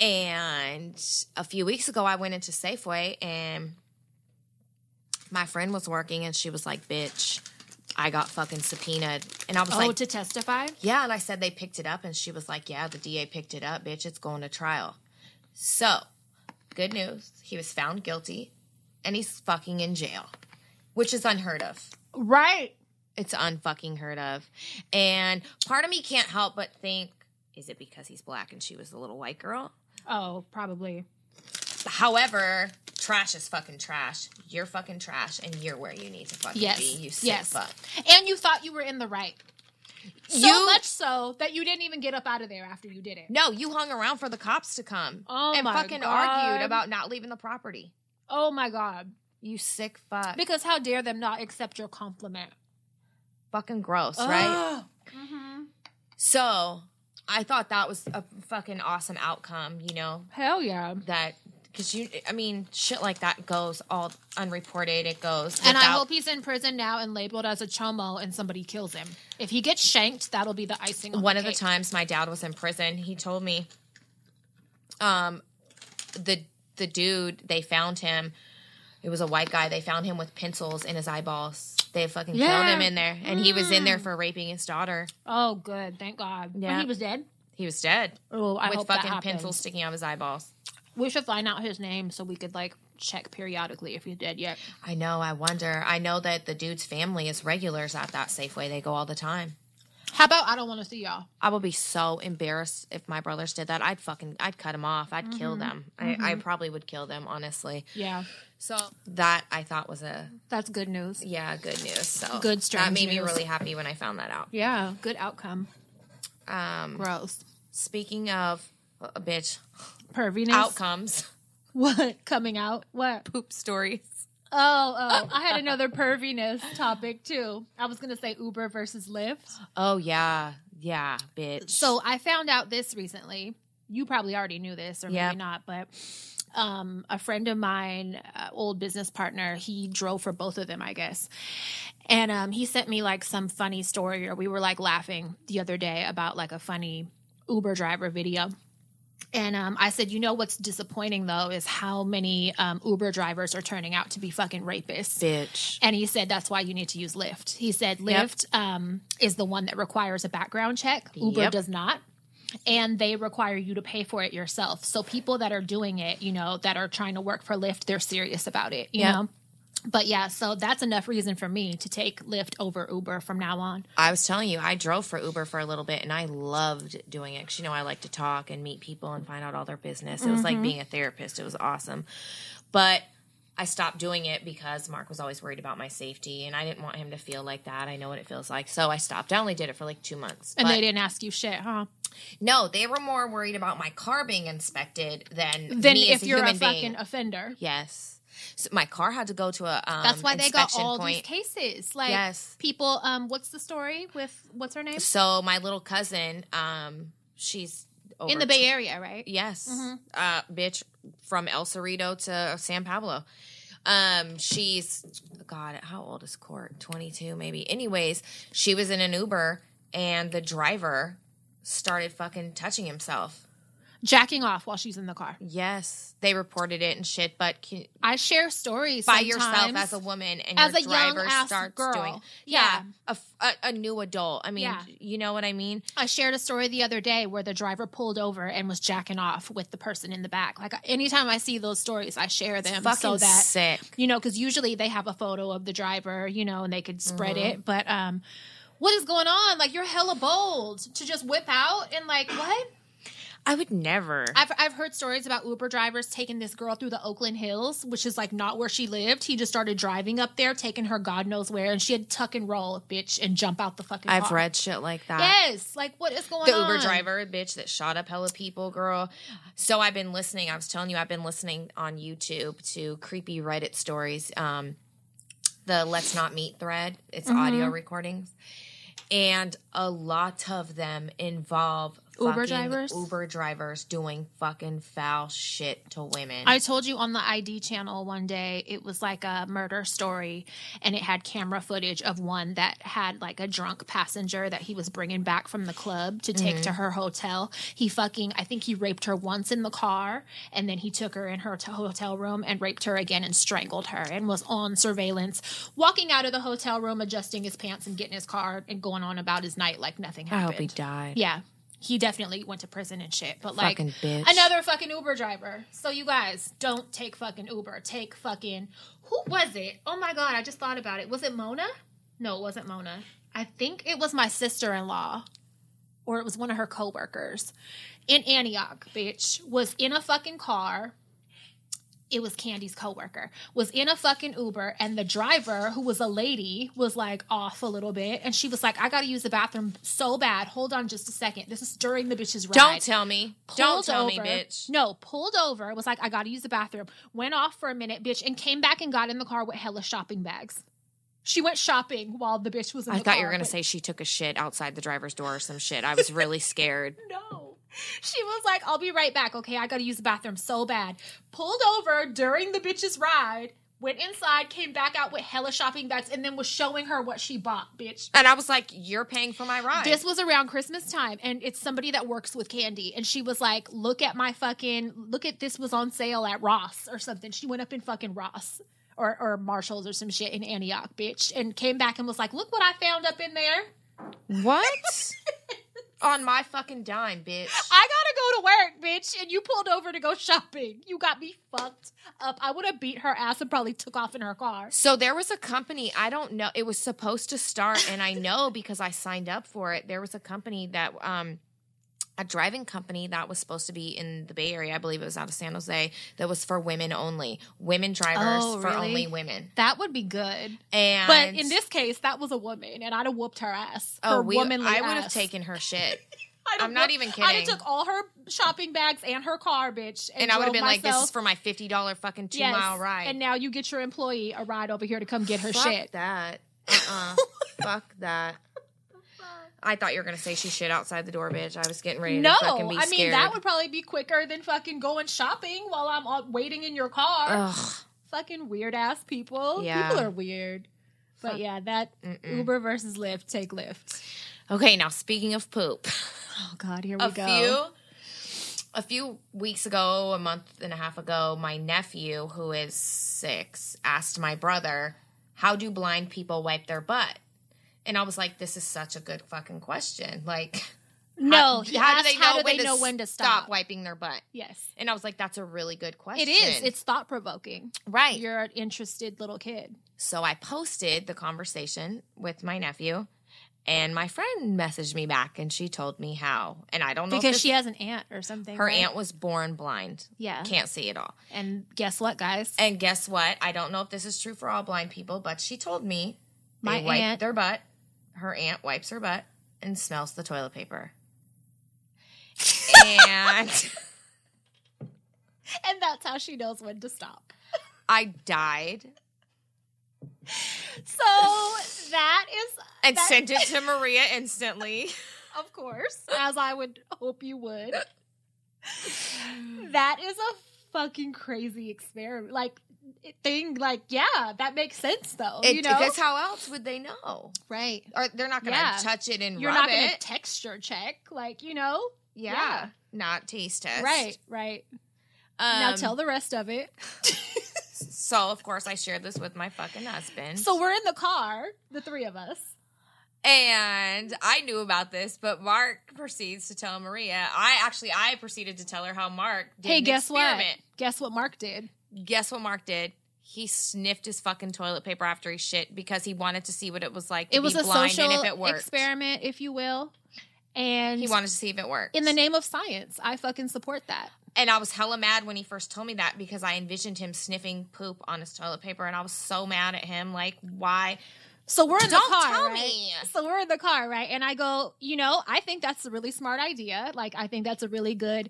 [SPEAKER 2] And a few weeks ago, I went into Safeway and my friend was working and she was like, bitch, I got fucking subpoenaed. And I was
[SPEAKER 1] Oh,
[SPEAKER 2] like,
[SPEAKER 1] to testify?
[SPEAKER 2] yeah. And I said they picked it up. And she was like, yeah, the DA picked it up, bitch. It's going to trial. So, good news. He was found guilty and he's fucking in jail, which is unheard of.
[SPEAKER 1] Right.
[SPEAKER 2] It's unfucking heard of. And part of me can't help but think, is it because he's black and she was a little white girl?
[SPEAKER 1] Oh, probably.
[SPEAKER 2] However, trash is fucking trash. You're fucking trash and you're where you need to fucking
[SPEAKER 1] Yes.
[SPEAKER 2] be. You sick
[SPEAKER 1] yes.
[SPEAKER 2] fuck.
[SPEAKER 1] And you thought you were in the right. So
[SPEAKER 2] You-
[SPEAKER 1] much so that you didn't even get up out of there after you did it.
[SPEAKER 2] No, you hung around for the cops to come.
[SPEAKER 1] Oh
[SPEAKER 2] and
[SPEAKER 1] my
[SPEAKER 2] fucking
[SPEAKER 1] God.
[SPEAKER 2] argued about not leaving the property.
[SPEAKER 1] Oh my God.
[SPEAKER 2] You sick fuck.
[SPEAKER 1] Because how dare them not accept your compliment?
[SPEAKER 2] fucking gross, right?
[SPEAKER 1] hmm
[SPEAKER 2] So I thought that was a fucking awesome outcome, you know,
[SPEAKER 1] Hell yeah.
[SPEAKER 2] that because you i mean shit like that goes all unreported it goes
[SPEAKER 1] And I
[SPEAKER 2] without-
[SPEAKER 1] hope he's in prison now and labeled as a chomo and somebody kills him. If he gets shanked, that'll be the icing on
[SPEAKER 2] one
[SPEAKER 1] the
[SPEAKER 2] of the
[SPEAKER 1] cake.
[SPEAKER 2] times my dad was in prison he told me um the the dude they found him it was a white guy they found him with pencils in his eyeballs they fucking killed
[SPEAKER 1] Yeah. Mm.
[SPEAKER 2] him in there and he was in there for raping his daughter
[SPEAKER 1] Oh, good. Thank God.
[SPEAKER 2] Yeah.
[SPEAKER 1] When he was dead?
[SPEAKER 2] he was dead
[SPEAKER 1] Oh, I
[SPEAKER 2] with
[SPEAKER 1] hope that
[SPEAKER 2] fucking
[SPEAKER 1] happens.
[SPEAKER 2] pencils sticking out of his eyeballs
[SPEAKER 1] We should find out his name so we could like check periodically if he's dead yet.
[SPEAKER 2] i know i wonder i know that the dude's family is regulars at that safeway they go all the time
[SPEAKER 1] How about I don't want to see y'all?
[SPEAKER 2] I would be so embarrassed if my brothers did that. I'd fucking, I'd cut them off. I'd
[SPEAKER 1] Mm-hmm.
[SPEAKER 2] kill them. I, I probably would kill them, honestly.
[SPEAKER 1] Yeah,
[SPEAKER 2] So that I thought was a,
[SPEAKER 1] that's good news.
[SPEAKER 2] yeah, good news. So
[SPEAKER 1] Good,
[SPEAKER 2] That
[SPEAKER 1] strange
[SPEAKER 2] made me
[SPEAKER 1] news.
[SPEAKER 2] really happy when I found that out.
[SPEAKER 1] Yeah, good outcome.
[SPEAKER 2] Um,
[SPEAKER 1] Gross.
[SPEAKER 2] speaking of, uh, bitch,
[SPEAKER 1] Perviness.
[SPEAKER 2] outcomes,
[SPEAKER 1] What coming out? What?
[SPEAKER 2] poop stories.
[SPEAKER 1] Oh, oh! I had another perviness topic too. I was gonna say Uber versus Lyft.
[SPEAKER 2] Oh, yeah. Yeah, bitch.
[SPEAKER 1] So I found out this recently. You probably already knew this, or maybe
[SPEAKER 2] Yeah.
[SPEAKER 1] not, but um, a friend of mine, uh, old business partner, he drove for both of them, I guess. And um, he sent me like some funny story, or we were like laughing the other day about like a funny Uber driver video. And um, I said, you know what's disappointing though is how many um, Uber drivers are turning out to be fucking rapists.
[SPEAKER 2] bitch.
[SPEAKER 1] And he said that's why you need to use Lyft. He said
[SPEAKER 2] Yep.
[SPEAKER 1] Lyft um, is the one that requires a background check. Uber
[SPEAKER 2] Yep.
[SPEAKER 1] does not. And they require you to pay for it yourself. So people that are doing it, you know, that are trying to work for Lyft, they're serious about it, you
[SPEAKER 2] Yep.
[SPEAKER 1] know? But yeah, so that's enough reason for me to take Lyft over Uber from now on.
[SPEAKER 2] I was telling you, I drove for Uber for a little bit and I loved doing it because, you know, I like to talk and meet people and find out all their business. It was like being a therapist, it was awesome. But I stopped doing it because Mark was always worried about my safety and I didn't want him to feel like that. I know what it feels like. So I stopped. I only did it for like two months.
[SPEAKER 1] And
[SPEAKER 2] But
[SPEAKER 1] they didn't ask you shit, huh?
[SPEAKER 2] No, they were more worried about my car being inspected than,
[SPEAKER 1] Then
[SPEAKER 2] me
[SPEAKER 1] if
[SPEAKER 2] as a
[SPEAKER 1] you're a
[SPEAKER 2] human
[SPEAKER 1] fucking
[SPEAKER 2] being.
[SPEAKER 1] offender.
[SPEAKER 2] yes. So my car had to go to a um,
[SPEAKER 1] That's why they got
[SPEAKER 2] inspection
[SPEAKER 1] all
[SPEAKER 2] point.
[SPEAKER 1] these cases. Like
[SPEAKER 2] Yes.
[SPEAKER 1] people, um, what's the story with what's her name?
[SPEAKER 2] So my little cousin, um, she's over
[SPEAKER 1] In the Bay Mm-hmm. Area, right?
[SPEAKER 2] Yes. Uh, bitch, from El Cerrito to San Pablo. Um, she's, God, how old is Court? 22, maybe. Anyways, she was in an Uber and the driver started fucking touching himself.
[SPEAKER 1] Jacking off while she's in the car.
[SPEAKER 2] Yes. They reported it and shit, but can,
[SPEAKER 1] I share stories
[SPEAKER 2] by yourself
[SPEAKER 1] sometimes.
[SPEAKER 2] as a woman and
[SPEAKER 1] As
[SPEAKER 2] your
[SPEAKER 1] a young
[SPEAKER 2] driver
[SPEAKER 1] ass
[SPEAKER 2] starts
[SPEAKER 1] girl.
[SPEAKER 2] doing.
[SPEAKER 1] Yeah.
[SPEAKER 2] A f- a- a new adult. I mean,
[SPEAKER 1] Yeah.
[SPEAKER 2] you know what I mean?
[SPEAKER 1] I shared a story the other day where the driver pulled over and was jacking off with the person in the back. Like anytime I see those stories, I share them
[SPEAKER 2] Fucking
[SPEAKER 1] so that
[SPEAKER 2] sick.
[SPEAKER 1] you know because usually they have a photo of the driver, you know, and they could spread
[SPEAKER 2] Mm-hmm.
[SPEAKER 1] it. But um, what is going on? Like you're hella bold to just whip out and like what?
[SPEAKER 2] I would never.
[SPEAKER 1] I've, I've heard stories about Uber drivers taking this girl through the Oakland Hills, which is like not where she lived. He just started driving up there, taking her God knows where, and she had tuck and roll, bitch, and jump out the fucking
[SPEAKER 2] I've
[SPEAKER 1] car.
[SPEAKER 2] read shit like that.
[SPEAKER 1] Yes. Like, what is going
[SPEAKER 2] the
[SPEAKER 1] on?
[SPEAKER 2] Uber driver bitch that shot up hella people, girl. So I've been listening. I was telling you, I've been listening on YouTube to creepy Reddit stories. Um, the Let's Not Meet thread. It's
[SPEAKER 1] Mm-hmm.
[SPEAKER 2] audio recordings, and a lot of them involve
[SPEAKER 1] Uber
[SPEAKER 2] fucking
[SPEAKER 1] drivers?
[SPEAKER 2] Uber drivers doing fucking foul shit to women.
[SPEAKER 1] I told you on the ID channel one day, it was like a murder story, and it had camera footage of one that had like a drunk passenger that he was bringing back from the club to take
[SPEAKER 2] Mm-hmm.
[SPEAKER 1] to her hotel. He fucking, I think he raped her once in the car, and then he took her in her t- hotel room and raped her again and strangled her and was on surveillance, walking out of the hotel room, adjusting his pants and getting his car and going on about his night like nothing
[SPEAKER 2] I
[SPEAKER 1] happened.
[SPEAKER 2] hope he died.
[SPEAKER 1] Yeah. He definitely went to prison and shit. But like
[SPEAKER 2] Fucking bitch.
[SPEAKER 1] another fucking Uber driver. So you guys don't take fucking Uber. Take fucking who was it? Oh my god, I just thought about it. Was it Mona? No, it wasn't Mona. I think it was my sister in law. Or it was one of her coworkers in Antioch, bitch, was in a fucking car. It was Candy's coworker was in a fucking Uber, and the driver, who was a lady, was like off a little bit, and she was like, "I got to use the bathroom so bad. Hold on just a second. This is during the bitch's ride."
[SPEAKER 2] Don't tell me. Don't
[SPEAKER 1] Pulled
[SPEAKER 2] tell me,
[SPEAKER 1] over-
[SPEAKER 2] bitch.
[SPEAKER 1] No, pulled over. Was like, "I got to use the bathroom." Went off for a minute, bitch, and came back and got in the car with hella shopping bags. She went shopping while the bitch was. in
[SPEAKER 2] I
[SPEAKER 1] the
[SPEAKER 2] thought you
[SPEAKER 1] car
[SPEAKER 2] were gonna
[SPEAKER 1] with-
[SPEAKER 2] say she took a shit outside the driver's door or some shit. I was really scared.
[SPEAKER 1] no. She was like, I'll be right back. Okay, I gotta use the bathroom so bad. Pulled over during the bitch's ride, went inside, came back out with hella shopping bags, and then was showing her what she bought, bitch.
[SPEAKER 2] And I was like, "You're paying for my ride."
[SPEAKER 1] This was around Christmas time, and it's somebody that works with candy. And she was like, Look at my fucking, look at this was on sale at Ross or something. She went up in fucking Ross or, or Marshall's or some shit in Antioch, bitch, and came back and was like, Look what I found up in there.
[SPEAKER 2] What? On my fucking dime, bitch.
[SPEAKER 1] I gotta go to work, bitch, and you pulled over to go shopping. You got me fucked up. I would have beat her ass and probably took off in her car.
[SPEAKER 2] So there was a company, I don't know, it was supposed to start and I know because I signed up for it. There was a company that um a driving company that was supposed to be in the Bay Area, I believe it was out of San Jose, that was for women only. Women drivers
[SPEAKER 1] Oh,
[SPEAKER 2] for
[SPEAKER 1] really?
[SPEAKER 2] only women.
[SPEAKER 1] That would be good.
[SPEAKER 2] And
[SPEAKER 1] But in this case, that was a woman, and I'd have whooped her ass.
[SPEAKER 2] oh,
[SPEAKER 1] her
[SPEAKER 2] we,
[SPEAKER 1] womanly
[SPEAKER 2] I would have
[SPEAKER 1] ass.
[SPEAKER 2] taken her shit.
[SPEAKER 1] I'd have
[SPEAKER 2] I'm not
[SPEAKER 1] whooped-
[SPEAKER 2] even
[SPEAKER 1] I'd have
[SPEAKER 2] kidding.
[SPEAKER 1] took all her shopping bags and her car, bitch, and,
[SPEAKER 2] And I would
[SPEAKER 1] drove
[SPEAKER 2] have been like, this
[SPEAKER 1] myself-
[SPEAKER 2] is for my fifty dollar fucking two
[SPEAKER 1] Yes.
[SPEAKER 2] mile ride.
[SPEAKER 1] And now you get your employee a ride over here to come get her
[SPEAKER 2] Fuck
[SPEAKER 1] shit.
[SPEAKER 2] that. Uh-uh. Fuck that. I thought you were gonna say she shit outside the door, bitch. I was getting ready
[SPEAKER 1] No,
[SPEAKER 2] to fucking be
[SPEAKER 1] I mean
[SPEAKER 2] scared.
[SPEAKER 1] that would probably be quicker than fucking going shopping while I'm uh, waiting in your car.
[SPEAKER 2] Ugh.
[SPEAKER 1] fucking weird ass people.
[SPEAKER 2] Yeah.
[SPEAKER 1] People are weird. But yeah, that Uber versus Lyft, take Lyft.
[SPEAKER 2] Okay, now speaking of poop,
[SPEAKER 1] Oh God, here we
[SPEAKER 2] a
[SPEAKER 1] go.
[SPEAKER 2] few, a few weeks ago, a month and a half ago, my nephew, who is six, asked my brother, "How do blind people wipe their butt?" And I was like, "This is such a good fucking question. Like,
[SPEAKER 1] No, he
[SPEAKER 2] how
[SPEAKER 1] asked
[SPEAKER 2] do they know,
[SPEAKER 1] how do
[SPEAKER 2] when,
[SPEAKER 1] they know
[SPEAKER 2] to
[SPEAKER 1] when to
[SPEAKER 2] stop?
[SPEAKER 1] stop?
[SPEAKER 2] wiping their butt?"
[SPEAKER 1] Yes.
[SPEAKER 2] And I was like, "That's a really good question.
[SPEAKER 1] It is. It's thought provoking.
[SPEAKER 2] right.
[SPEAKER 1] You're an interested little kid.
[SPEAKER 2] So I posted the conversation with my nephew, and my friend messaged me back, and she told me how. And I don't know if
[SPEAKER 1] Because
[SPEAKER 2] this-
[SPEAKER 1] she has an aunt or something.
[SPEAKER 2] her
[SPEAKER 1] right?
[SPEAKER 2] aunt was born blind,
[SPEAKER 1] Yeah.
[SPEAKER 2] can't see at all.
[SPEAKER 1] And guess what, guys?
[SPEAKER 2] And guess what? I don't know if this is true for all blind people, but she told me
[SPEAKER 1] My
[SPEAKER 2] they wipe
[SPEAKER 1] aunt-
[SPEAKER 2] their butt. Her aunt wipes her butt and smells the toilet paper. and
[SPEAKER 1] And that's how she knows when to stop.
[SPEAKER 2] I died
[SPEAKER 1] So that is
[SPEAKER 2] and
[SPEAKER 1] That-
[SPEAKER 2] sent it to Maria instantly.
[SPEAKER 1] of course, as I would hope you would. That is a fucking crazy experiment, like thing. Like, yeah, that makes sense though.
[SPEAKER 2] It-
[SPEAKER 1] you know,
[SPEAKER 2] Because how else would they know?
[SPEAKER 1] right?
[SPEAKER 2] Or they're not going to
[SPEAKER 1] Yeah.
[SPEAKER 2] touch it and
[SPEAKER 1] You're
[SPEAKER 2] rub
[SPEAKER 1] not going to
[SPEAKER 2] it.
[SPEAKER 1] texture check, like you know,
[SPEAKER 2] Yeah.
[SPEAKER 1] Yeah.
[SPEAKER 2] Not taste test.
[SPEAKER 1] right, right.
[SPEAKER 2] Um,
[SPEAKER 1] now tell the rest of it.
[SPEAKER 2] So, of course, I shared this with my fucking husband.
[SPEAKER 1] so we're in the car, the three of us.
[SPEAKER 2] and I knew about this, but Mark proceeds to tell Maria. I actually, I proceeded to tell her how Mark did
[SPEAKER 1] hey,
[SPEAKER 2] an
[SPEAKER 1] guess
[SPEAKER 2] experiment.
[SPEAKER 1] what? Guess what Mark did?
[SPEAKER 2] Guess what Mark did? He sniffed his fucking toilet paper after he shit because he wanted to see what it was like to
[SPEAKER 1] It was
[SPEAKER 2] be
[SPEAKER 1] a
[SPEAKER 2] blind
[SPEAKER 1] social
[SPEAKER 2] and if it worked.
[SPEAKER 1] experiment, if you will. And
[SPEAKER 2] He wanted to see if it worked.
[SPEAKER 1] in the name of science, I fucking support that.
[SPEAKER 2] and I was hella mad when he first told me that because I envisioned him sniffing poop on his toilet paper, and I was so mad at him. Like, why?
[SPEAKER 1] So we're in
[SPEAKER 2] Don't
[SPEAKER 1] the car.
[SPEAKER 2] tell
[SPEAKER 1] right?
[SPEAKER 2] me.
[SPEAKER 1] So we're in the car, right? And I go, you know, I think that's a really smart idea. Like, I think that's a really good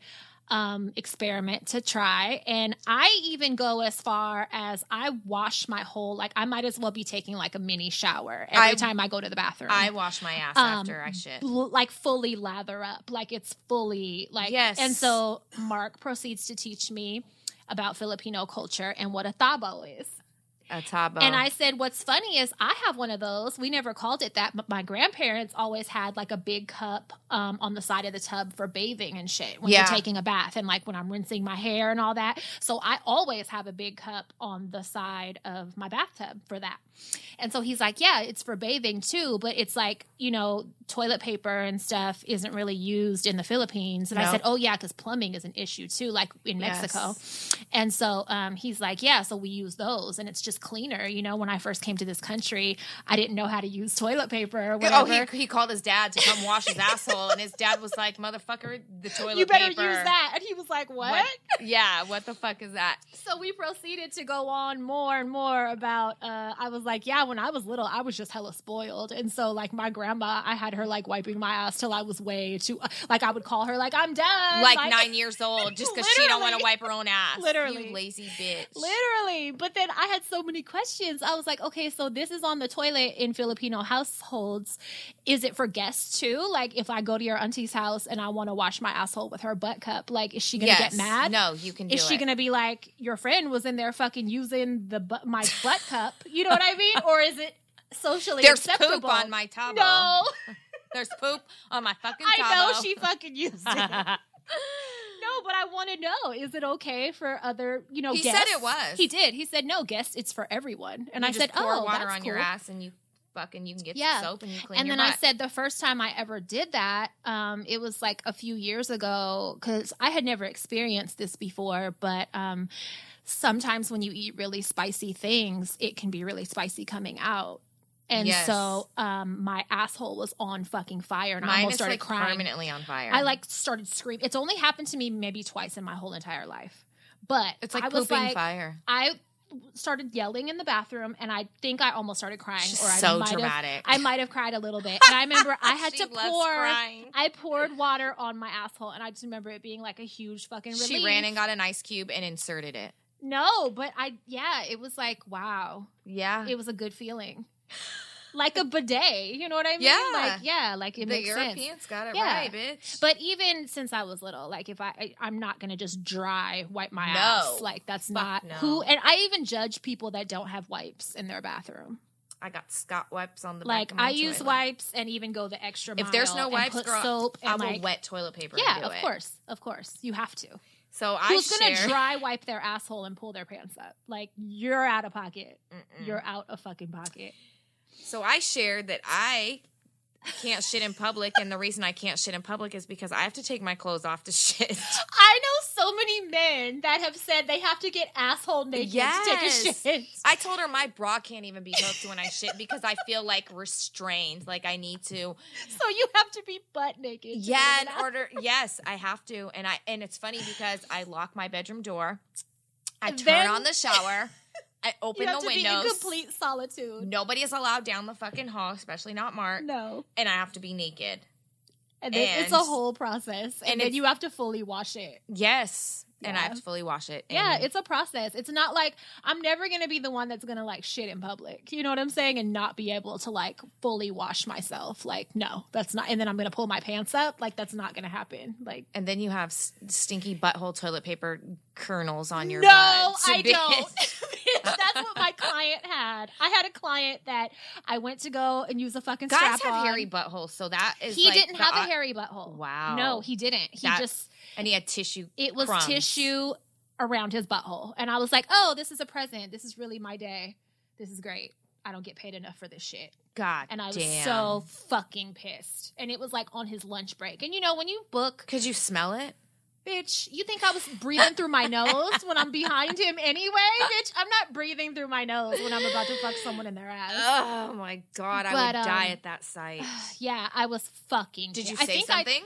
[SPEAKER 1] um, experiment to try. And I even go as far as I wash my whole, like, I might as well be taking like a mini shower every
[SPEAKER 2] I-
[SPEAKER 1] time I go to the bathroom.
[SPEAKER 2] I wash my ass
[SPEAKER 1] Um,
[SPEAKER 2] after I shit.
[SPEAKER 1] Bl- like fully lather up like it's fully like
[SPEAKER 2] Yes.
[SPEAKER 1] and so mark proceeds to teach me about filipino culture and what a tabo is
[SPEAKER 2] A tabo.
[SPEAKER 1] and I said, what's funny is I have one of those. We never called it that, but my grandparents always had like a big cup um, on the side of the tub for bathing and shit when
[SPEAKER 2] Yeah.
[SPEAKER 1] you're taking a bath and like when I'm rinsing my hair and all that. So I always have a big cup on the side of my bathtub for that. And so he's like, yeah, it's for bathing too, but it's like, you know, toilet paper and stuff isn't really used in the Philippines. And I
[SPEAKER 2] No.
[SPEAKER 1] said, oh yeah, because plumbing is an issue too, like in
[SPEAKER 2] Yes.
[SPEAKER 1] Mexico. And so um, he's like, Yeah, so we use those and it's just cleaner. You know, when I first came to this country, I didn't know how to use toilet paper or whatever.
[SPEAKER 2] Oh, he, he called his dad to come wash his asshole, and his dad was like, "Motherfucker, the toilet
[SPEAKER 1] you better
[SPEAKER 2] paper.
[SPEAKER 1] use that. And he was like, what?
[SPEAKER 2] Yeah, what the fuck is that?
[SPEAKER 1] So we proceeded to go on more and more about. Uh, I was like, yeah, when I was little, I was just hella spoiled, and so like my grandma, I had her like wiping my ass till I was way too. Like I would call her Uh, like I'm done,
[SPEAKER 2] Like, nine years old, just because she don't want to
[SPEAKER 1] Literally.
[SPEAKER 2] wipe her own ass.
[SPEAKER 1] Literally.
[SPEAKER 2] you lazy bitch.
[SPEAKER 1] Literally. But then I had so many questions. I was like, okay, so this is on the toilet in Filipino households. Is it for guests too? Like, if I go to your auntie's house and I want to wash my asshole with her butt cup, like, is she going to
[SPEAKER 2] Yes.
[SPEAKER 1] get mad?
[SPEAKER 2] No, you can. Do
[SPEAKER 1] Is she
[SPEAKER 2] it.
[SPEAKER 1] gonna be like your friend was in there fucking using the bu- my butt cup? You know what I mean? Or is it socially
[SPEAKER 2] There's
[SPEAKER 1] acceptable?
[SPEAKER 2] poop on my tabo.
[SPEAKER 1] No,
[SPEAKER 2] There's poop on my fucking tabo.
[SPEAKER 1] I know she fucking used it. No, but I want to know: is it okay for other, you know?
[SPEAKER 2] He said
[SPEAKER 1] guests?
[SPEAKER 2] it was.
[SPEAKER 1] He did. He said no, guests. It's for everyone. And I
[SPEAKER 2] You just
[SPEAKER 1] said,
[SPEAKER 2] pour
[SPEAKER 1] oh,
[SPEAKER 2] water
[SPEAKER 1] that's
[SPEAKER 2] on
[SPEAKER 1] cool.
[SPEAKER 2] your ass, and you fucking you can get
[SPEAKER 1] Yeah.
[SPEAKER 2] some soap and you clean
[SPEAKER 1] And
[SPEAKER 2] your
[SPEAKER 1] then I
[SPEAKER 2] butt.
[SPEAKER 1] said the first time I ever did that, um, it was like a few years ago because I had never experienced this before. But um, sometimes when you eat really spicy things, it can be really spicy coming out. And
[SPEAKER 2] Yes.
[SPEAKER 1] so um, my asshole was on fucking fire, and I
[SPEAKER 2] Mine
[SPEAKER 1] almost
[SPEAKER 2] is
[SPEAKER 1] started
[SPEAKER 2] like
[SPEAKER 1] crying.
[SPEAKER 2] permanently on fire.
[SPEAKER 1] I like started screaming. It's only happened to me maybe twice in my whole entire life. But
[SPEAKER 2] it's like
[SPEAKER 1] I was
[SPEAKER 2] pooping
[SPEAKER 1] like,
[SPEAKER 2] fire.
[SPEAKER 1] I started yelling in the bathroom, and I think I almost started crying,
[SPEAKER 2] She's
[SPEAKER 1] or I
[SPEAKER 2] so
[SPEAKER 1] might have,
[SPEAKER 2] dramatic.
[SPEAKER 1] I might have cried a little bit. And I remember I had
[SPEAKER 2] She
[SPEAKER 1] to
[SPEAKER 2] loves
[SPEAKER 1] pour.
[SPEAKER 2] crying.
[SPEAKER 1] I poured water on my asshole, and I just remember it being like a huge fucking relief.
[SPEAKER 2] She ran and got an ice cube and inserted it.
[SPEAKER 1] no, but I yeah, it was like wow,
[SPEAKER 2] Yeah.
[SPEAKER 1] it was a good feeling, like a bidet. You know what I mean?
[SPEAKER 2] Yeah.
[SPEAKER 1] like yeah, like it
[SPEAKER 2] the
[SPEAKER 1] makes sense.
[SPEAKER 2] Europeans got it
[SPEAKER 1] Yeah.
[SPEAKER 2] right, bitch.
[SPEAKER 1] But even since I was little, like if I, I I'm not gonna just dry wipe my
[SPEAKER 2] No.
[SPEAKER 1] ass. Like that's not
[SPEAKER 2] no.
[SPEAKER 1] who. And I even judge people that don't have wipes in their bathroom.
[SPEAKER 2] I got Scott wipes on the
[SPEAKER 1] Like
[SPEAKER 2] back of my
[SPEAKER 1] I use
[SPEAKER 2] toilet.
[SPEAKER 1] wipes and even go the extra.
[SPEAKER 2] If there's
[SPEAKER 1] mile
[SPEAKER 2] no
[SPEAKER 1] and
[SPEAKER 2] wipes,
[SPEAKER 1] put
[SPEAKER 2] girl,
[SPEAKER 1] soap. And
[SPEAKER 2] I will
[SPEAKER 1] like,
[SPEAKER 2] wet toilet paper. to
[SPEAKER 1] Yeah,
[SPEAKER 2] do
[SPEAKER 1] of
[SPEAKER 2] it.
[SPEAKER 1] course, of course, you have to.
[SPEAKER 2] So I
[SPEAKER 1] Who's
[SPEAKER 2] share,
[SPEAKER 1] gonna dry wipe their asshole and pull their pants up? Like you're out of pocket.
[SPEAKER 2] Mm-mm.
[SPEAKER 1] You're out of fucking pocket.
[SPEAKER 2] So I shared that I can't shit in public, and the reason I can't shit in public is because I have to take my clothes off to shit.
[SPEAKER 1] I know so many men that have said they have to get asshole naked to
[SPEAKER 2] Yes.
[SPEAKER 1] take a shit.
[SPEAKER 2] I told her my bra can't even be hooked when I shit because I feel like restrained, like I need to.
[SPEAKER 1] So you have to be butt naked. to
[SPEAKER 2] Yeah,
[SPEAKER 1] get an
[SPEAKER 2] in order. Yes, I have to, and I and it's funny because I lock my bedroom door, I turn
[SPEAKER 1] Then-
[SPEAKER 2] on the shower, I open
[SPEAKER 1] you have
[SPEAKER 2] the
[SPEAKER 1] to
[SPEAKER 2] windows.
[SPEAKER 1] be in complete solitude.
[SPEAKER 2] Nobody is allowed down the fucking hall, especially not Mark.
[SPEAKER 1] No,
[SPEAKER 2] And I have to be naked.
[SPEAKER 1] and, then it's a
[SPEAKER 2] And-
[SPEAKER 1] whole process, and,
[SPEAKER 2] and
[SPEAKER 1] then
[SPEAKER 2] it's-
[SPEAKER 1] you have to fully wash it.
[SPEAKER 2] Yes. And I
[SPEAKER 1] Yeah.
[SPEAKER 2] have to fully wash it.
[SPEAKER 1] Yeah,
[SPEAKER 2] And
[SPEAKER 1] it's a process. It's not like I'm never gonna be the one that's gonna like shit in public. You know what I'm saying? And not be able to like fully wash myself. Like, no, that's not. And then I'm gonna pull my pants up. Like, that's not gonna happen. Like,
[SPEAKER 2] and then you have s- stinky butthole toilet paper kernels on your
[SPEAKER 1] no,
[SPEAKER 2] butt.
[SPEAKER 1] I
[SPEAKER 2] bitch.
[SPEAKER 1] don't. Bitch, that's what my client had. I had a client that I went to go and use a fucking
[SPEAKER 2] Guys
[SPEAKER 1] strap
[SPEAKER 2] have
[SPEAKER 1] on.
[SPEAKER 2] hairy buttholes, so that is
[SPEAKER 1] he
[SPEAKER 2] like
[SPEAKER 1] didn't
[SPEAKER 2] the
[SPEAKER 1] have
[SPEAKER 2] odd-
[SPEAKER 1] a hairy butthole.
[SPEAKER 2] Wow.
[SPEAKER 1] No, he didn't. He
[SPEAKER 2] That-
[SPEAKER 1] just
[SPEAKER 2] and he had tissue.
[SPEAKER 1] it was
[SPEAKER 2] crumbs.
[SPEAKER 1] tissue around his butthole. And I was like, Oh, this is a present. This is really my day. This is great. I don't get paid enough for this shit.
[SPEAKER 2] God,
[SPEAKER 1] And I was
[SPEAKER 2] damn.
[SPEAKER 1] so fucking pissed. And it was like on his lunch break. And you know, when you book
[SPEAKER 2] Could you smell it?
[SPEAKER 1] Bitch, you think I was breathing through my nose when I'm behind him anyway? Bitch, I'm not breathing through my nose when I'm about to fuck someone in their ass.
[SPEAKER 2] Oh my god, I
[SPEAKER 1] But,
[SPEAKER 2] would die
[SPEAKER 1] um,
[SPEAKER 2] at that sight.
[SPEAKER 1] Yeah, I was fucking.
[SPEAKER 2] Did
[SPEAKER 1] pissed.
[SPEAKER 2] you
[SPEAKER 1] I
[SPEAKER 2] say
[SPEAKER 1] think I-
[SPEAKER 2] something?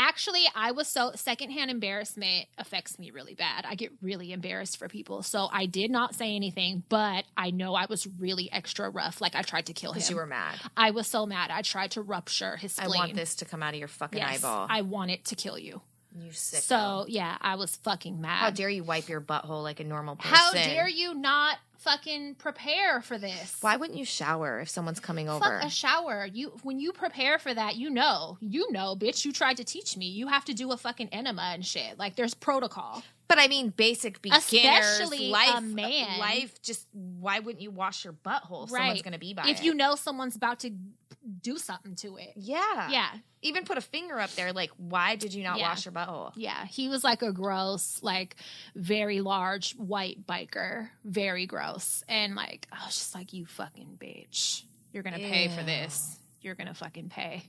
[SPEAKER 1] actually i was so secondhand embarrassment affects me really bad i get really embarrassed for people so i did not say anything but i know i was really extra rough like i tried to kill him
[SPEAKER 2] Because you were mad.
[SPEAKER 1] i was so mad i tried to rupture his
[SPEAKER 2] I
[SPEAKER 1] spleen
[SPEAKER 2] want this to come out of your fucking
[SPEAKER 1] Yes,
[SPEAKER 2] eyeball.
[SPEAKER 1] i want it to kill you
[SPEAKER 2] you sick.
[SPEAKER 1] so yeah i was fucking mad
[SPEAKER 2] how dare you wipe your butthole like a normal person?
[SPEAKER 1] How dare you not fucking prepare for this
[SPEAKER 2] Why wouldn't you shower if someone's coming over?
[SPEAKER 1] Fuck a shower. You when you prepare for that, you know, you know, bitch. You tried to teach me. You have to do a fucking enema and shit. Like there's protocol.
[SPEAKER 2] but I mean, basic beginners,
[SPEAKER 1] Especially a
[SPEAKER 2] life,
[SPEAKER 1] man.
[SPEAKER 2] life. Just why wouldn't you wash your butthole? If Someone's
[SPEAKER 1] Right.
[SPEAKER 2] gonna be by
[SPEAKER 1] if
[SPEAKER 2] it.
[SPEAKER 1] you know someone's about to do something to it.
[SPEAKER 2] yeah,
[SPEAKER 1] Yeah,
[SPEAKER 2] Even put a finger up there. Like, why did you not
[SPEAKER 1] Yeah.
[SPEAKER 2] wash your butthole?
[SPEAKER 1] yeah. He was like a gross, like very large white biker, very gross, and like I was just like, you fucking bitch, you're gonna pay for
[SPEAKER 2] Ew.
[SPEAKER 1] this. You're gonna fucking pay.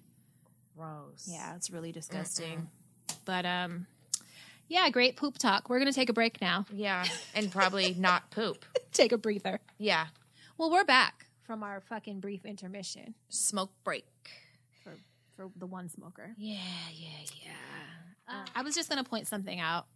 [SPEAKER 2] Gross.
[SPEAKER 1] Yeah, it's really disgusting. But um, yeah, great poop talk. We're gonna take a break now.
[SPEAKER 2] Yeah, and probably not poop.
[SPEAKER 1] take a breather.
[SPEAKER 2] Yeah,
[SPEAKER 1] Well, we're back from our fucking brief intermission
[SPEAKER 2] smoke break.
[SPEAKER 1] for for the one smoker. Uh,
[SPEAKER 2] Yeah, yeah, yeah.
[SPEAKER 1] I was just going to point something out.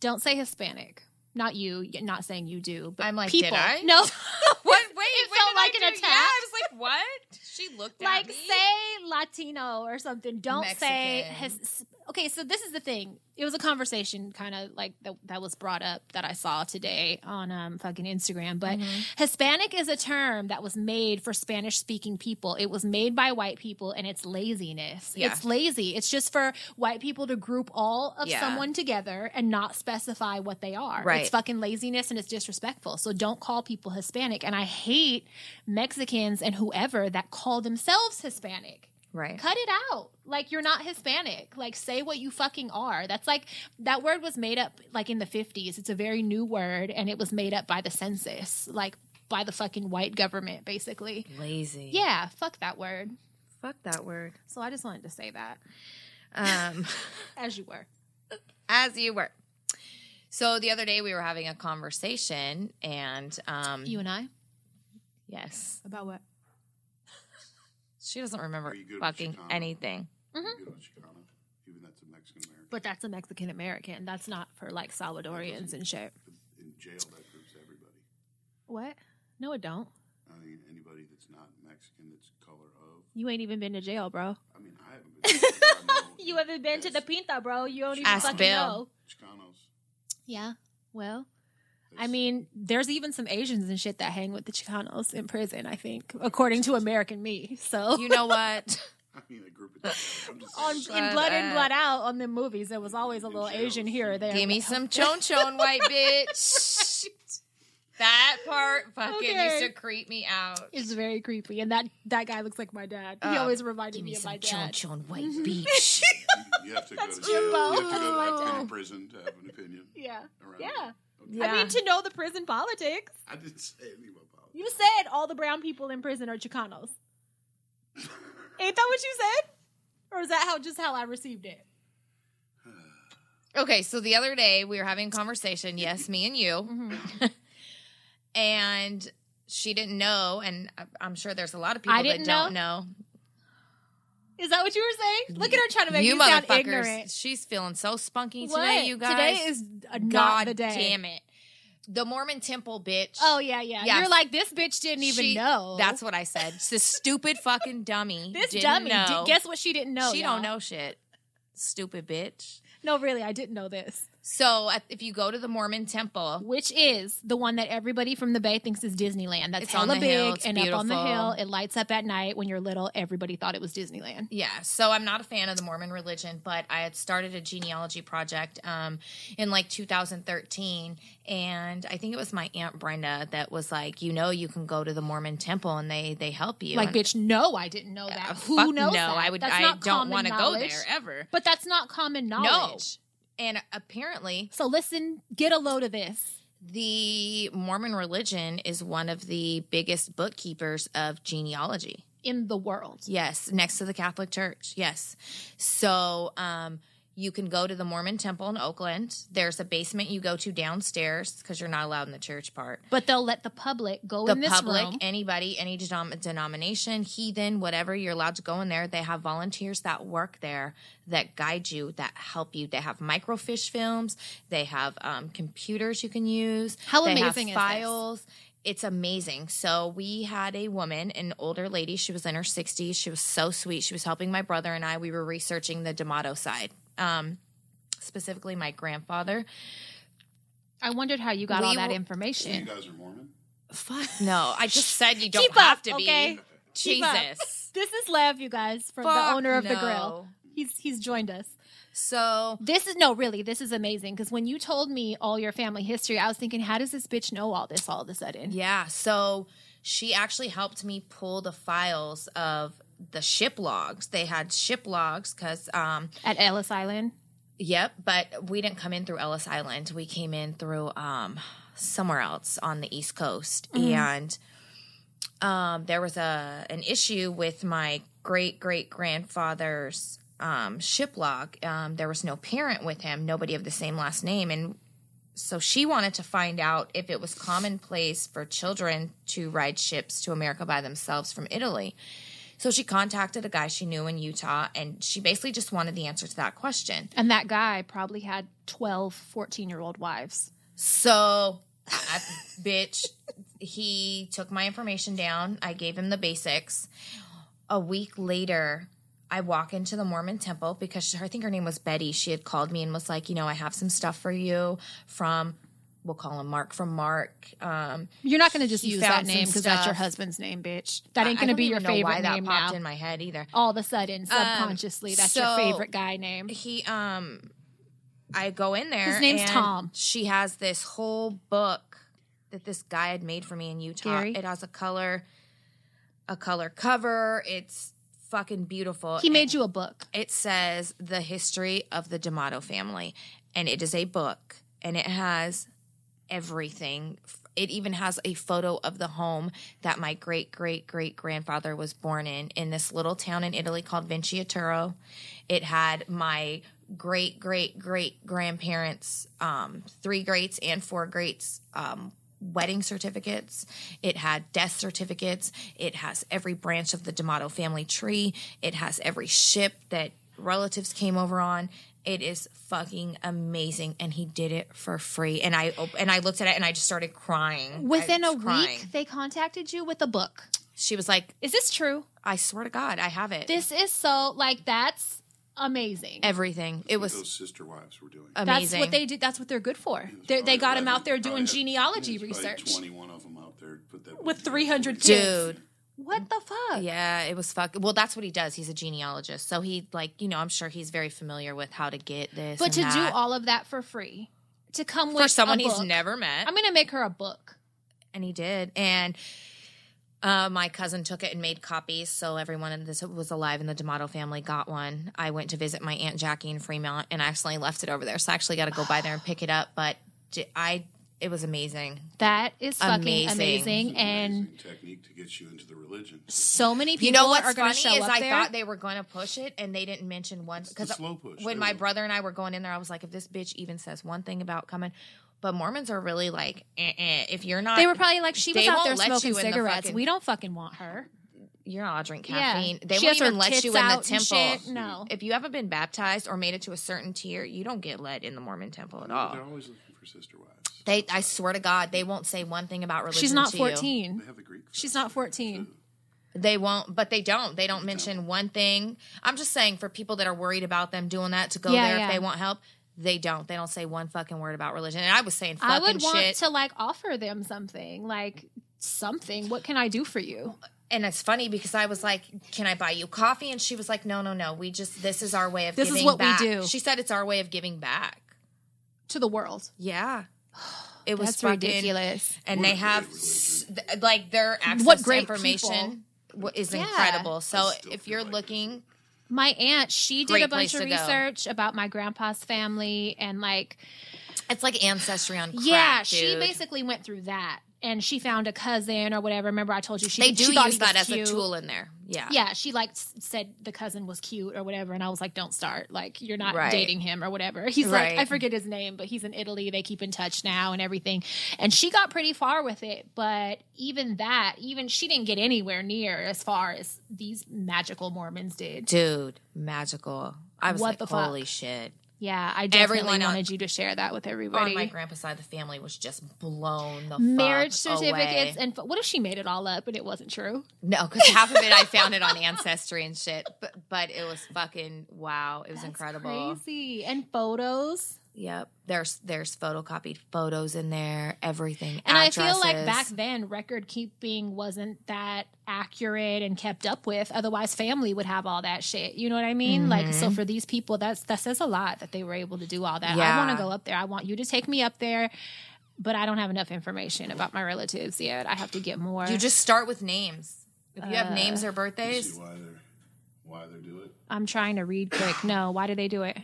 [SPEAKER 1] Don't say Hispanic. Not you. Not saying you do. But
[SPEAKER 2] I'm like,
[SPEAKER 1] people.
[SPEAKER 2] did I?
[SPEAKER 1] No.
[SPEAKER 2] What? Wait,
[SPEAKER 1] It
[SPEAKER 2] when
[SPEAKER 1] felt
[SPEAKER 2] did
[SPEAKER 1] like
[SPEAKER 2] I
[SPEAKER 1] an
[SPEAKER 2] do-
[SPEAKER 1] attack.
[SPEAKER 2] Yeah, I was like, what? She looked at
[SPEAKER 1] like
[SPEAKER 2] me.
[SPEAKER 1] say Latino or something. Don't say
[SPEAKER 2] Mexican.
[SPEAKER 1] his. Okay, so this is the thing. It was a conversation kind of like that, that was brought up that I saw today on um, fucking Instagram. But
[SPEAKER 2] Mm-hmm.
[SPEAKER 1] Hispanic is a term that was made for Spanish speaking people. It was made by white people and it's laziness.
[SPEAKER 2] Yeah.
[SPEAKER 1] It's lazy. It's just for white people to group all of
[SPEAKER 2] Yeah.
[SPEAKER 1] someone together and not specify what they are.
[SPEAKER 2] Right.
[SPEAKER 1] It's fucking laziness and it's disrespectful. So don't call people Hispanic. And I hate Mexicans and whoever that call themselves Hispanic.
[SPEAKER 2] right.
[SPEAKER 1] Cut it out. Like you're not Hispanic. Like say what you fucking are. That's like that word was made up like in the 50s. It's a very new word and it was made up by the census, like by the fucking white government basically.
[SPEAKER 2] Lazy.
[SPEAKER 1] Yeah, fuck that word.
[SPEAKER 2] Fuck that word.
[SPEAKER 1] So I just wanted to say that
[SPEAKER 2] Um,
[SPEAKER 1] as you were.
[SPEAKER 2] as you were. So the other day we were having a conversation, and um,
[SPEAKER 1] You and I
[SPEAKER 2] yes,
[SPEAKER 1] about what?
[SPEAKER 2] she doesn't remember
[SPEAKER 4] Are you good with
[SPEAKER 2] fucking
[SPEAKER 4] Chicano?
[SPEAKER 2] anything.
[SPEAKER 1] Mm-hmm.
[SPEAKER 4] You know, Chicano, even that's a Mexican American.
[SPEAKER 1] But that's a Mexican American. That's not for like Salvadorians and shit.
[SPEAKER 4] In jail, that groups everybody.
[SPEAKER 1] What? No, it don't.
[SPEAKER 4] I mean, anybody that's not Mexican, that's color of.
[SPEAKER 1] You ain't even been to jail, bro.
[SPEAKER 4] I mean, I haven't been. to jail, but I know
[SPEAKER 1] You haven't been to the
[SPEAKER 4] there's
[SPEAKER 1] Pinta, bro. You don't even
[SPEAKER 2] Ask
[SPEAKER 1] fucking
[SPEAKER 2] Bill.
[SPEAKER 1] know.
[SPEAKER 4] Chicanos.
[SPEAKER 1] Yeah. Well, I
[SPEAKER 4] There's-
[SPEAKER 1] mean, there's even some Asians and shit that hang with the Chicanos in prison, I think, according to American Me. So
[SPEAKER 2] You know what?
[SPEAKER 4] I mean, a group of. Chicanos. I'm just
[SPEAKER 1] on
[SPEAKER 4] saying,
[SPEAKER 1] in
[SPEAKER 2] Shut
[SPEAKER 1] Blood In,
[SPEAKER 2] up.
[SPEAKER 1] Blood Out on the movies, there was always a little
[SPEAKER 4] In jail.
[SPEAKER 1] Asian here or there.
[SPEAKER 2] Give me some chon chon, white bitch. That part fucking used
[SPEAKER 1] Okay.
[SPEAKER 2] to creep me out.
[SPEAKER 1] It's very creepy. And that, that guy looks like my dad. He
[SPEAKER 2] Uh,
[SPEAKER 1] always reminded
[SPEAKER 2] Give
[SPEAKER 1] me
[SPEAKER 2] me
[SPEAKER 1] of my
[SPEAKER 2] some chon
[SPEAKER 1] dad.
[SPEAKER 2] chon, white bitch.
[SPEAKER 4] you, you have to go to
[SPEAKER 1] That's
[SPEAKER 4] jail. You have to
[SPEAKER 1] Jimbo.
[SPEAKER 4] go to
[SPEAKER 1] Oh.
[SPEAKER 4] Mexican prison to have an opinion.
[SPEAKER 1] Yeah.
[SPEAKER 4] Around
[SPEAKER 1] Yeah.
[SPEAKER 4] here. Okay.
[SPEAKER 2] Yeah.
[SPEAKER 1] I mean, to know the prison politics.
[SPEAKER 4] I didn't say anything about
[SPEAKER 1] You said all the brown people in prison are Chicanos. Ain't that what you said? Or is that how just how I received it?
[SPEAKER 2] Okay, so the other day we were having a conversation, yes, me and you. and she didn't know, and I- I'm sure there's a lot of people
[SPEAKER 1] I didn't
[SPEAKER 2] that don't know.
[SPEAKER 1] Is that what you were saying? Look at her trying to make
[SPEAKER 2] you
[SPEAKER 1] me sound ignorant.
[SPEAKER 2] motherfuckers, she's feeling so spunky today, you guys.
[SPEAKER 1] Today is uh, not
[SPEAKER 2] God
[SPEAKER 1] the day.
[SPEAKER 2] damn it. The Mormon temple bitch.
[SPEAKER 1] Oh yeah, yeah.
[SPEAKER 2] Yes.
[SPEAKER 1] You're like this bitch didn't even
[SPEAKER 2] she-
[SPEAKER 1] know.
[SPEAKER 2] That's what I said. This stupid fucking dummy.
[SPEAKER 1] this
[SPEAKER 2] didn't
[SPEAKER 1] dummy.
[SPEAKER 2] know.
[SPEAKER 1] Did, guess what she didn't know?
[SPEAKER 2] she
[SPEAKER 1] y'all.
[SPEAKER 2] don't know shit. Stupid bitch.
[SPEAKER 1] No, really, I didn't know this.
[SPEAKER 2] So at, if you go to the Mormon temple,
[SPEAKER 1] Which is the one that everybody from the Bay thinks is Disneyland. That's
[SPEAKER 2] It's on
[SPEAKER 1] hella
[SPEAKER 2] the
[SPEAKER 1] big
[SPEAKER 2] hill. It's
[SPEAKER 1] and up on the
[SPEAKER 2] beautiful.
[SPEAKER 1] hill. It lights up at night. When you're little, everybody thought it was Disneyland.
[SPEAKER 2] yeah. So I'm not a fan of the Mormon religion, but I had started a genealogy project um, in like 2013, and I think it was my aunt Brenda that was like, you know, you can go to the Mormon temple and they they help you.
[SPEAKER 1] Like,
[SPEAKER 2] And-
[SPEAKER 1] bitch, no, I didn't know that.
[SPEAKER 2] Uh,
[SPEAKER 1] Who
[SPEAKER 2] fuck
[SPEAKER 1] knows?
[SPEAKER 2] No,
[SPEAKER 1] that?
[SPEAKER 2] I would.
[SPEAKER 1] That's
[SPEAKER 2] I
[SPEAKER 1] not
[SPEAKER 2] don't
[SPEAKER 1] common
[SPEAKER 2] want to go
[SPEAKER 1] knowledge.
[SPEAKER 2] there ever.
[SPEAKER 1] But that's not common knowledge.
[SPEAKER 2] And apparently,
[SPEAKER 1] So listen, get a load of this.
[SPEAKER 2] the Mormon religion is one of the biggest bookkeepers of genealogy.
[SPEAKER 1] In the world.
[SPEAKER 2] Yes, next to the Catholic Church. Yes. So, um, you can go to the Mormon temple in Oakland. There's a basement you go to downstairs because you're not allowed in the church part.
[SPEAKER 1] But they'll let the public go
[SPEAKER 2] The
[SPEAKER 1] in this
[SPEAKER 2] public,
[SPEAKER 1] room.
[SPEAKER 2] anybody, any denom- denomination, heathen, whatever, you're allowed to go in there. They have volunteers that work there that guide you, that help you. They have microfiche films. They have um, computers you can use.
[SPEAKER 1] How
[SPEAKER 2] they
[SPEAKER 1] amazing is
[SPEAKER 2] have
[SPEAKER 1] this?
[SPEAKER 2] files. It's amazing. So we had a woman, an older lady. She was in her 60s. She was so sweet. She was helping my brother and I. We were researching the D'Amato side, um, specifically my grandfather.
[SPEAKER 1] I wondered how you got
[SPEAKER 2] We
[SPEAKER 1] all that
[SPEAKER 2] will-
[SPEAKER 4] You
[SPEAKER 1] information.
[SPEAKER 4] guys are Mormon?
[SPEAKER 2] Fuck no! I just said you don't
[SPEAKER 1] Keep
[SPEAKER 2] have
[SPEAKER 1] up,
[SPEAKER 2] to be.
[SPEAKER 1] okay? Keep up.
[SPEAKER 2] Jesus.
[SPEAKER 1] This is Lev, you guys, from
[SPEAKER 2] Fuck
[SPEAKER 1] the owner of the grill.
[SPEAKER 2] no.
[SPEAKER 1] He's he's joined us.
[SPEAKER 2] So
[SPEAKER 1] This is no, really, this is amazing because when you told me all your family history, I was thinking, how does this bitch know all this all of a sudden?
[SPEAKER 2] yeah, so she actually helped me pull the files of the ship logs. They had ship logs because, um,
[SPEAKER 1] At Ellis Island,
[SPEAKER 2] yep. But we didn't come in through Ellis Island. We came in through um, somewhere else on the East Coast, and um, there was a an issue with my great great grandfather's um, ship log. Um, there was no parent with him, nobody of the same last name, and so she wanted to find out if it was commonplace for children to ride ships to America by themselves from Italy. So she contacted a guy she knew in Utah, and she basically just wanted the answer to that question.
[SPEAKER 1] and that guy probably had 12, 14 year old wives.
[SPEAKER 2] So, I, bitch, he took my information down. I gave him the basics. A week later, I walk into the Mormon temple because she, I think her name was Betty. She had called me and was like, you know, I have some stuff for you from, we'll call him Mark from Mark. Um,
[SPEAKER 1] You're not going to just
[SPEAKER 2] He
[SPEAKER 1] use that
[SPEAKER 2] found some
[SPEAKER 1] name because that's your
[SPEAKER 2] stuff.
[SPEAKER 1] husband's name, bitch. That ain't
[SPEAKER 2] I
[SPEAKER 1] going to
[SPEAKER 2] don't
[SPEAKER 1] be
[SPEAKER 2] even
[SPEAKER 1] your
[SPEAKER 2] know
[SPEAKER 1] favorite
[SPEAKER 2] why that
[SPEAKER 1] name
[SPEAKER 2] popped
[SPEAKER 1] now.
[SPEAKER 2] in my head either.
[SPEAKER 1] all of a sudden, subconsciously, that's your
[SPEAKER 2] so-
[SPEAKER 1] favorite guy name.
[SPEAKER 2] He, um, I go in there.
[SPEAKER 1] His name's
[SPEAKER 2] and
[SPEAKER 1] Tom.
[SPEAKER 2] She has this whole book that this guy had made for me in Utah.
[SPEAKER 1] Gary?
[SPEAKER 2] It has a color, a color cover. It's fucking beautiful.
[SPEAKER 1] He made you a book.
[SPEAKER 2] It says the history of the D'Amato family, and it is a book, and it has everything. It even has a photo of the home that my great great great grandfather was born in, in this little town in Italy called Vinciaturo. It had my great great great grandparents, um, three greats and four greats. Um, Wedding certificates. It had death certificates. It has every branch of the D'Amato family tree. It has every ship that relatives came over on. It is fucking amazing, and he did it for free. And I op- and I looked at it, and I just started crying.
[SPEAKER 1] Within
[SPEAKER 2] I
[SPEAKER 1] a
[SPEAKER 2] was crying.
[SPEAKER 1] week, they contacted you with a book.
[SPEAKER 2] she was like,
[SPEAKER 1] Is this true?
[SPEAKER 2] "I swear to God, I have it.
[SPEAKER 1] This is so, like, that's amazing.
[SPEAKER 2] Everything. It was
[SPEAKER 4] Those sister wives were doing.
[SPEAKER 1] That's
[SPEAKER 2] amazing.
[SPEAKER 1] what they did. That's what they're good for.
[SPEAKER 4] There's
[SPEAKER 1] Uh, They
[SPEAKER 4] probably
[SPEAKER 1] they got him
[SPEAKER 4] 11
[SPEAKER 1] out there
[SPEAKER 4] probably
[SPEAKER 1] doing
[SPEAKER 4] had-
[SPEAKER 1] genealogy
[SPEAKER 4] there's probably
[SPEAKER 1] research.
[SPEAKER 4] Twenty-one of them out there put that
[SPEAKER 1] With 300
[SPEAKER 2] Dude.
[SPEAKER 1] What the fuck?
[SPEAKER 2] Yeah, it was fuck. Well, that's what he does. He's a genealogist, so he like you know I'm sure he's very familiar with how to get this.
[SPEAKER 1] But to
[SPEAKER 2] and
[SPEAKER 1] do
[SPEAKER 2] that.
[SPEAKER 1] all of that for free, to come
[SPEAKER 2] for
[SPEAKER 1] with
[SPEAKER 2] someone
[SPEAKER 1] a
[SPEAKER 2] he's
[SPEAKER 1] book.
[SPEAKER 2] never met,
[SPEAKER 1] I'm gonna make her a book.
[SPEAKER 2] and he did. And uh, my cousin took it and made copies, so everyone in this was alive in the D'Amato family got one. I went to visit my aunt Jackie in Fremont, and I accidentally left it over there, so I actually got to go by there and pick it up. But j- I, it was amazing.
[SPEAKER 1] That is fucking amazing,
[SPEAKER 2] Amazing.
[SPEAKER 1] and
[SPEAKER 4] amazing technique to get you into the religion.
[SPEAKER 1] so many people
[SPEAKER 2] You know what's
[SPEAKER 1] are
[SPEAKER 2] funny
[SPEAKER 1] gonna
[SPEAKER 2] is
[SPEAKER 1] show up
[SPEAKER 2] I
[SPEAKER 1] there.
[SPEAKER 2] thought they were going to push it, and they didn't mention one
[SPEAKER 4] the
[SPEAKER 2] because
[SPEAKER 4] slow push.
[SPEAKER 2] when
[SPEAKER 4] They
[SPEAKER 2] my
[SPEAKER 4] will.
[SPEAKER 2] brother and I were going in there, I was like, if this bitch even says one thing about coming, but Mormons are really like, eh, eh, if you're not,
[SPEAKER 1] They were probably like, she was
[SPEAKER 2] They
[SPEAKER 1] out
[SPEAKER 2] won't
[SPEAKER 1] there
[SPEAKER 2] let
[SPEAKER 1] smoking
[SPEAKER 2] you in the
[SPEAKER 1] cigarettes.
[SPEAKER 2] fucking-
[SPEAKER 1] we don't fucking want her.
[SPEAKER 2] you're not allowed to drink
[SPEAKER 1] Yeah.
[SPEAKER 2] caffeine. They
[SPEAKER 1] She
[SPEAKER 2] won't
[SPEAKER 1] has her
[SPEAKER 2] even let
[SPEAKER 1] tits
[SPEAKER 2] you in the
[SPEAKER 1] out and
[SPEAKER 2] temple.
[SPEAKER 1] shit. No.
[SPEAKER 2] If you haven't been baptized or made it to a certain tier, you don't get let in the Mormon temple at
[SPEAKER 4] They're
[SPEAKER 2] all.
[SPEAKER 4] always looking for sister wives.
[SPEAKER 2] They, I swear to God, they won't say one thing about religion.
[SPEAKER 1] She's not
[SPEAKER 2] to you.
[SPEAKER 1] 14.
[SPEAKER 4] They have the Greek.
[SPEAKER 1] She's
[SPEAKER 4] fest
[SPEAKER 1] not
[SPEAKER 4] there,
[SPEAKER 1] 14.
[SPEAKER 4] too.
[SPEAKER 2] They won't, but they don't. They don't mention one thing. I'm just saying for people that are worried about them doing that to go
[SPEAKER 1] Yeah,
[SPEAKER 2] there
[SPEAKER 1] yeah.
[SPEAKER 2] if they want help, they don't. They don't say one fucking word about religion. And I was saying fucking
[SPEAKER 1] I would want
[SPEAKER 2] shit.
[SPEAKER 1] to like offer them something, like something. What can I do for you?
[SPEAKER 2] and it's funny because I was like, "Can I buy you coffee?" And she was like, "No, no, no. We just this is our way of
[SPEAKER 1] This is
[SPEAKER 2] giving
[SPEAKER 1] what we
[SPEAKER 2] back."
[SPEAKER 1] do.
[SPEAKER 2] She said it's our way of giving back.
[SPEAKER 1] To the world.
[SPEAKER 2] Yeah, it was
[SPEAKER 1] That's
[SPEAKER 2] fucking-
[SPEAKER 1] ridiculous.
[SPEAKER 2] And
[SPEAKER 4] What a
[SPEAKER 2] they
[SPEAKER 4] great
[SPEAKER 2] have s- th- like their access
[SPEAKER 1] What
[SPEAKER 2] to
[SPEAKER 1] great
[SPEAKER 2] information wa- is
[SPEAKER 1] Yeah.
[SPEAKER 2] incredible. So
[SPEAKER 4] I still
[SPEAKER 2] if
[SPEAKER 4] feel
[SPEAKER 2] you're
[SPEAKER 4] like
[SPEAKER 2] looking,
[SPEAKER 1] my aunt she did
[SPEAKER 2] Great
[SPEAKER 1] a bunch
[SPEAKER 2] place
[SPEAKER 1] of
[SPEAKER 2] to go.
[SPEAKER 1] research about my grandpa's family and like
[SPEAKER 2] it's like ancestry on crack,
[SPEAKER 1] yeah she
[SPEAKER 2] dude.
[SPEAKER 1] basically went through that and she found a cousin or whatever. Remember, I told you she
[SPEAKER 2] They do
[SPEAKER 1] she thought
[SPEAKER 2] use
[SPEAKER 1] he was
[SPEAKER 2] that as a
[SPEAKER 1] cute.
[SPEAKER 2] tool in there. Yeah.
[SPEAKER 1] Yeah, she like s- said the cousin was cute or whatever, and I was like, "Don't start, like you're not
[SPEAKER 2] Right.
[SPEAKER 1] dating him or whatever." He's
[SPEAKER 2] Right.
[SPEAKER 1] like, I forget his name, but he's in Italy. They keep in touch now and everything. And she got pretty far with it, but even that, even she didn't get anywhere near as far as these magical Mormons did.
[SPEAKER 2] Dude, magical. I was
[SPEAKER 1] What
[SPEAKER 2] like,
[SPEAKER 1] the fuck?
[SPEAKER 2] holy shit.
[SPEAKER 1] Yeah, I definitely
[SPEAKER 2] Everyone on-
[SPEAKER 1] wanted you to share that with everybody.
[SPEAKER 2] On my grandpa's side, the family was just blown the
[SPEAKER 1] Marriage
[SPEAKER 2] fuck
[SPEAKER 1] certificates
[SPEAKER 2] away.
[SPEAKER 1] and f- what if she made it all up and it wasn't true?
[SPEAKER 2] No, because half of it I found it on Ancestry and shit. But but it was fucking wow. It was
[SPEAKER 1] That's
[SPEAKER 2] incredible.
[SPEAKER 1] crazy. And photos.
[SPEAKER 2] Yep. There's there's photocopied photos in there, everything.
[SPEAKER 1] And I feel like
[SPEAKER 2] addresses.
[SPEAKER 1] back then, record keeping wasn't that accurate and kept up with. Otherwise, family would have all that shit. You know what I mean? Like, so
[SPEAKER 2] Mm-hmm.
[SPEAKER 1] for these people, that's that says a lot that they were able to do all that.
[SPEAKER 2] Yeah.
[SPEAKER 1] I want to go up there. I want you to take me up there, but I don't have enough information about my relatives yet. I have to get more.
[SPEAKER 2] you just start with names. If you have names
[SPEAKER 1] uh,
[SPEAKER 2] or
[SPEAKER 4] You
[SPEAKER 2] birthdays,
[SPEAKER 4] see why they're why they do it?
[SPEAKER 1] I'm trying to read quick. No, why do they do it?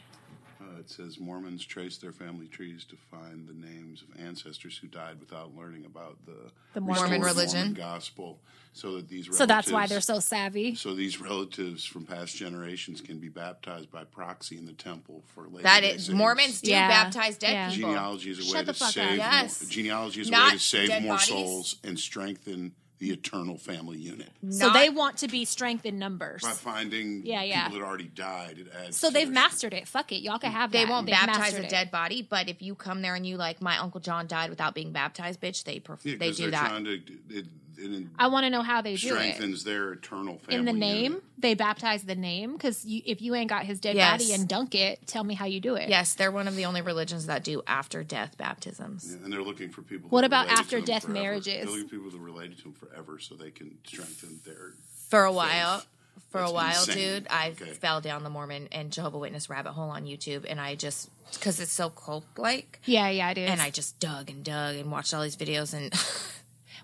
[SPEAKER 4] Uh, it says Mormons trace their family trees to find the names of ancestors who died without learning about the,
[SPEAKER 1] The Mormon
[SPEAKER 4] restored
[SPEAKER 2] religion.
[SPEAKER 4] gospel, so that these relatives,
[SPEAKER 1] So that's why they're so savvy.
[SPEAKER 4] so these relatives from past generations can be baptized by proxy in the temple for later.
[SPEAKER 2] that
[SPEAKER 4] day
[SPEAKER 2] is
[SPEAKER 4] sins.
[SPEAKER 2] Mormons do
[SPEAKER 1] Yeah.
[SPEAKER 2] baptize dead
[SPEAKER 1] Yeah.
[SPEAKER 2] people.
[SPEAKER 4] Genealogy is a
[SPEAKER 1] Shut
[SPEAKER 4] way
[SPEAKER 1] the
[SPEAKER 4] to
[SPEAKER 1] fuck up.
[SPEAKER 4] save. more-
[SPEAKER 2] Yes.
[SPEAKER 4] Genealogy is a
[SPEAKER 2] Not
[SPEAKER 4] way to save
[SPEAKER 2] dead
[SPEAKER 4] more
[SPEAKER 2] bodies.
[SPEAKER 4] souls and strengthen the eternal family unit
[SPEAKER 1] So
[SPEAKER 2] Not-
[SPEAKER 1] they want to be strength in numbers.
[SPEAKER 4] by finding
[SPEAKER 1] Yeah, yeah.
[SPEAKER 4] people that already died. It adds.
[SPEAKER 1] So
[SPEAKER 4] to
[SPEAKER 1] they've
[SPEAKER 4] their-
[SPEAKER 1] mastered it. Fuck it. Y'all can have
[SPEAKER 2] they
[SPEAKER 1] that.
[SPEAKER 2] won't
[SPEAKER 1] They've
[SPEAKER 2] baptize
[SPEAKER 1] mastered
[SPEAKER 2] a
[SPEAKER 1] it.
[SPEAKER 2] dead body, but if you come there and you like my uncle John died without being baptized, bitch, they perf-
[SPEAKER 4] Yeah,
[SPEAKER 2] they
[SPEAKER 4] 'cause
[SPEAKER 2] do
[SPEAKER 4] they're
[SPEAKER 2] that.
[SPEAKER 4] trying to. It, it
[SPEAKER 1] I want to know how they do it.
[SPEAKER 4] strengthens their eternal family
[SPEAKER 1] in the name
[SPEAKER 4] unit.
[SPEAKER 1] they baptize the name because you, if you ain't got his dead
[SPEAKER 2] Yes.
[SPEAKER 1] body and dunk it tell me how you do it
[SPEAKER 2] Yes, they're one of the only religions that do after death baptisms.
[SPEAKER 4] And they're looking for people.
[SPEAKER 1] What
[SPEAKER 4] that
[SPEAKER 1] about
[SPEAKER 4] related to
[SPEAKER 1] after
[SPEAKER 4] them
[SPEAKER 1] death
[SPEAKER 4] forever.
[SPEAKER 1] marriages?
[SPEAKER 4] They're looking for people that related to them forever, so they can strengthen their.
[SPEAKER 2] For a while, for
[SPEAKER 4] That's
[SPEAKER 2] a while,
[SPEAKER 4] insane.
[SPEAKER 2] dude, I
[SPEAKER 4] Okay.
[SPEAKER 2] fell down the Mormon and Jehovah Witness rabbit hole on YouTube, and I just because it's so cult like,
[SPEAKER 1] yeah yeah it is
[SPEAKER 2] and I just dug and dug and watched all these videos and.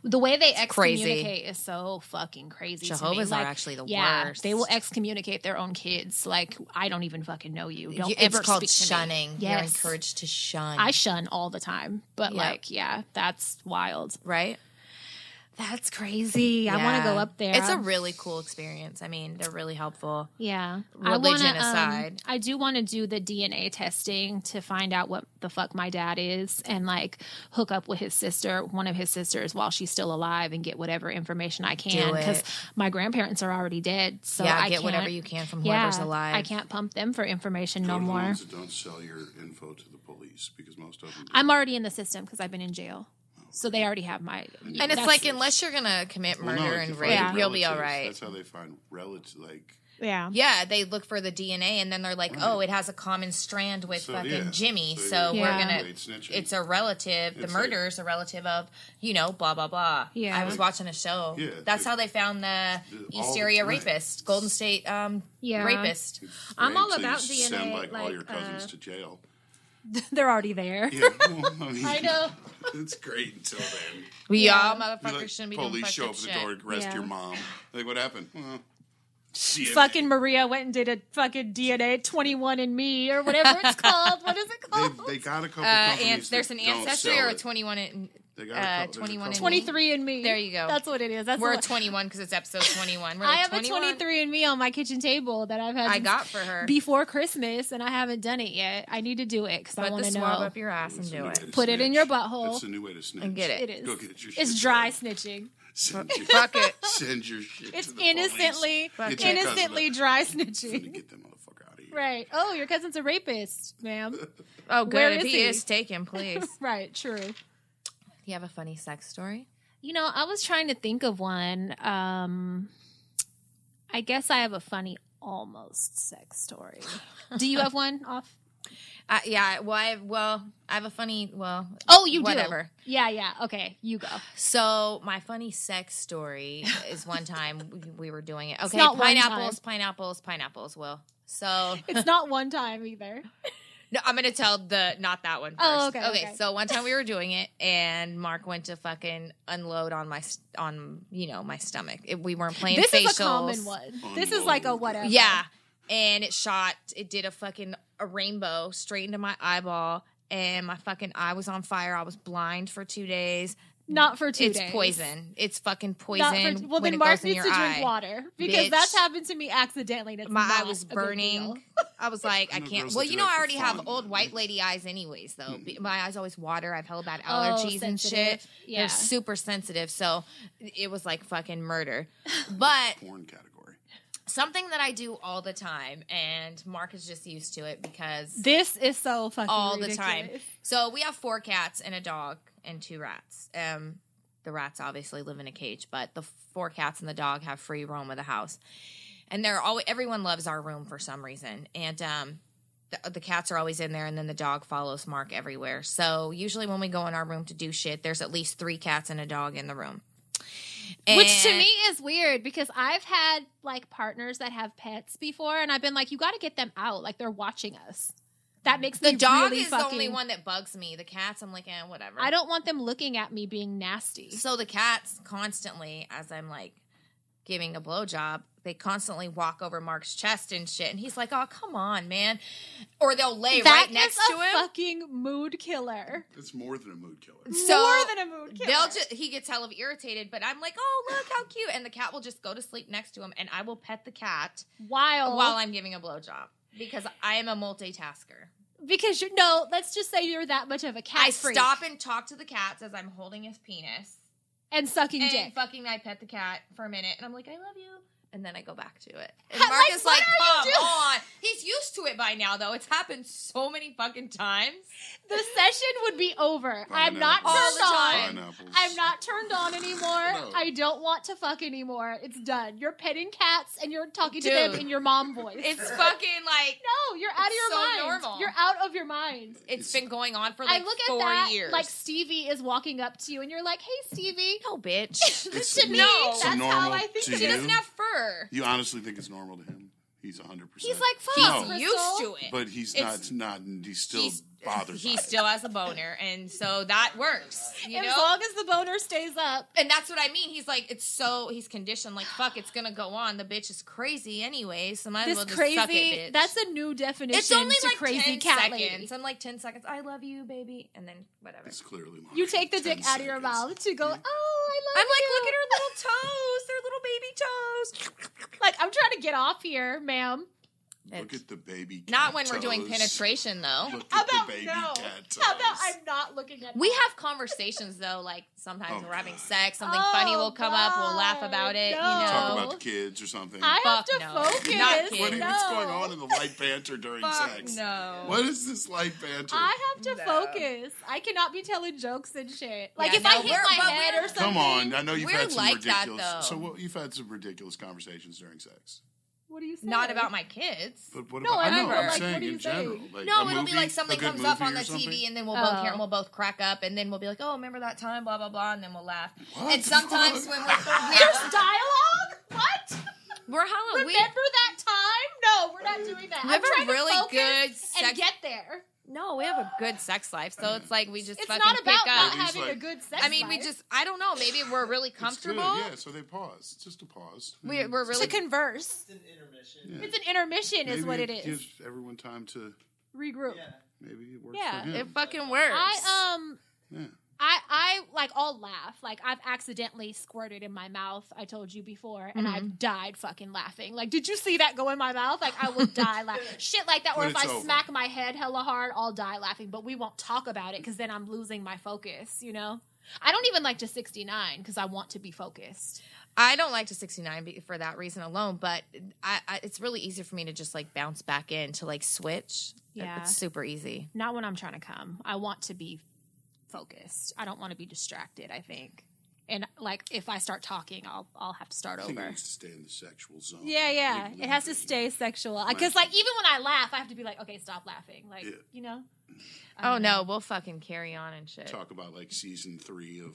[SPEAKER 1] the way they
[SPEAKER 2] crazy.
[SPEAKER 1] excommunicate is so fucking crazy to me.
[SPEAKER 2] Jehovah's are
[SPEAKER 1] Like,
[SPEAKER 2] actually the
[SPEAKER 1] yeah,
[SPEAKER 2] worst.
[SPEAKER 1] they will excommunicate their own kids like i don't even fucking know you don't
[SPEAKER 2] You-
[SPEAKER 1] ever
[SPEAKER 2] it's called
[SPEAKER 1] speak to me.
[SPEAKER 2] shunning. You're
[SPEAKER 1] Yes.
[SPEAKER 2] encouraged to shun.
[SPEAKER 1] i shun all the time but
[SPEAKER 2] Yeah.
[SPEAKER 1] like yeah that's wild
[SPEAKER 2] right?
[SPEAKER 1] that's crazy i want to
[SPEAKER 2] Yeah.
[SPEAKER 1] go up there
[SPEAKER 2] It's a
[SPEAKER 1] I'm-
[SPEAKER 2] really cool experience. I mean, they're really helpful.
[SPEAKER 1] Yeah.
[SPEAKER 2] Religion
[SPEAKER 1] I wanna, um,
[SPEAKER 2] aside.
[SPEAKER 1] I do want to do the DNA testing to find out what the fuck my dad is and like hook up with his sister, one of his sisters, while she's still alive and get whatever information I can.
[SPEAKER 2] Do it.
[SPEAKER 1] Because my grandparents are already dead. So
[SPEAKER 2] yeah,
[SPEAKER 1] I
[SPEAKER 2] get
[SPEAKER 1] can't,
[SPEAKER 2] whatever you can from whoever's
[SPEAKER 1] yeah,
[SPEAKER 2] alive.
[SPEAKER 1] I can't pump them for information no
[SPEAKER 4] Go to the
[SPEAKER 1] more.
[SPEAKER 4] ones that don't sell your info to the police because most of them. do.
[SPEAKER 1] I'm already in the system because I've been in jail. So they already have my.
[SPEAKER 2] And it's
[SPEAKER 1] that's-
[SPEAKER 2] like unless you're gonna commit
[SPEAKER 4] Well,
[SPEAKER 2] murder
[SPEAKER 4] no, they
[SPEAKER 2] and
[SPEAKER 4] find
[SPEAKER 2] rape,
[SPEAKER 1] Yeah.
[SPEAKER 2] you'll be all
[SPEAKER 4] relatives.
[SPEAKER 2] right.
[SPEAKER 4] That's how they find relatives. Like
[SPEAKER 1] yeah.
[SPEAKER 2] Yeah, they look for the DNA and then they're like, oh, it has a common strand with
[SPEAKER 4] So,
[SPEAKER 2] fucking
[SPEAKER 4] yeah.
[SPEAKER 2] Jimmy,
[SPEAKER 4] So,
[SPEAKER 2] so
[SPEAKER 1] yeah.
[SPEAKER 2] we're
[SPEAKER 1] Yeah.
[SPEAKER 2] gonna.
[SPEAKER 4] Wait, snitching.
[SPEAKER 2] It's a relative. The
[SPEAKER 4] It's like-
[SPEAKER 2] murderer's a relative of you know blah blah blah.
[SPEAKER 1] Yeah.
[SPEAKER 2] I was watching a show.
[SPEAKER 4] Yeah,
[SPEAKER 2] that's
[SPEAKER 4] they-
[SPEAKER 2] how they found the
[SPEAKER 4] The- all
[SPEAKER 2] East
[SPEAKER 4] the
[SPEAKER 2] Area
[SPEAKER 4] time.
[SPEAKER 2] rapist, Golden State um,
[SPEAKER 1] Yeah.
[SPEAKER 2] rapist.
[SPEAKER 1] I'm
[SPEAKER 4] rape,
[SPEAKER 1] all
[SPEAKER 4] so you
[SPEAKER 1] about
[SPEAKER 4] Send
[SPEAKER 1] DNA,
[SPEAKER 4] like, all
[SPEAKER 1] like,
[SPEAKER 4] your cousins
[SPEAKER 1] uh,
[SPEAKER 4] to jail.
[SPEAKER 1] They're already there.
[SPEAKER 4] Yeah, well, I, mean,
[SPEAKER 1] I know.
[SPEAKER 4] It's great until then.
[SPEAKER 2] We
[SPEAKER 1] Yeah.
[SPEAKER 2] all motherfuckers
[SPEAKER 4] Like,
[SPEAKER 2] shouldn't be doing
[SPEAKER 4] police
[SPEAKER 2] fucked
[SPEAKER 4] show
[SPEAKER 2] up
[SPEAKER 4] up at the
[SPEAKER 2] shit.
[SPEAKER 4] door, arrest
[SPEAKER 1] Yeah.
[SPEAKER 4] your mom. Like, what happened? Well, CMA.
[SPEAKER 1] Fucking Maria went and did a fucking DNA 21 and me or whatever it's called. What is it
[SPEAKER 4] They,
[SPEAKER 1] called?
[SPEAKER 4] they got a couple.
[SPEAKER 2] Uh,
[SPEAKER 4] companies
[SPEAKER 2] and
[SPEAKER 4] that
[SPEAKER 2] there's an
[SPEAKER 4] don't
[SPEAKER 2] ancestry
[SPEAKER 4] sell
[SPEAKER 2] or a
[SPEAKER 4] it.
[SPEAKER 2] 21. And,
[SPEAKER 4] They got a
[SPEAKER 2] uh,
[SPEAKER 4] couple- there's a
[SPEAKER 2] 21 and
[SPEAKER 4] couple-
[SPEAKER 1] 23 and me.
[SPEAKER 2] There you go.
[SPEAKER 1] That's what it is. That's
[SPEAKER 2] We're
[SPEAKER 1] what,
[SPEAKER 2] 21 because it's episode 21. We're
[SPEAKER 1] I
[SPEAKER 2] like
[SPEAKER 1] have
[SPEAKER 2] 21.
[SPEAKER 1] a 23 and me on my kitchen table that I've had
[SPEAKER 2] I
[SPEAKER 1] since
[SPEAKER 2] got for her.
[SPEAKER 1] before Christmas and I haven't done it yet. I need to do it cuz I
[SPEAKER 2] Put
[SPEAKER 1] want
[SPEAKER 2] the
[SPEAKER 1] to
[SPEAKER 2] swab
[SPEAKER 1] know.
[SPEAKER 2] up your ass and
[SPEAKER 4] That's a
[SPEAKER 2] do
[SPEAKER 4] new
[SPEAKER 2] it.
[SPEAKER 4] way to
[SPEAKER 1] Put it in
[SPEAKER 4] snitch.
[SPEAKER 1] your butthole.
[SPEAKER 4] That's a new way way to snitch.
[SPEAKER 2] And get
[SPEAKER 1] It
[SPEAKER 2] it.
[SPEAKER 1] is.
[SPEAKER 4] Go get your
[SPEAKER 1] it's
[SPEAKER 4] shit
[SPEAKER 1] dry
[SPEAKER 4] done.
[SPEAKER 1] snitching.
[SPEAKER 4] Send your,
[SPEAKER 2] Fuck it.
[SPEAKER 4] Send your shit.
[SPEAKER 1] It's
[SPEAKER 4] to the
[SPEAKER 1] innocently
[SPEAKER 4] police. Get your cousin
[SPEAKER 1] innocently
[SPEAKER 4] up
[SPEAKER 1] dry
[SPEAKER 4] and
[SPEAKER 1] snitching.
[SPEAKER 4] Get that motherfucker out of here.
[SPEAKER 1] Right. Oh, your cousin's a rapist, ma'am.
[SPEAKER 2] Oh, good.
[SPEAKER 1] Where
[SPEAKER 2] if
[SPEAKER 1] is
[SPEAKER 2] he
[SPEAKER 1] he?
[SPEAKER 2] is taken, please. Do
[SPEAKER 1] right, true.
[SPEAKER 2] you have a funny sex story?
[SPEAKER 1] You know, I was trying to think of one. Um I guess I have a funny almost sex story. Do you have one off?
[SPEAKER 2] Uh, yeah. Well, I well, I have a funny. Well,
[SPEAKER 1] Oh, you
[SPEAKER 2] whatever.
[SPEAKER 1] do. Yeah, yeah. Okay, you go.
[SPEAKER 2] So my funny sex story is one time we- we were doing it. Okay,
[SPEAKER 1] not one
[SPEAKER 2] pineapples, pineapples, pineapples. Will so
[SPEAKER 1] It's not one time either.
[SPEAKER 2] No, I'm gonna tell the not that one first.
[SPEAKER 1] Oh, okay, okay.
[SPEAKER 2] So one time we were doing it, and Mark went to fucking unload on my st- on you know my stomach. It, we weren't playing.
[SPEAKER 1] This
[SPEAKER 2] facials.
[SPEAKER 1] is a common one. This is like a whatever.
[SPEAKER 2] Yeah, and it shot. It did a fucking a rainbow straight into my eyeball, and my fucking eye was on fire. I was blind for two days.
[SPEAKER 1] Not for two
[SPEAKER 2] It's
[SPEAKER 1] days.
[SPEAKER 2] poison. It's fucking
[SPEAKER 1] Not for-
[SPEAKER 2] poison.
[SPEAKER 1] well,
[SPEAKER 2] when
[SPEAKER 1] then
[SPEAKER 2] it
[SPEAKER 1] Mark
[SPEAKER 2] goes in
[SPEAKER 1] needs
[SPEAKER 2] your
[SPEAKER 1] to
[SPEAKER 2] eye.
[SPEAKER 1] drink water because
[SPEAKER 2] Bitch.
[SPEAKER 1] that's happened to me accidentally. And it's
[SPEAKER 2] My eye
[SPEAKER 1] not
[SPEAKER 2] was
[SPEAKER 1] a good deal.
[SPEAKER 2] burning. I was like, I
[SPEAKER 4] know
[SPEAKER 2] can't.
[SPEAKER 4] girls
[SPEAKER 2] Well,
[SPEAKER 4] that
[SPEAKER 2] you
[SPEAKER 4] do
[SPEAKER 2] know,
[SPEAKER 4] that
[SPEAKER 2] I
[SPEAKER 4] for
[SPEAKER 2] already have
[SPEAKER 4] fun.
[SPEAKER 2] old white lady eyes, anyways. Though
[SPEAKER 4] Mm.
[SPEAKER 2] Be- my eyes always water. I've held bad
[SPEAKER 1] Oh,
[SPEAKER 2] allergies and shit.
[SPEAKER 1] sensitive. Yeah.
[SPEAKER 2] They're super sensitive, so it was like fucking murder. But
[SPEAKER 4] porn category.
[SPEAKER 2] something that I do all the time, and Mark is just used to it because
[SPEAKER 1] This is so fucking
[SPEAKER 2] all the
[SPEAKER 1] ridiculous.
[SPEAKER 2] time. So we have four cats and a dog and two rats. Um, the rats obviously live in a cage, but the four cats and the dog have free roam of the house. And they're always everyone loves our room for some reason. And um, the, the cats are always in there, and then the dog follows Mark everywhere. So usually when we go in our room to do shit, there's at least three cats and a dog in the room.
[SPEAKER 1] Which to
[SPEAKER 2] And-
[SPEAKER 1] me is weird because I've had like partners that have pets before, and I've been like, you got to get them out. Like they're watching us. That makes
[SPEAKER 2] the
[SPEAKER 1] me
[SPEAKER 2] dog
[SPEAKER 1] really
[SPEAKER 2] is
[SPEAKER 1] fucking,
[SPEAKER 2] the only one that bugs me. The cats, I'm like, eh, whatever.
[SPEAKER 1] I don't want them looking at me being nasty.
[SPEAKER 2] So the cats constantly, as I'm like giving a blowjob, they constantly walk over Mark's chest and shit, and he's like, "Oh, come on, man!" Or they'll lay
[SPEAKER 1] That
[SPEAKER 2] right
[SPEAKER 1] is
[SPEAKER 2] next
[SPEAKER 1] a
[SPEAKER 2] to him.
[SPEAKER 1] fucking mood killer.
[SPEAKER 4] It's more than a mood killer.
[SPEAKER 2] So
[SPEAKER 1] More than a mood killer.
[SPEAKER 2] They'll just he gets hella irritated, but I'm like, "Oh, look how cute!" And the cat will just go to sleep next to him, and I will pet the cat
[SPEAKER 1] Wild.
[SPEAKER 2] while I'm giving a blowjob because I am a multitasker.
[SPEAKER 1] because you no, let's just say you're that much of a cat
[SPEAKER 2] I
[SPEAKER 1] freak
[SPEAKER 2] stop and talk to the cats as I'm holding his penis.
[SPEAKER 1] and sucking
[SPEAKER 2] and
[SPEAKER 1] dick.
[SPEAKER 2] fucking I pet the cat for a minute and I'm like, I love you. And then I go back to it. And
[SPEAKER 1] Like,
[SPEAKER 2] Mark is
[SPEAKER 1] what
[SPEAKER 2] like,
[SPEAKER 1] are you
[SPEAKER 2] come
[SPEAKER 1] doing?"
[SPEAKER 2] on. He's used to it by now though. It's happened so many fucking times.
[SPEAKER 1] the session would be over. I'm not
[SPEAKER 4] Pineapples.
[SPEAKER 2] All the
[SPEAKER 1] turned on.
[SPEAKER 2] time.
[SPEAKER 4] Pineapples.
[SPEAKER 1] I'm not turned on anymore.
[SPEAKER 4] No.
[SPEAKER 1] I don't want to fuck anymore. It's done. You're petting cats and you're talking to them
[SPEAKER 2] Dude.
[SPEAKER 1] in your mom voice.
[SPEAKER 2] It's fucking like
[SPEAKER 1] no, you're out of
[SPEAKER 2] it's
[SPEAKER 1] your
[SPEAKER 2] so
[SPEAKER 1] mind.
[SPEAKER 2] normal.
[SPEAKER 1] You're out of your mind.
[SPEAKER 2] it's been going on for like
[SPEAKER 1] I look at
[SPEAKER 2] four
[SPEAKER 1] that
[SPEAKER 2] years.
[SPEAKER 1] like Stevie is walking up to you and you're like, "Hey, Stevie."
[SPEAKER 2] no bitch.
[SPEAKER 4] It's
[SPEAKER 1] to me,
[SPEAKER 2] No.
[SPEAKER 1] that's how
[SPEAKER 4] normal
[SPEAKER 1] I think
[SPEAKER 4] to
[SPEAKER 1] of
[SPEAKER 2] she
[SPEAKER 4] you.
[SPEAKER 1] it.
[SPEAKER 2] doesn't have fur.
[SPEAKER 4] You honestly think it's normal to him? He's 100%.
[SPEAKER 1] He's like, "Fuck,
[SPEAKER 2] He's
[SPEAKER 4] No.
[SPEAKER 2] used to it.
[SPEAKER 4] But he's
[SPEAKER 2] It's-
[SPEAKER 4] not, not, he's still
[SPEAKER 2] He's-
[SPEAKER 4] bothered.
[SPEAKER 2] He
[SPEAKER 4] by it.
[SPEAKER 2] still has a boner, and so that works. You
[SPEAKER 1] as
[SPEAKER 2] know?
[SPEAKER 1] long as the boner stays up.
[SPEAKER 2] and that's what I mean. He's like, it's so he's conditioned. Like, fuck, it's gonna go on. The bitch is crazy anyway, so might as
[SPEAKER 1] This
[SPEAKER 2] well just suck
[SPEAKER 1] crazy.
[SPEAKER 2] it, bitch.
[SPEAKER 1] that's a new definition.
[SPEAKER 2] it's only
[SPEAKER 1] to
[SPEAKER 2] like
[SPEAKER 1] crazy
[SPEAKER 2] 10
[SPEAKER 1] cat
[SPEAKER 2] seconds.
[SPEAKER 1] lady.
[SPEAKER 2] I'm like ten seconds. I love you, baby, and then whatever.
[SPEAKER 4] It's clearly longer
[SPEAKER 1] You take the
[SPEAKER 4] than
[SPEAKER 1] dick
[SPEAKER 4] 10
[SPEAKER 1] out of your
[SPEAKER 4] seconds.
[SPEAKER 1] mouth to go.
[SPEAKER 2] Mm.
[SPEAKER 1] Oh, I love
[SPEAKER 2] I'm
[SPEAKER 1] you."
[SPEAKER 2] like, look at her little toes, their little baby toes.
[SPEAKER 1] Like I'm trying to get off here, ma'am.
[SPEAKER 4] Look at the baby cat
[SPEAKER 2] Not when we're doing
[SPEAKER 4] toes.
[SPEAKER 2] penetration though.
[SPEAKER 4] Look
[SPEAKER 1] How
[SPEAKER 4] at
[SPEAKER 1] about
[SPEAKER 4] the baby
[SPEAKER 1] no?
[SPEAKER 4] cat
[SPEAKER 1] How about
[SPEAKER 4] toes.
[SPEAKER 1] I'm not looking at?
[SPEAKER 2] We have conversations though, like sometimes
[SPEAKER 4] Oh,
[SPEAKER 2] we're having
[SPEAKER 4] God.
[SPEAKER 2] sex, something
[SPEAKER 1] Oh,
[SPEAKER 2] funny will come up, we'll laugh
[SPEAKER 1] God,
[SPEAKER 2] about it,
[SPEAKER 1] no.
[SPEAKER 2] you know.
[SPEAKER 4] Talk about the kids or something.
[SPEAKER 1] I have
[SPEAKER 2] Fuck
[SPEAKER 1] to
[SPEAKER 2] no.
[SPEAKER 1] focus.
[SPEAKER 2] Not
[SPEAKER 1] no.
[SPEAKER 2] kidding.
[SPEAKER 4] what, What's going on in the light banter during
[SPEAKER 2] Fuck
[SPEAKER 4] sex?
[SPEAKER 2] no.
[SPEAKER 4] What is this light banter?
[SPEAKER 1] I have to
[SPEAKER 2] No.
[SPEAKER 1] focus. I cannot be telling jokes and shit. Like
[SPEAKER 2] Yeah,
[SPEAKER 1] if
[SPEAKER 2] no,
[SPEAKER 1] I hit
[SPEAKER 2] we're-
[SPEAKER 1] my
[SPEAKER 2] but
[SPEAKER 1] head
[SPEAKER 2] we're-
[SPEAKER 1] or something.
[SPEAKER 4] Come on, I know you've
[SPEAKER 2] We're
[SPEAKER 4] had some
[SPEAKER 2] like that,
[SPEAKER 4] ridiculous.
[SPEAKER 2] though.
[SPEAKER 4] So what, you've had some ridiculous conversations during sex,
[SPEAKER 1] What do you say?
[SPEAKER 2] Not about my kids.
[SPEAKER 4] but what
[SPEAKER 1] No,
[SPEAKER 4] about?
[SPEAKER 1] I
[SPEAKER 4] I know,
[SPEAKER 2] remember,
[SPEAKER 4] I'm
[SPEAKER 2] like,
[SPEAKER 1] what
[SPEAKER 4] saying
[SPEAKER 1] do you
[SPEAKER 4] in
[SPEAKER 1] say?
[SPEAKER 4] general. Like
[SPEAKER 2] No,
[SPEAKER 4] a
[SPEAKER 2] it'll
[SPEAKER 4] movie,
[SPEAKER 2] be like
[SPEAKER 4] a
[SPEAKER 2] something
[SPEAKER 4] good
[SPEAKER 2] comes up
[SPEAKER 4] movie
[SPEAKER 2] on
[SPEAKER 4] or
[SPEAKER 2] the
[SPEAKER 4] something?
[SPEAKER 2] TV, and then we'll
[SPEAKER 1] Oh.
[SPEAKER 2] both hear and we'll both crack up, and then we'll be like, "Oh, remember that time?" Blah blah blah, and then we'll laugh.
[SPEAKER 4] What
[SPEAKER 2] And
[SPEAKER 4] the
[SPEAKER 2] sometimes
[SPEAKER 4] fuck?
[SPEAKER 2] when we're
[SPEAKER 1] There's
[SPEAKER 2] yeah,
[SPEAKER 1] dialogue. What?
[SPEAKER 2] we're hella
[SPEAKER 1] Remember
[SPEAKER 2] we
[SPEAKER 1] that time? No, we're not doing that.
[SPEAKER 2] we have
[SPEAKER 1] I'm
[SPEAKER 2] a
[SPEAKER 1] trying
[SPEAKER 2] really
[SPEAKER 1] to focus
[SPEAKER 2] good
[SPEAKER 1] and
[SPEAKER 2] sex.
[SPEAKER 1] get there.
[SPEAKER 2] no, we have a good sex life, so it's like we just
[SPEAKER 1] It's
[SPEAKER 2] fucking
[SPEAKER 1] not about
[SPEAKER 2] pick
[SPEAKER 1] not
[SPEAKER 2] up.
[SPEAKER 4] Maybe it's
[SPEAKER 1] having a
[SPEAKER 4] like-
[SPEAKER 1] good sex.
[SPEAKER 2] I mean, we
[SPEAKER 1] life.
[SPEAKER 2] just I don't know. Maybe we're really
[SPEAKER 4] It's good,
[SPEAKER 2] comfortable.
[SPEAKER 4] yeah. So they pause, just a pause.
[SPEAKER 2] We, we're
[SPEAKER 1] to
[SPEAKER 2] really
[SPEAKER 1] converse.
[SPEAKER 3] It's an intermission.
[SPEAKER 4] Yeah.
[SPEAKER 1] It's an intermission,
[SPEAKER 4] Maybe
[SPEAKER 1] is what it
[SPEAKER 4] it
[SPEAKER 1] is.
[SPEAKER 4] Gives everyone time to
[SPEAKER 1] Regroup.
[SPEAKER 3] Yeah.
[SPEAKER 4] maybe it works.
[SPEAKER 1] Yeah,
[SPEAKER 4] for him.
[SPEAKER 2] it fucking works.
[SPEAKER 1] I um
[SPEAKER 4] yeah.
[SPEAKER 1] I I like I'll laugh. Like I've accidentally squirted in my mouth. I told you before, and I've died fucking laughing. Like, did you see that go in my mouth? Like I would die laughing. Shit like that. Or
[SPEAKER 4] When
[SPEAKER 1] if
[SPEAKER 4] it's
[SPEAKER 1] I
[SPEAKER 4] over.
[SPEAKER 1] smack my head hella hard, I'll die laughing. But we won't talk about it because then I'm losing my focus. You know. I don't even like to 69 because I want to be focused.
[SPEAKER 2] I don't like to 69 be- for that reason alone, but I, I it's really easy for me to just like bounce back in to like switch.
[SPEAKER 1] Yeah.
[SPEAKER 2] it's super easy.
[SPEAKER 1] Not when I'm trying to come. I want to be focused. I don't want to be distracted. I think. And like, if I start talking, I'll I'll have to start
[SPEAKER 4] I think it
[SPEAKER 1] over.
[SPEAKER 4] needs to stay in the sexual zone.
[SPEAKER 1] Yeah, yeah.
[SPEAKER 4] Like,
[SPEAKER 1] It has to
[SPEAKER 4] lingering.
[SPEAKER 1] stay sexual. Because, like, even when I laugh, I have to be like, okay, stop laughing. Like,
[SPEAKER 4] Yeah.
[SPEAKER 1] you know?
[SPEAKER 2] Oh no, we'll fucking carry on and shit.
[SPEAKER 4] Talk about like season three of.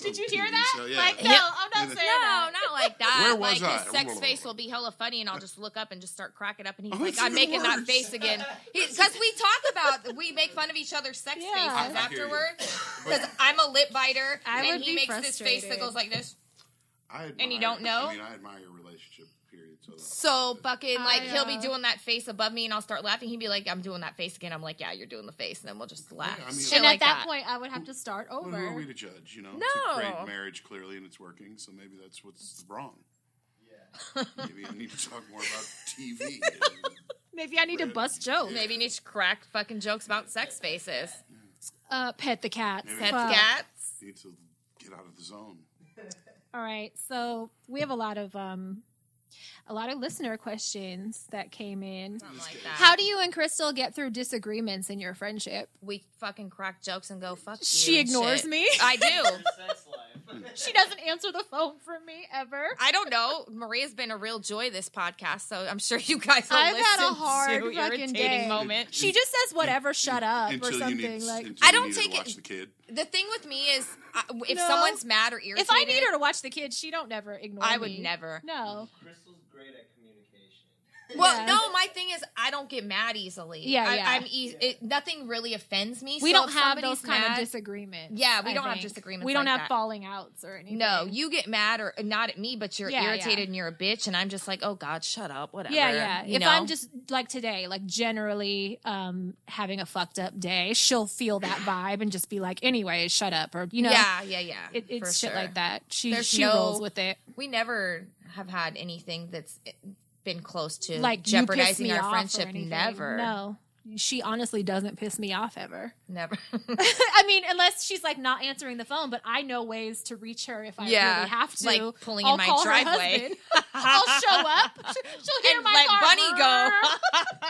[SPEAKER 1] Did you hear that?
[SPEAKER 4] So, yeah.
[SPEAKER 1] Like, no,
[SPEAKER 2] Yeah.
[SPEAKER 1] I'm not saying
[SPEAKER 4] No,
[SPEAKER 1] that.
[SPEAKER 2] No, not like that.
[SPEAKER 4] Where was
[SPEAKER 2] like
[SPEAKER 4] I?
[SPEAKER 2] his sex face will be hella funny, and I'll just look up and just start cracking up, and he's
[SPEAKER 4] Oh,
[SPEAKER 2] like,
[SPEAKER 4] it's
[SPEAKER 2] "I'm
[SPEAKER 4] even
[SPEAKER 2] making that
[SPEAKER 4] worse.
[SPEAKER 2] face again," because we talk about we make fun of each other's sex
[SPEAKER 1] Yeah. I- I
[SPEAKER 2] faces
[SPEAKER 4] hear
[SPEAKER 2] afterward.
[SPEAKER 4] you.
[SPEAKER 2] Because I'm a lip biter,
[SPEAKER 1] I
[SPEAKER 2] and
[SPEAKER 1] would
[SPEAKER 2] he
[SPEAKER 1] be
[SPEAKER 2] makes this face
[SPEAKER 1] frustrated.
[SPEAKER 2] that goes like this.
[SPEAKER 4] I admire,
[SPEAKER 2] And you don't know?
[SPEAKER 4] I mean, I admire your relationship period. So that
[SPEAKER 2] So fucking like
[SPEAKER 1] I
[SPEAKER 2] he'll be
[SPEAKER 1] know.
[SPEAKER 2] doing that face above me, and I'll start laughing. He'd be like, "I'm doing that face again." I'm like, "Yeah, you're doing the face," and then we'll just laugh.
[SPEAKER 4] Yeah, I mean-
[SPEAKER 2] Shit
[SPEAKER 1] and
[SPEAKER 2] like
[SPEAKER 1] at that, point, I would have to start
[SPEAKER 4] Well, who are
[SPEAKER 1] over.
[SPEAKER 4] we to judge? You know, it's a
[SPEAKER 2] No.
[SPEAKER 4] great marriage clearly, and it's working. So maybe that's what's wrong. Yeah. maybe I need to talk more about TV.
[SPEAKER 1] Maybe I need to bust jokes.
[SPEAKER 2] maybe you need to crack fucking jokes about sex faces,
[SPEAKER 1] Uh, pet the cat.
[SPEAKER 2] pets,
[SPEAKER 1] Fuck.
[SPEAKER 2] cats.
[SPEAKER 4] I need to get out of the zone.
[SPEAKER 1] All right. So we have a lot of um, a lot of listener questions that came in.
[SPEAKER 2] Something like that.
[SPEAKER 1] How do you and Crystal get through disagreements in your friendship?
[SPEAKER 2] we fucking crack jokes and go fuck you.
[SPEAKER 1] She
[SPEAKER 2] and
[SPEAKER 1] ignores
[SPEAKER 2] shit.
[SPEAKER 1] me.
[SPEAKER 2] I do.
[SPEAKER 3] Your sex life.
[SPEAKER 1] She doesn't answer the phone for me ever.
[SPEAKER 2] I don't know. Maria's been a real joy this podcast, so I'm sure you guys will
[SPEAKER 1] I've
[SPEAKER 2] listen
[SPEAKER 1] had a hard
[SPEAKER 2] to
[SPEAKER 1] fucking
[SPEAKER 2] irritating
[SPEAKER 1] day.
[SPEAKER 2] moment.
[SPEAKER 1] She just says whatever, shut up or
[SPEAKER 4] until you
[SPEAKER 1] something
[SPEAKER 4] need,
[SPEAKER 1] like.
[SPEAKER 4] until
[SPEAKER 2] I
[SPEAKER 4] you
[SPEAKER 2] don't
[SPEAKER 4] need
[SPEAKER 2] take
[SPEAKER 4] her to watch
[SPEAKER 2] it-
[SPEAKER 4] the kid.
[SPEAKER 2] The thing with me is, I, if
[SPEAKER 1] No.
[SPEAKER 2] someone's mad or irritated,
[SPEAKER 1] If I need her to watch the kids, she don't never ignore
[SPEAKER 2] I would
[SPEAKER 1] me.
[SPEAKER 2] never.
[SPEAKER 1] No.
[SPEAKER 3] Crystal's great at communication.
[SPEAKER 2] Well,
[SPEAKER 1] Yeah.
[SPEAKER 2] no, my thing is I don't get mad easily.
[SPEAKER 1] Yeah,
[SPEAKER 2] I,
[SPEAKER 1] yeah.
[SPEAKER 2] I'm eas it, nothing really offends me.
[SPEAKER 1] We
[SPEAKER 2] so
[SPEAKER 1] don't
[SPEAKER 2] if
[SPEAKER 1] have
[SPEAKER 2] somebody's
[SPEAKER 1] those kind
[SPEAKER 2] mad-
[SPEAKER 1] of disagreements.
[SPEAKER 2] Yeah, we
[SPEAKER 1] I
[SPEAKER 2] don't have
[SPEAKER 1] think.
[SPEAKER 2] disagreements
[SPEAKER 1] We don't
[SPEAKER 2] like
[SPEAKER 1] have
[SPEAKER 2] that.
[SPEAKER 1] falling outs or anything.
[SPEAKER 2] No, you get mad or not at me, but you're
[SPEAKER 1] Yeah, yeah.
[SPEAKER 2] irritated and you're a bitch, and I'm just like, oh God, shut up, whatever.
[SPEAKER 1] Yeah, yeah.
[SPEAKER 2] you
[SPEAKER 1] if
[SPEAKER 2] know?
[SPEAKER 1] I'm just like today, like generally um having a fucked up day, she'll feel that vibe and just be like, anyway, shut up or you know
[SPEAKER 2] yeah, yeah, yeah,
[SPEAKER 1] it,
[SPEAKER 2] for
[SPEAKER 1] it's shit
[SPEAKER 2] sure.
[SPEAKER 1] like that. She
[SPEAKER 2] There's
[SPEAKER 1] she
[SPEAKER 2] no-
[SPEAKER 1] rolls with it.
[SPEAKER 2] We never have had anything that's been close to
[SPEAKER 1] Like you piss
[SPEAKER 2] jeopardizing
[SPEAKER 1] me
[SPEAKER 2] our
[SPEAKER 1] off or
[SPEAKER 2] friendship.
[SPEAKER 1] anything.
[SPEAKER 2] Never,
[SPEAKER 1] No. She honestly doesn't piss me off ever.
[SPEAKER 2] never.
[SPEAKER 1] I mean, unless she's like not answering the phone, but I know ways to reach her if I
[SPEAKER 2] Yeah,
[SPEAKER 1] really have to.
[SPEAKER 2] like pulling
[SPEAKER 1] I'll
[SPEAKER 2] in my
[SPEAKER 1] call her
[SPEAKER 2] driveway.
[SPEAKER 1] husband. I'll show up. She'll hear
[SPEAKER 2] and
[SPEAKER 1] my
[SPEAKER 2] let
[SPEAKER 1] car.
[SPEAKER 2] Bunny go.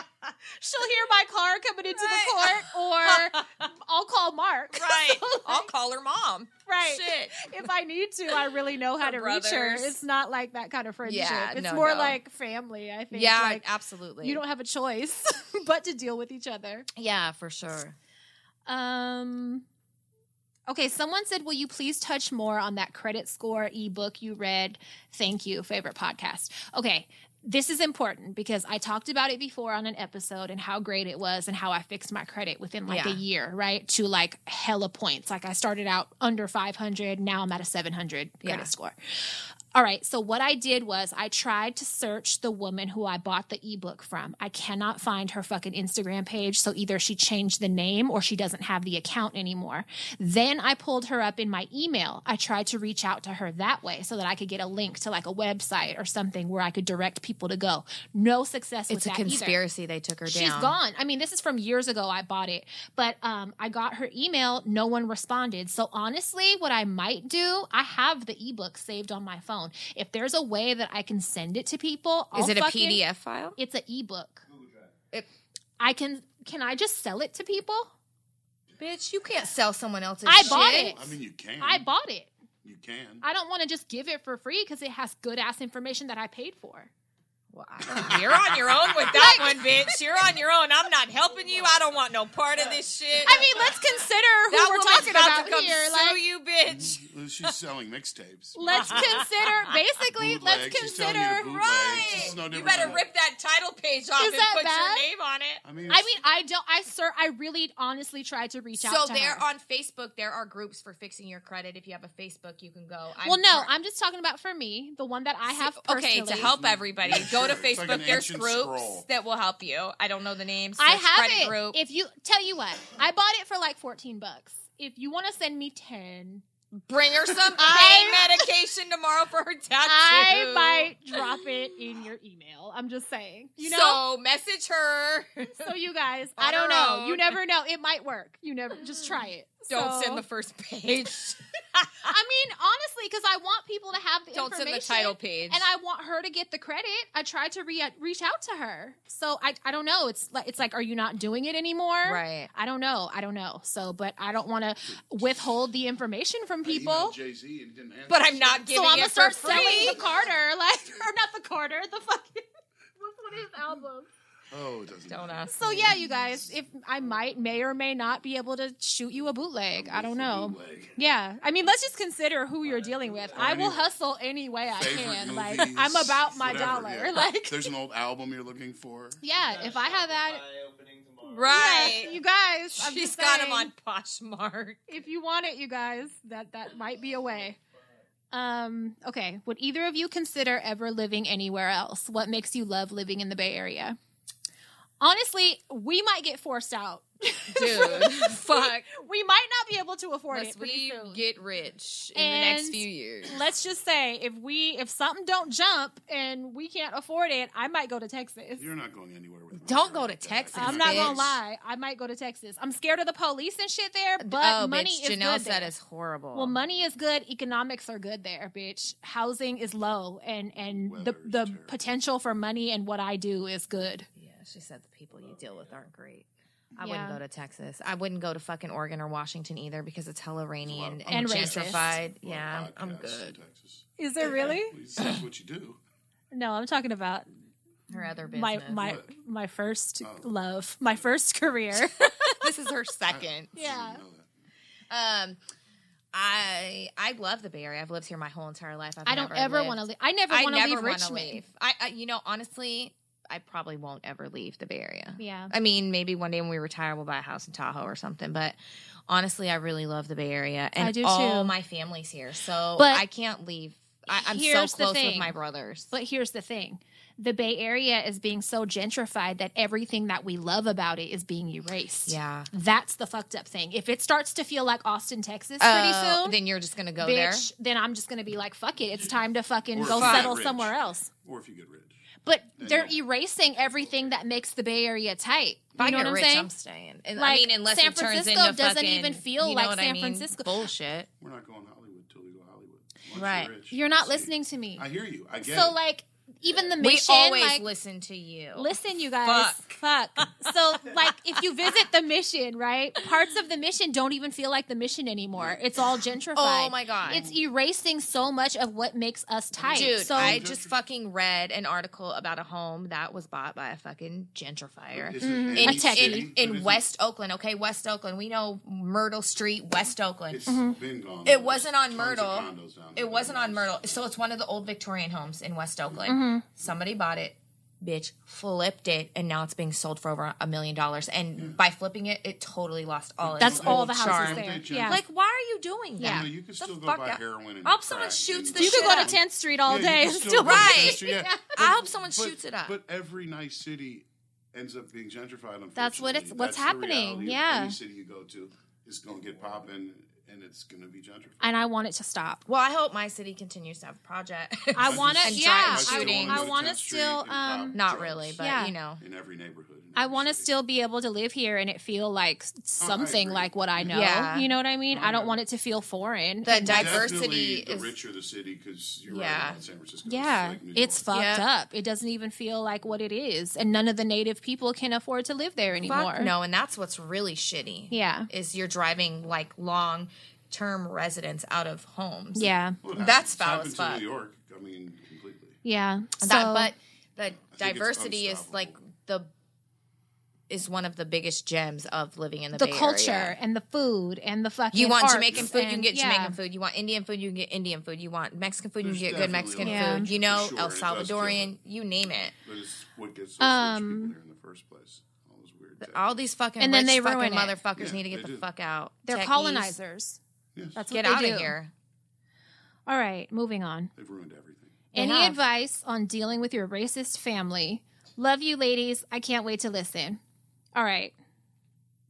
[SPEAKER 1] She'll hear my car coming into
[SPEAKER 2] Right.
[SPEAKER 1] the court, or I'll call Mark.
[SPEAKER 2] right, I'll call her mom.
[SPEAKER 1] Right.
[SPEAKER 2] Shit.
[SPEAKER 1] If I need to, I really know how
[SPEAKER 2] Her
[SPEAKER 1] to reach her.
[SPEAKER 2] brothers.
[SPEAKER 1] It's not like that kind of friendship.
[SPEAKER 2] Yeah,
[SPEAKER 1] it's
[SPEAKER 2] no,
[SPEAKER 1] more
[SPEAKER 2] no.
[SPEAKER 1] like family, I think.
[SPEAKER 2] Yeah,
[SPEAKER 1] Like,
[SPEAKER 2] absolutely.
[SPEAKER 1] you don't have a choice but to deal with each other.
[SPEAKER 2] Yeah, for sure.
[SPEAKER 1] Um Okay, someone said, "Will you please touch more on that credit score ebook you read? Thank you, favorite podcast." Okay, this is important because I talked about it before on an episode and how great it was and how I fixed my credit within like a
[SPEAKER 2] Yeah.
[SPEAKER 1] year, right? To like hella points. Like I started out under 500, now I'm at a 700 credit
[SPEAKER 2] Yeah.
[SPEAKER 1] score. All right, so what I did was I tried to search the woman who I bought the ebook from. I cannot find her fucking Instagram page, so either she changed the name or she doesn't have the account anymore. Then I pulled her up in my email. I tried to reach out to her that way so that I could get a link to like a website or something where I could direct people to go. No success with
[SPEAKER 2] It's a
[SPEAKER 1] that either.
[SPEAKER 2] conspiracy. They took her down.
[SPEAKER 1] She's gone. I mean, this is from years ago. I bought it, but um, I got her email. No one responded. So honestly, what I might do, I have the ebook saved on my phone. If there's a way that I can send it to people, I'll
[SPEAKER 2] Is it a
[SPEAKER 1] fucking-
[SPEAKER 2] PDF file?
[SPEAKER 1] It's an ebook.
[SPEAKER 3] Google Drive.
[SPEAKER 1] I can. Can I just sell it to people?
[SPEAKER 2] Bitch, you can't sell someone else's.
[SPEAKER 1] I bought
[SPEAKER 2] shit.
[SPEAKER 1] it.
[SPEAKER 4] I mean, you can.
[SPEAKER 1] I bought it.
[SPEAKER 4] you can.
[SPEAKER 1] I don't want to just give it for free because it has good ass information that I paid for.
[SPEAKER 2] Well, I don't- you're on your own with that one, bitch. You're on your own. I'm not helping you. I don't want no part of this shit.
[SPEAKER 1] I mean, let's consider who
[SPEAKER 2] that
[SPEAKER 1] we're
[SPEAKER 2] woman's
[SPEAKER 1] talking
[SPEAKER 2] about,
[SPEAKER 1] about
[SPEAKER 2] to come
[SPEAKER 1] here.
[SPEAKER 2] sue
[SPEAKER 1] Like,
[SPEAKER 2] you, bitch.
[SPEAKER 4] Well, She's selling mixtapes.
[SPEAKER 1] let's consider. Basically,
[SPEAKER 4] Bootleg.
[SPEAKER 1] let's
[SPEAKER 4] She's telling you to
[SPEAKER 1] consider.
[SPEAKER 4] bootleg. It's
[SPEAKER 2] Right.
[SPEAKER 4] just no
[SPEAKER 2] you
[SPEAKER 4] different
[SPEAKER 2] better
[SPEAKER 4] than-
[SPEAKER 2] rip that title page off
[SPEAKER 1] Is
[SPEAKER 2] and
[SPEAKER 1] that
[SPEAKER 2] put
[SPEAKER 1] bad?
[SPEAKER 2] your name on it.
[SPEAKER 4] I mean,
[SPEAKER 1] I
[SPEAKER 4] it's-
[SPEAKER 1] mean, I don't. I sir, I really, honestly tried to reach out.
[SPEAKER 2] So
[SPEAKER 1] to
[SPEAKER 2] there
[SPEAKER 1] her.
[SPEAKER 2] on Facebook, there are groups for fixing your credit. If you have a Facebook, you can go. I'm
[SPEAKER 1] Well, no,
[SPEAKER 2] part-
[SPEAKER 1] I'm just talking about for me, the one that I have personally.
[SPEAKER 2] okay to help everybody.
[SPEAKER 4] Yeah,
[SPEAKER 2] Go to
[SPEAKER 4] sure. It's like
[SPEAKER 2] Facebook.
[SPEAKER 4] an
[SPEAKER 2] There's
[SPEAKER 4] ancient
[SPEAKER 2] groups
[SPEAKER 4] scroll.
[SPEAKER 2] that will help you. I don't know the names.
[SPEAKER 1] I
[SPEAKER 2] Search
[SPEAKER 1] have
[SPEAKER 2] credit
[SPEAKER 1] it.
[SPEAKER 2] Group.
[SPEAKER 1] If you tell you what, I bought it for like 14 bucks. If you want to send me 10,
[SPEAKER 2] Bring her some pain
[SPEAKER 1] I-
[SPEAKER 2] medication tomorrow for her tattoo.
[SPEAKER 1] I might drop it in your email. I'm just saying, you know.
[SPEAKER 2] So message her.
[SPEAKER 1] So, you guys,
[SPEAKER 2] On
[SPEAKER 1] I don't
[SPEAKER 2] our
[SPEAKER 1] know. You
[SPEAKER 2] own.
[SPEAKER 1] never know. It might work. You never just try it.
[SPEAKER 2] Don't
[SPEAKER 1] So-
[SPEAKER 2] send the first page.
[SPEAKER 1] I mean, honestly, because I want people to have the
[SPEAKER 2] Don't send the
[SPEAKER 1] information.
[SPEAKER 2] title page.
[SPEAKER 1] and I want her to get the credit. I tried to re- reach out to her, so I I don't know. It's like it's like, are you not doing it anymore?
[SPEAKER 2] Right.
[SPEAKER 1] I don't know. I don't know. So, but I don't want to withhold the information from people.
[SPEAKER 4] Jay Z and he didn't answer.
[SPEAKER 2] but I'm not
[SPEAKER 1] So
[SPEAKER 2] giving
[SPEAKER 1] I'm
[SPEAKER 2] it
[SPEAKER 1] gonna
[SPEAKER 2] for
[SPEAKER 1] start
[SPEAKER 2] free.
[SPEAKER 1] selling the Carter, like or not the Carter, the fucking what's one of his albums.
[SPEAKER 4] Oh, it doesn't.
[SPEAKER 2] Don't
[SPEAKER 4] matter.
[SPEAKER 2] ask.
[SPEAKER 1] So yeah, you guys, if I might may or may not be able to shoot you a bootleg, I don't know.
[SPEAKER 4] Bootleg.
[SPEAKER 1] Yeah, I mean, let's just consider who you're dealing with. I will
[SPEAKER 4] Any
[SPEAKER 1] hustle any way I
[SPEAKER 4] Favorite
[SPEAKER 1] can. Like
[SPEAKER 4] movies,
[SPEAKER 1] I'm about my
[SPEAKER 4] whatever,
[SPEAKER 1] dollar.
[SPEAKER 4] yeah.
[SPEAKER 1] Like
[SPEAKER 4] there's an old album you're looking for.
[SPEAKER 1] Yeah, if I have that,
[SPEAKER 3] Shopify opening tomorrow.
[SPEAKER 2] Right.
[SPEAKER 1] you guys, I'm
[SPEAKER 2] She's
[SPEAKER 1] just
[SPEAKER 2] got
[SPEAKER 1] saying,
[SPEAKER 2] him on Poshmark.
[SPEAKER 1] If you want it, you guys, that that might be a way. Um, okay. Would either of you consider ever living anywhere else? What makes you love living in the Bay Area? Honestly, we might get forced out.
[SPEAKER 2] Dude, fuck.
[SPEAKER 1] We might not be able to afford
[SPEAKER 2] Unless
[SPEAKER 1] it pretty
[SPEAKER 2] we
[SPEAKER 1] soon.
[SPEAKER 2] get rich in the
[SPEAKER 1] And
[SPEAKER 2] next few years.
[SPEAKER 1] Let's just say if we if something don't jump and we can't afford it, I might go to Texas.
[SPEAKER 4] You're not going anywhere with
[SPEAKER 2] Don't
[SPEAKER 4] Roger
[SPEAKER 2] go to
[SPEAKER 4] like that.
[SPEAKER 2] Texas,
[SPEAKER 1] I'm not
[SPEAKER 2] bitch.
[SPEAKER 1] gonna lie, I might go to Texas. I'm scared of the police and shit there, but
[SPEAKER 2] oh,
[SPEAKER 1] money
[SPEAKER 2] bitch,
[SPEAKER 1] is
[SPEAKER 2] Janelle
[SPEAKER 1] good
[SPEAKER 2] said
[SPEAKER 1] there.
[SPEAKER 2] it's horrible.
[SPEAKER 1] Well, money is good. Economics are good there, bitch. Housing is low, and and the
[SPEAKER 4] Weather's
[SPEAKER 1] the
[SPEAKER 4] terrible.
[SPEAKER 1] potential for money and what I do is good.
[SPEAKER 2] Yeah, she said the people you deal with aren't great. I wouldn't
[SPEAKER 1] Yeah.
[SPEAKER 2] go to Texas. I wouldn't go to fucking Oregon or Washington either because it's hella rainy
[SPEAKER 4] lot of
[SPEAKER 2] and,
[SPEAKER 4] podcasts.
[SPEAKER 2] and
[SPEAKER 1] And racist.
[SPEAKER 2] gentrified.
[SPEAKER 4] A lot of
[SPEAKER 2] Yeah, I'm, I'm
[SPEAKER 4] podcasts in
[SPEAKER 2] good.
[SPEAKER 4] Texas.
[SPEAKER 1] Is there really?
[SPEAKER 4] Please, that's what you do.
[SPEAKER 1] No, I'm talking about
[SPEAKER 2] Her other business.
[SPEAKER 1] Mm-hmm. my my
[SPEAKER 4] What?
[SPEAKER 1] my first
[SPEAKER 4] Oh.
[SPEAKER 1] love, my first career.
[SPEAKER 2] this is her second.
[SPEAKER 1] yeah.
[SPEAKER 4] You know that.
[SPEAKER 2] Um, I I love the Bay Area. I've lived here my whole entire life. I've
[SPEAKER 1] I don't ever want to leave. I never
[SPEAKER 2] I
[SPEAKER 1] want to
[SPEAKER 2] never
[SPEAKER 1] leave
[SPEAKER 2] want
[SPEAKER 1] Richmond.
[SPEAKER 2] to leave. I, I you know honestly, I probably won't ever leave the Bay Area.
[SPEAKER 1] Yeah.
[SPEAKER 2] I mean, maybe one day when we retire, we'll buy a house in Tahoe or something. But honestly, I really love the Bay Area, and
[SPEAKER 1] I do
[SPEAKER 2] all
[SPEAKER 1] too.
[SPEAKER 2] my family's here, so
[SPEAKER 1] But
[SPEAKER 2] I can't leave. I, I'm so
[SPEAKER 1] here's the
[SPEAKER 2] close with
[SPEAKER 1] thing.
[SPEAKER 2] my brothers.
[SPEAKER 1] But here's the thing. The Bay Area is being so gentrified that everything that we love about it is being erased.
[SPEAKER 2] yeah,
[SPEAKER 1] That's the fucked up thing. If it starts to feel like Austin, Texas pretty
[SPEAKER 2] Oh,
[SPEAKER 1] soon,
[SPEAKER 2] then you're just gonna go there.
[SPEAKER 1] bitch, then I'm just gonna be like, fuck it. It's time to fucking
[SPEAKER 4] Or
[SPEAKER 1] go
[SPEAKER 4] if you get
[SPEAKER 1] settle
[SPEAKER 4] rich.
[SPEAKER 1] somewhere else.
[SPEAKER 4] Or if you get rich.
[SPEAKER 1] But they're
[SPEAKER 4] you-
[SPEAKER 1] erasing everything that makes the Bay Area tight.
[SPEAKER 2] If I
[SPEAKER 1] you know
[SPEAKER 2] get
[SPEAKER 1] what I'm
[SPEAKER 2] rich,
[SPEAKER 1] saying?
[SPEAKER 2] I'm staying. And, I
[SPEAKER 1] Like,
[SPEAKER 2] mean, unless
[SPEAKER 1] San
[SPEAKER 2] it turns
[SPEAKER 1] Francisco
[SPEAKER 2] into
[SPEAKER 1] doesn't
[SPEAKER 2] fucking-
[SPEAKER 1] even feel
[SPEAKER 2] you know
[SPEAKER 1] like
[SPEAKER 2] what I
[SPEAKER 1] San
[SPEAKER 2] mean?
[SPEAKER 1] Francisco.
[SPEAKER 2] Bullshit.
[SPEAKER 4] We're not going Hollywood till we go Hollywood. Once
[SPEAKER 2] Right.
[SPEAKER 4] You're, rich,
[SPEAKER 1] You're not
[SPEAKER 4] see.
[SPEAKER 1] listening to me.
[SPEAKER 4] I hear you. I get
[SPEAKER 1] so
[SPEAKER 4] it.
[SPEAKER 1] like even the
[SPEAKER 2] We
[SPEAKER 1] mission
[SPEAKER 2] always
[SPEAKER 1] like,
[SPEAKER 2] listen to you.
[SPEAKER 1] Listen, you guys. Fuck. So, like, if you visit the mission, right? Parts of the mission don't even feel like the mission anymore. It's all gentrified.
[SPEAKER 2] Oh my god.
[SPEAKER 1] It's erasing so much of what makes us tight.
[SPEAKER 2] Dude,
[SPEAKER 1] so,
[SPEAKER 2] I just fucking read an article about a home that was bought by a fucking gentrifier.
[SPEAKER 4] Is it any
[SPEAKER 2] mm-hmm. in,
[SPEAKER 1] A tech-
[SPEAKER 4] city?
[SPEAKER 2] in,
[SPEAKER 4] But
[SPEAKER 2] in
[SPEAKER 4] isn't-
[SPEAKER 2] West Oakland. Okay, West Oakland. We know Myrtle Street, West Oakland.
[SPEAKER 4] It's been gone.
[SPEAKER 2] Mm-hmm. It wasn't on
[SPEAKER 4] Tons of
[SPEAKER 2] Myrtle.
[SPEAKER 4] condos down there.
[SPEAKER 2] It wasn't on Myrtle. So it's one of the old Victorian homes in West Oakland.
[SPEAKER 1] Mm-hmm.
[SPEAKER 2] Somebody bought it, bitch, flipped it, and now it's being sold for over a million dollars. And
[SPEAKER 4] Mm.
[SPEAKER 2] by flipping it, it totally lost all its
[SPEAKER 1] that's
[SPEAKER 2] old
[SPEAKER 1] all the houses
[SPEAKER 2] charm.
[SPEAKER 1] there.
[SPEAKER 4] They
[SPEAKER 1] Yeah.
[SPEAKER 2] Like, why are you doing
[SPEAKER 1] Yeah.
[SPEAKER 2] that?
[SPEAKER 4] No, you can
[SPEAKER 2] The
[SPEAKER 4] still go
[SPEAKER 2] fuck
[SPEAKER 4] buy
[SPEAKER 2] out.
[SPEAKER 4] heroin and
[SPEAKER 2] I hope someone
[SPEAKER 4] crack
[SPEAKER 2] shoots
[SPEAKER 4] and-
[SPEAKER 2] the
[SPEAKER 1] you could
[SPEAKER 2] shit
[SPEAKER 1] go to
[SPEAKER 2] up.
[SPEAKER 1] 10th Street all
[SPEAKER 4] Yeah, you
[SPEAKER 1] day.
[SPEAKER 4] can
[SPEAKER 1] and
[SPEAKER 4] still
[SPEAKER 1] still-
[SPEAKER 4] go to
[SPEAKER 2] Right.
[SPEAKER 4] Manchester, yeah.
[SPEAKER 2] I hope someone shoots it up.
[SPEAKER 4] But every nice city ends up being gentrified. Unfortunately.
[SPEAKER 1] That's what it's- what's
[SPEAKER 4] That's the
[SPEAKER 1] happening,
[SPEAKER 4] reality of
[SPEAKER 1] yeah.
[SPEAKER 4] Any city you go to is going to get popping, and it's going to be gentrified.
[SPEAKER 1] and I want it to stop.
[SPEAKER 2] Well, I hope my city continues to have projects.
[SPEAKER 1] I want to,
[SPEAKER 4] And
[SPEAKER 1] yeah.
[SPEAKER 2] drive
[SPEAKER 1] I-
[SPEAKER 2] shooting.
[SPEAKER 1] I,
[SPEAKER 4] still
[SPEAKER 1] want to
[SPEAKER 4] wanna go to 10th Street
[SPEAKER 1] still,
[SPEAKER 4] and pop
[SPEAKER 1] um,
[SPEAKER 2] Not
[SPEAKER 4] drugs
[SPEAKER 2] really, but
[SPEAKER 1] Yeah.
[SPEAKER 2] you know.
[SPEAKER 4] in every neighborhood. in
[SPEAKER 1] I
[SPEAKER 4] every
[SPEAKER 1] want to
[SPEAKER 4] city.
[SPEAKER 1] still be able to live here and it feel like something
[SPEAKER 4] Oh, agree.
[SPEAKER 1] like what I know.
[SPEAKER 2] Yeah.
[SPEAKER 1] You know what I mean? I
[SPEAKER 4] Mhm.
[SPEAKER 1] don't want it to feel foreign.
[SPEAKER 2] The
[SPEAKER 1] And, like,
[SPEAKER 2] diversity
[SPEAKER 4] Definitely the
[SPEAKER 2] is-
[SPEAKER 4] richer the city because you're
[SPEAKER 2] Yeah.
[SPEAKER 4] right about San Francisco.
[SPEAKER 1] Yeah,
[SPEAKER 4] it's, like New
[SPEAKER 1] it's
[SPEAKER 4] York.
[SPEAKER 1] fucked
[SPEAKER 2] Yeah.
[SPEAKER 1] up. It doesn't even feel like what it is, and none of the native people can afford to live there anymore.
[SPEAKER 2] Fuck no, and that's what's really shitty.
[SPEAKER 1] Yeah.
[SPEAKER 2] Is you're driving like long term residents out of homes.
[SPEAKER 1] Yeah.
[SPEAKER 4] Well, it
[SPEAKER 2] That's
[SPEAKER 4] happens. It's
[SPEAKER 2] foul
[SPEAKER 4] happened
[SPEAKER 2] as
[SPEAKER 4] to
[SPEAKER 2] fuck.
[SPEAKER 4] New York. I mean, completely.
[SPEAKER 1] Yeah. So,
[SPEAKER 2] That, but the
[SPEAKER 4] it's
[SPEAKER 2] diversity is
[SPEAKER 4] unstoppable.
[SPEAKER 2] like the is one of the biggest gems of living in the,
[SPEAKER 1] the
[SPEAKER 2] Bay
[SPEAKER 1] culture
[SPEAKER 2] Area.
[SPEAKER 1] and the food and the fucking.
[SPEAKER 2] You want
[SPEAKER 1] arts
[SPEAKER 2] Jamaican food, you can
[SPEAKER 1] and-
[SPEAKER 2] get
[SPEAKER 1] yeah.
[SPEAKER 2] Jamaican food. You want Indian food, you can get Indian food. You want Mexican food, you
[SPEAKER 4] There's
[SPEAKER 2] can get good
[SPEAKER 4] definitely
[SPEAKER 2] Mexican
[SPEAKER 4] a
[SPEAKER 1] lot of
[SPEAKER 2] food.
[SPEAKER 1] culture
[SPEAKER 2] You know,
[SPEAKER 4] for sure,
[SPEAKER 2] El
[SPEAKER 4] and it does kill
[SPEAKER 2] Salvadorian,
[SPEAKER 4] it.
[SPEAKER 2] you name it.
[SPEAKER 4] But it's what gets those
[SPEAKER 2] Um,
[SPEAKER 4] rich people here in the first place. All those weird. tech-
[SPEAKER 2] All these fucking
[SPEAKER 1] And then
[SPEAKER 2] rich
[SPEAKER 1] they
[SPEAKER 2] fucking
[SPEAKER 1] ruin it.
[SPEAKER 2] motherfuckers
[SPEAKER 4] Yeah,
[SPEAKER 2] need to get
[SPEAKER 4] they
[SPEAKER 2] the
[SPEAKER 4] do.
[SPEAKER 2] fuck out.
[SPEAKER 1] They're
[SPEAKER 2] Techies,
[SPEAKER 1] colonizers.
[SPEAKER 4] Yes,
[SPEAKER 1] That's
[SPEAKER 2] Get
[SPEAKER 1] what
[SPEAKER 2] out
[SPEAKER 1] they
[SPEAKER 2] of
[SPEAKER 1] do.
[SPEAKER 2] here.
[SPEAKER 1] All right, moving on.
[SPEAKER 4] they've ruined everything.
[SPEAKER 2] They
[SPEAKER 1] Any
[SPEAKER 2] have.
[SPEAKER 1] advice on dealing with your racist family? Love you, ladies. I can't wait to listen. All right.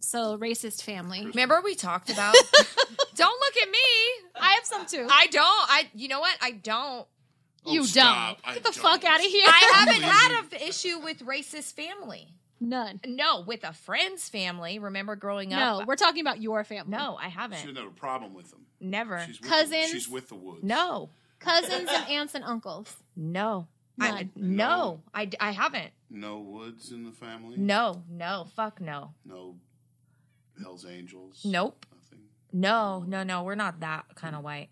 [SPEAKER 1] So racist family.
[SPEAKER 2] Remember we talked about? don't look at me.
[SPEAKER 1] I have some too.
[SPEAKER 2] I don't. I. You know what? I don't.
[SPEAKER 1] you
[SPEAKER 4] Oh,
[SPEAKER 1] don't.
[SPEAKER 4] stop. I
[SPEAKER 1] Get the
[SPEAKER 4] don't.
[SPEAKER 1] fuck out of here.
[SPEAKER 2] I haven't had an issue with racist family.
[SPEAKER 1] none.
[SPEAKER 2] No, with a friend's family. Remember growing
[SPEAKER 1] No,
[SPEAKER 2] up?
[SPEAKER 1] we're talking about your family.
[SPEAKER 2] No, I haven't.
[SPEAKER 4] She didn't have a problem with them.
[SPEAKER 2] Never.
[SPEAKER 4] She's with
[SPEAKER 1] Cousins?
[SPEAKER 4] The, she's with the woods.
[SPEAKER 2] no.
[SPEAKER 1] cousins and aunts and uncles.
[SPEAKER 2] No. I,
[SPEAKER 1] None.
[SPEAKER 2] no. I. d- I haven't.
[SPEAKER 4] No woods in the family.
[SPEAKER 2] No. No. Fuck no.
[SPEAKER 4] No Hell's Angels.
[SPEAKER 2] Nope.
[SPEAKER 4] Nothing.
[SPEAKER 2] No. No. No. We're not that kind of white.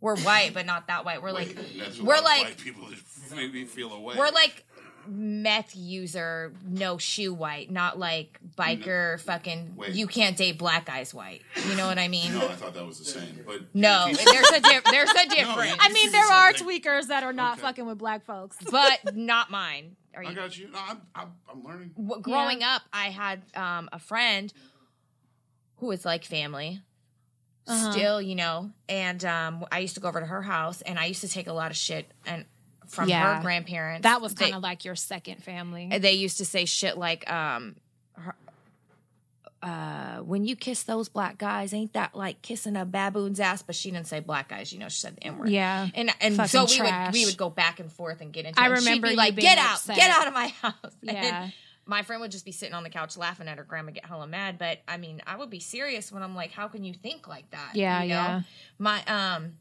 [SPEAKER 2] We're white, but not that white. We're like.
[SPEAKER 4] Wait, that's a
[SPEAKER 2] we're
[SPEAKER 4] lot of
[SPEAKER 2] like-
[SPEAKER 4] white people that made me feel away.
[SPEAKER 2] We're like meth user, no shoe white, not like biker fucking.
[SPEAKER 4] Mm-hmm. Wait.
[SPEAKER 2] You can't date black guys white. You know what I mean?
[SPEAKER 4] No, I thought that was the same, but
[SPEAKER 2] No,
[SPEAKER 4] He's-
[SPEAKER 2] there's a di- there's a difference,
[SPEAKER 1] I
[SPEAKER 4] This
[SPEAKER 1] mean,
[SPEAKER 4] is
[SPEAKER 1] there are
[SPEAKER 4] something-
[SPEAKER 1] tweakers that are not
[SPEAKER 4] Okay.
[SPEAKER 1] fucking with black folks.
[SPEAKER 2] but not mine. Are
[SPEAKER 4] I
[SPEAKER 2] you?
[SPEAKER 4] got you. No, I'm, I'm, I'm learning.
[SPEAKER 2] W- Growing up, I had um, a friend who was like family,
[SPEAKER 1] Uh-huh.
[SPEAKER 2] still, you know. And um, I used to go over to her house, and I used to take a lot of shit and from
[SPEAKER 1] Yeah.
[SPEAKER 2] her grandparents.
[SPEAKER 1] That was
[SPEAKER 2] They-
[SPEAKER 1] kind of like your second family.
[SPEAKER 2] they used to say shit like um her, uh when you kiss those black guys ain't that like kissing a baboon's ass but she didn't say black guys you know she said the n word
[SPEAKER 1] Yeah.
[SPEAKER 2] and and
[SPEAKER 1] Fucking
[SPEAKER 2] so we
[SPEAKER 1] trash.
[SPEAKER 2] would we would go back and forth and get into
[SPEAKER 1] I
[SPEAKER 2] it. And she'd
[SPEAKER 1] remember
[SPEAKER 2] be
[SPEAKER 1] you
[SPEAKER 2] like
[SPEAKER 1] being
[SPEAKER 2] get
[SPEAKER 1] upset."
[SPEAKER 2] out get out of my house and
[SPEAKER 1] Yeah.
[SPEAKER 2] then my friend would just be sitting on the couch laughing at her grandma get hella mad but i mean i would be serious when i'm like how can you think like that
[SPEAKER 1] Yeah,
[SPEAKER 2] you know?
[SPEAKER 1] yeah.
[SPEAKER 2] my um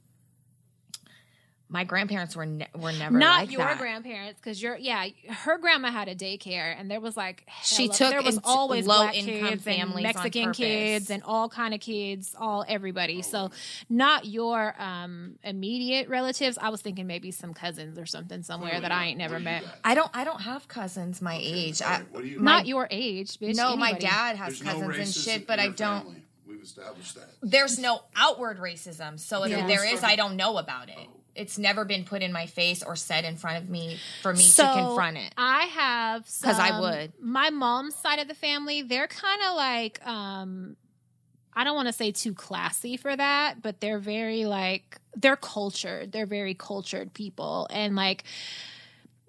[SPEAKER 2] my grandparents were ne- were never
[SPEAKER 1] Not
[SPEAKER 2] like
[SPEAKER 1] your
[SPEAKER 2] that.
[SPEAKER 1] grandparents, because your yeah, her grandma had a daycare, and there was like
[SPEAKER 2] She
[SPEAKER 1] hella-
[SPEAKER 2] took
[SPEAKER 1] there was
[SPEAKER 2] in-
[SPEAKER 1] always
[SPEAKER 2] low
[SPEAKER 1] black
[SPEAKER 2] income
[SPEAKER 1] kids and
[SPEAKER 2] families on
[SPEAKER 1] Mexican
[SPEAKER 2] purpose.
[SPEAKER 1] kids and all kind of kids, all everybody. So not your um immediate relatives. I was thinking maybe some cousins or something somewhere that I ain't never met.
[SPEAKER 2] I don't. I don't have cousins my age. I,
[SPEAKER 4] What do you
[SPEAKER 1] Not your age, bitch.
[SPEAKER 2] no, my
[SPEAKER 1] anybody.
[SPEAKER 2] dad has
[SPEAKER 4] There's no
[SPEAKER 2] cousins and
[SPEAKER 4] racism
[SPEAKER 2] shit,
[SPEAKER 4] in
[SPEAKER 2] but I
[SPEAKER 4] your
[SPEAKER 2] don't.
[SPEAKER 4] family. We've established that.
[SPEAKER 2] There's no outward racism, so if
[SPEAKER 1] Yeah.
[SPEAKER 2] there is, I don't know about it.
[SPEAKER 4] Oh.
[SPEAKER 2] It's never been put in my face or said in front of me for me
[SPEAKER 1] so
[SPEAKER 2] to confront it.
[SPEAKER 1] I have
[SPEAKER 2] 'Cause I
[SPEAKER 1] some-
[SPEAKER 2] would.
[SPEAKER 1] My mom's side of the family, they're kind of like um I don't want to say too classy for that, but they're very like they're cultured. They're very cultured people and like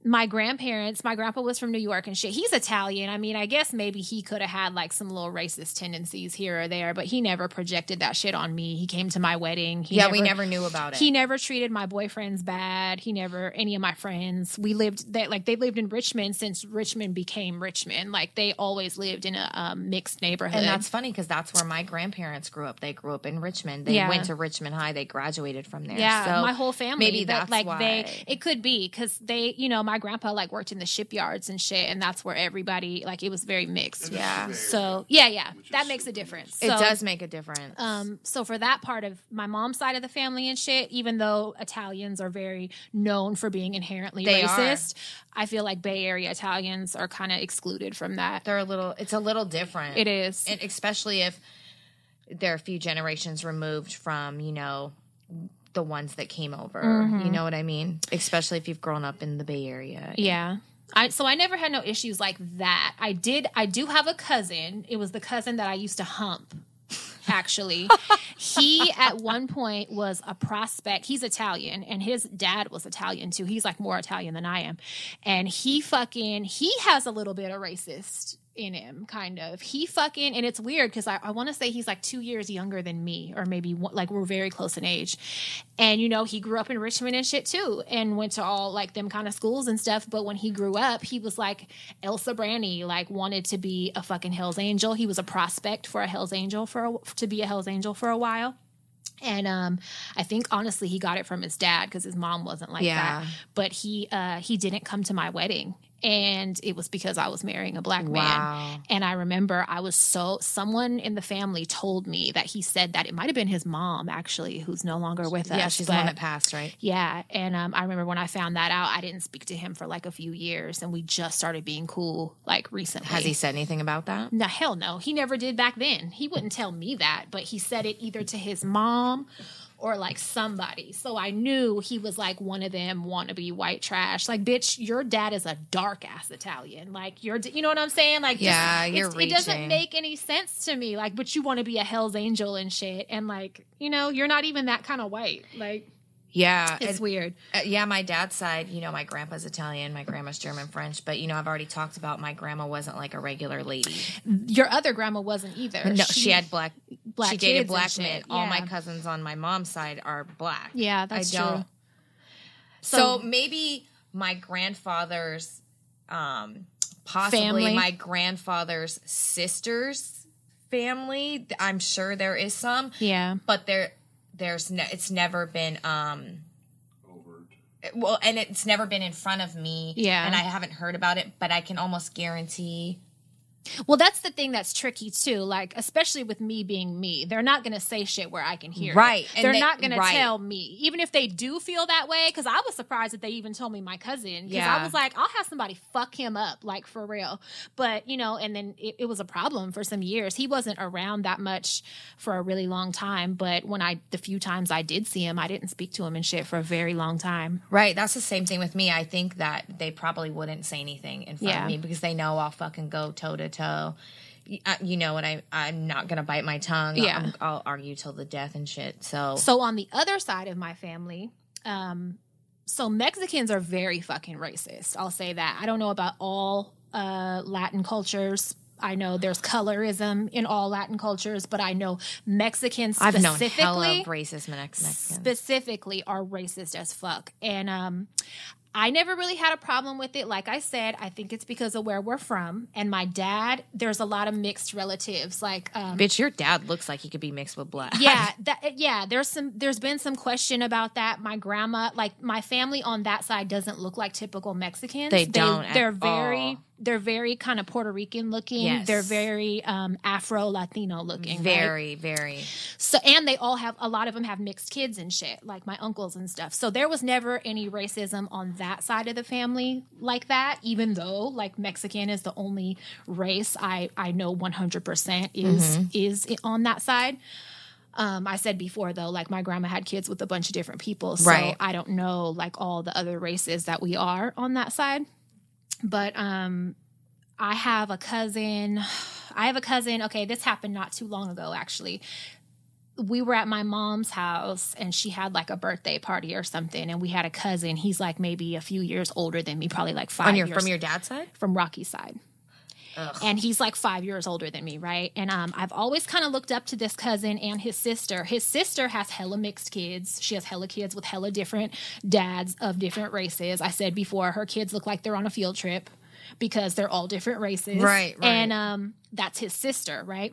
[SPEAKER 1] my grandparents, my grandpa was from New York and shit. He's Italian. I mean, I guess maybe he could have had like some little racist tendencies here or there, but he never projected that shit on me. He came to my wedding. He
[SPEAKER 2] yeah, we never knew about it.
[SPEAKER 1] he never treated my boyfriends bad. He never any of my friends. We lived that like they lived in Richmond since Richmond became Richmond. Like they always lived in a um, mixed neighborhood.
[SPEAKER 2] and that's funny because that's where my grandparents grew up. They grew up in Richmond. They
[SPEAKER 1] Yeah.
[SPEAKER 2] went to Richmond High. They graduated from there.
[SPEAKER 1] yeah,
[SPEAKER 2] so
[SPEAKER 1] my whole family.
[SPEAKER 2] Maybe
[SPEAKER 1] that,
[SPEAKER 2] that's
[SPEAKER 1] like
[SPEAKER 2] why.
[SPEAKER 1] they. It could be because they, you know, my grandpa like worked in the shipyards and shit, and that's where everybody like it was very mixed.
[SPEAKER 4] That's
[SPEAKER 2] Yeah.
[SPEAKER 4] fair.
[SPEAKER 1] So yeah, yeah,
[SPEAKER 4] Which
[SPEAKER 1] that
[SPEAKER 4] is
[SPEAKER 1] makes a
[SPEAKER 4] super
[SPEAKER 1] difference.
[SPEAKER 2] it
[SPEAKER 1] So-
[SPEAKER 2] does make a difference.
[SPEAKER 1] Um, so for that part of my mom's side of the family and shit, even though Italians are very known for being inherently
[SPEAKER 2] They are.
[SPEAKER 1] racist, I feel like Bay Area Italians are kind of excluded from that.
[SPEAKER 2] They're a little. It's a little different.
[SPEAKER 1] It is.
[SPEAKER 2] and especially if they're a few generations removed from you know the ones that came over
[SPEAKER 1] Mm-hmm.
[SPEAKER 2] you know what i mean especially if you've grown up in the bay area
[SPEAKER 1] yeah. I, so I never had no issues like that. I did. I do have a cousin. It was the cousin that I used to hump. Actually, he at one point was a prospect. He's Italian, and his dad was Italian too. He's like more Italian than I am, and he fucking he has a little bit of racist in him, kind of. He fucking and it's weird because I, I want to say he's like two years younger than me, or maybe one, like we're very close in age. And you know, he grew up in Richmond and shit too, and went to all like them kind of schools and stuff. But when he grew up, he was like Elsa Branny, like wanted to be a fucking Hell's Angel. He was a prospect for a Hell's Angel for a, to be a Hell's Angel for a while. And um, I think honestly he got it from his dad because his mom wasn't like
[SPEAKER 2] Yeah.
[SPEAKER 1] that. But he uh, he didn't come to my wedding, and it was because I was marrying a black
[SPEAKER 2] Wow.
[SPEAKER 1] man. And I remember I was so someone in the family told me that he said that it might have been his mom actually, who's no longer with us.
[SPEAKER 2] yeah she's the one
[SPEAKER 1] but-
[SPEAKER 2] that passed right
[SPEAKER 1] yeah, and um, I remember when I found that out, I didn't speak to him for like a few years, and we just started being cool like recently.
[SPEAKER 2] has he said anything about that
[SPEAKER 1] No, hell no. He never did back then. He wouldn't tell me that, but he said it either to his mom or like somebody. So I knew he was like one of them wannabe white trash. Like, bitch, your dad is a dark ass Italian. Like, you're, you know what I'm saying? Like, this-
[SPEAKER 2] Yeah, you're
[SPEAKER 1] it's- it doesn't
[SPEAKER 2] reaching.
[SPEAKER 1] make any sense to me. Like, but you want to be a Hell's Angel and shit. And like, you know, you're not even that kind of white. Like,
[SPEAKER 2] yeah
[SPEAKER 1] it's
[SPEAKER 2] and-
[SPEAKER 1] weird.
[SPEAKER 2] Uh, yeah, my dad's side, you know, my grandpa's Italian, my grandma's German French, but you know, I've already talked about my grandma wasn't like a regular lady.
[SPEAKER 1] Your other grandma wasn't either.
[SPEAKER 2] No, she, had black,
[SPEAKER 1] black
[SPEAKER 2] she
[SPEAKER 1] kids
[SPEAKER 2] dated
[SPEAKER 1] and
[SPEAKER 2] black
[SPEAKER 1] shit,
[SPEAKER 2] men. All my
[SPEAKER 1] yeah.
[SPEAKER 2] cousins on my mom's side are black.
[SPEAKER 1] Yeah, that's
[SPEAKER 2] I don't,
[SPEAKER 1] true.
[SPEAKER 2] So,
[SPEAKER 1] So-
[SPEAKER 2] maybe my grandfather's, um, possibly
[SPEAKER 1] Family.
[SPEAKER 2] my grandfather's sister's family. th- I'm sure there is some,
[SPEAKER 1] Yeah.
[SPEAKER 2] but there, there's no, it's never been, um,
[SPEAKER 4] Overt.
[SPEAKER 2] well, and it's never been in front of me.
[SPEAKER 1] Yeah.
[SPEAKER 2] and I haven't heard about it, but I can almost guarantee.
[SPEAKER 1] Well, that's the thing that's tricky too. Like, especially with me being me, they're not going to say shit where I can hear. it.
[SPEAKER 2] Right, and
[SPEAKER 1] They're
[SPEAKER 2] they-
[SPEAKER 1] not going
[SPEAKER 2] right.
[SPEAKER 1] to tell me, even if they do feel that way. Because I was surprised that they even told me my cousin. Because I
[SPEAKER 2] Yeah.
[SPEAKER 1] was like, I'll have somebody fuck him up, like for real. But you know, and then it, it was a problem for some years. He wasn't around that much for a really long time. But when I, the few times I did see him, I didn't speak to him and shit for a very long time.
[SPEAKER 2] Right, that's the same thing with me. I think that they probably wouldn't say anything in front
[SPEAKER 1] Yeah.
[SPEAKER 2] of me because they know I'll fucking go toe to toe. uh, you know what I I'm not gonna bite my tongue.
[SPEAKER 1] Yeah.
[SPEAKER 2] I'm- I'll argue till the death and shit. So
[SPEAKER 1] So on the other side of my family, um, so Mexicans are very fucking racist. I'll say that. I don't know about all uh, Latin cultures. I know there's colorism in all Latin cultures, but I know Mexicans
[SPEAKER 2] I've known
[SPEAKER 1] specifically
[SPEAKER 2] hella racist Mex- Mexicans.
[SPEAKER 1] specifically are racist as fuck. And um I never really had a problem with it. Like I said, I think it's because of where we're from. And my dad, there's a lot of mixed relatives. Like um
[SPEAKER 2] Bitch, your dad looks like he could be mixed with black.
[SPEAKER 1] yeah, that yeah, there's some there's been some question about that. My grandma, like my family on that side doesn't look like typical Mexicans.
[SPEAKER 2] They don't at
[SPEAKER 1] they're very
[SPEAKER 2] all.
[SPEAKER 1] they're very kind of Puerto Rican looking.
[SPEAKER 2] Yes.
[SPEAKER 1] They're very um Afro Latino looking. right?
[SPEAKER 2] Very, very.
[SPEAKER 1] So and they all have a lot of them have mixed kids and shit, like my uncles and stuff. So there was never any racism on that side of the family like that, even though like Mexican is the only race I I know 100% is is on that side. Um, I said before though, like my grandma had kids with a bunch of different people, so
[SPEAKER 2] Right.
[SPEAKER 1] I don't know like all the other races that we are on that side. But um, I have a cousin. I have a cousin. Okay, this happened not too long ago, actually. We were at my mom's house and she had like a birthday party or something. And we had a cousin. He's like maybe a few years older than me, probably like five
[SPEAKER 2] On your
[SPEAKER 1] years
[SPEAKER 2] from your dad's side?
[SPEAKER 1] from Rocky's side. And he's like five years older than me, right? And um, I've always kind of looked up to this cousin and his sister. His sister has hella mixed kids. She has hella kids with hella different dads of different races. I said before, her kids look like they're on a field trip because they're all different races.
[SPEAKER 2] Right, right.
[SPEAKER 1] And um, that's his sister, right?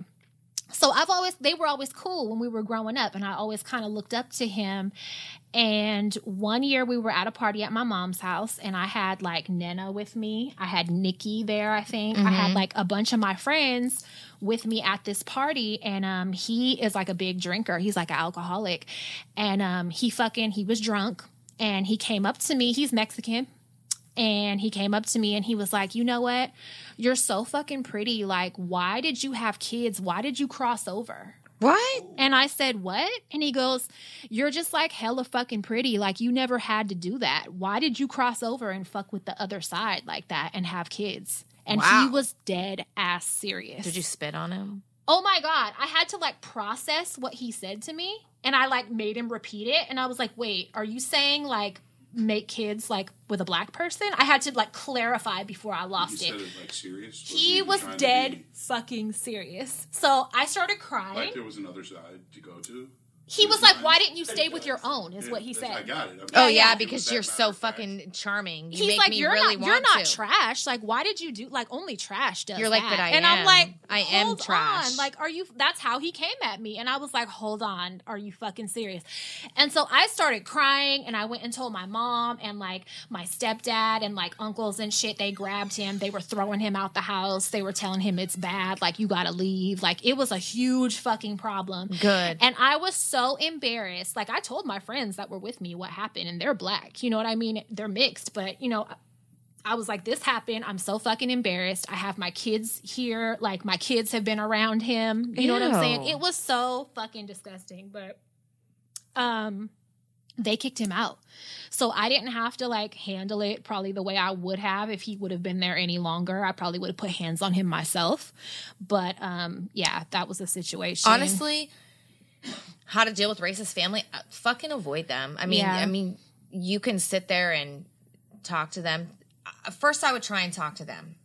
[SPEAKER 1] So I've always, they were always cool when we were growing up. And I always kind of looked up to him. And one year we were at a party at my mom's house, and I had like Nena with me. I had Nikki there, I think. I had like a bunch of my friends with me at this party, and um, he is like a big drinker. He's like an alcoholic, and um, he fucking he was drunk, and he came up to me. He's Mexican, and he came up to me and he was like, "You know what? You're so fucking pretty. Like, why did you have kids? Why did you cross over?"
[SPEAKER 2] What?
[SPEAKER 1] And I said, What? And he goes, You're just like hella fucking pretty. Like, you never had to do that. Why did you cross over and fuck with the other side like that and have kids? And
[SPEAKER 2] Wow.
[SPEAKER 1] he was dead ass serious.
[SPEAKER 2] Did you spit on him?
[SPEAKER 1] Oh my God. I had to like process what he said to me. And I like made him repeat it. And I was like, Wait, are you saying like make kids like with a black person? I had to like clarify before I
[SPEAKER 4] You
[SPEAKER 1] lost
[SPEAKER 4] said
[SPEAKER 1] it.
[SPEAKER 4] it like serious.
[SPEAKER 1] He
[SPEAKER 4] you
[SPEAKER 1] was
[SPEAKER 4] trying to
[SPEAKER 1] dead
[SPEAKER 4] be-
[SPEAKER 1] fucking serious. So I started crying.
[SPEAKER 4] Like there was another side to go to.
[SPEAKER 1] He was like, "Why didn't you stay with your own?" Is
[SPEAKER 4] Yeah,
[SPEAKER 1] what he
[SPEAKER 4] that's-
[SPEAKER 1] said.
[SPEAKER 4] I got it. I mean,
[SPEAKER 2] Oh
[SPEAKER 4] it
[SPEAKER 2] yeah,
[SPEAKER 4] was
[SPEAKER 2] because
[SPEAKER 4] that
[SPEAKER 2] you're
[SPEAKER 4] matter
[SPEAKER 2] so
[SPEAKER 4] of fact.
[SPEAKER 2] fucking charming. You
[SPEAKER 1] He's
[SPEAKER 2] make
[SPEAKER 1] like,
[SPEAKER 2] me
[SPEAKER 1] "You're
[SPEAKER 2] really
[SPEAKER 1] not,
[SPEAKER 2] want
[SPEAKER 1] you're not
[SPEAKER 2] to.
[SPEAKER 1] trash. Like, why did you do? Like, only trash does.
[SPEAKER 2] You're like,
[SPEAKER 1] that."
[SPEAKER 2] "But I
[SPEAKER 1] and I'm
[SPEAKER 2] am.
[SPEAKER 1] like,
[SPEAKER 2] I am
[SPEAKER 1] "Hold
[SPEAKER 2] trash."
[SPEAKER 1] On. Like, are you? That's how he came at me, and I was like, "Hold on, are you fucking serious?" And so I started crying, and I went and told my mom and like my stepdad and like uncles and shit. They grabbed him. They were throwing him out the house. They were telling him it's bad. Like, you gotta leave. Like, it was a huge fucking problem.
[SPEAKER 2] Good.
[SPEAKER 1] And I was so embarrassed. Like I told my friends that were with me what happened, and they're black. You know what I mean? They're mixed, but you know, I was like, this happened. I'm so fucking embarrassed. I have my kids here. Like my kids have been around him. You know what I'm saying?
[SPEAKER 2] Ew.
[SPEAKER 1] It was so fucking disgusting. But um they kicked him out. So I didn't have to like handle it probably the way I would have if he would have been there any longer. I probably would have put hands on him myself. But um yeah, that was the situation.
[SPEAKER 2] Honestly, how to deal with racist family? uh, Fucking avoid them. I mean,
[SPEAKER 1] Yeah.
[SPEAKER 2] I mean, you can sit there and talk to them. Uh, First, I would try and talk to them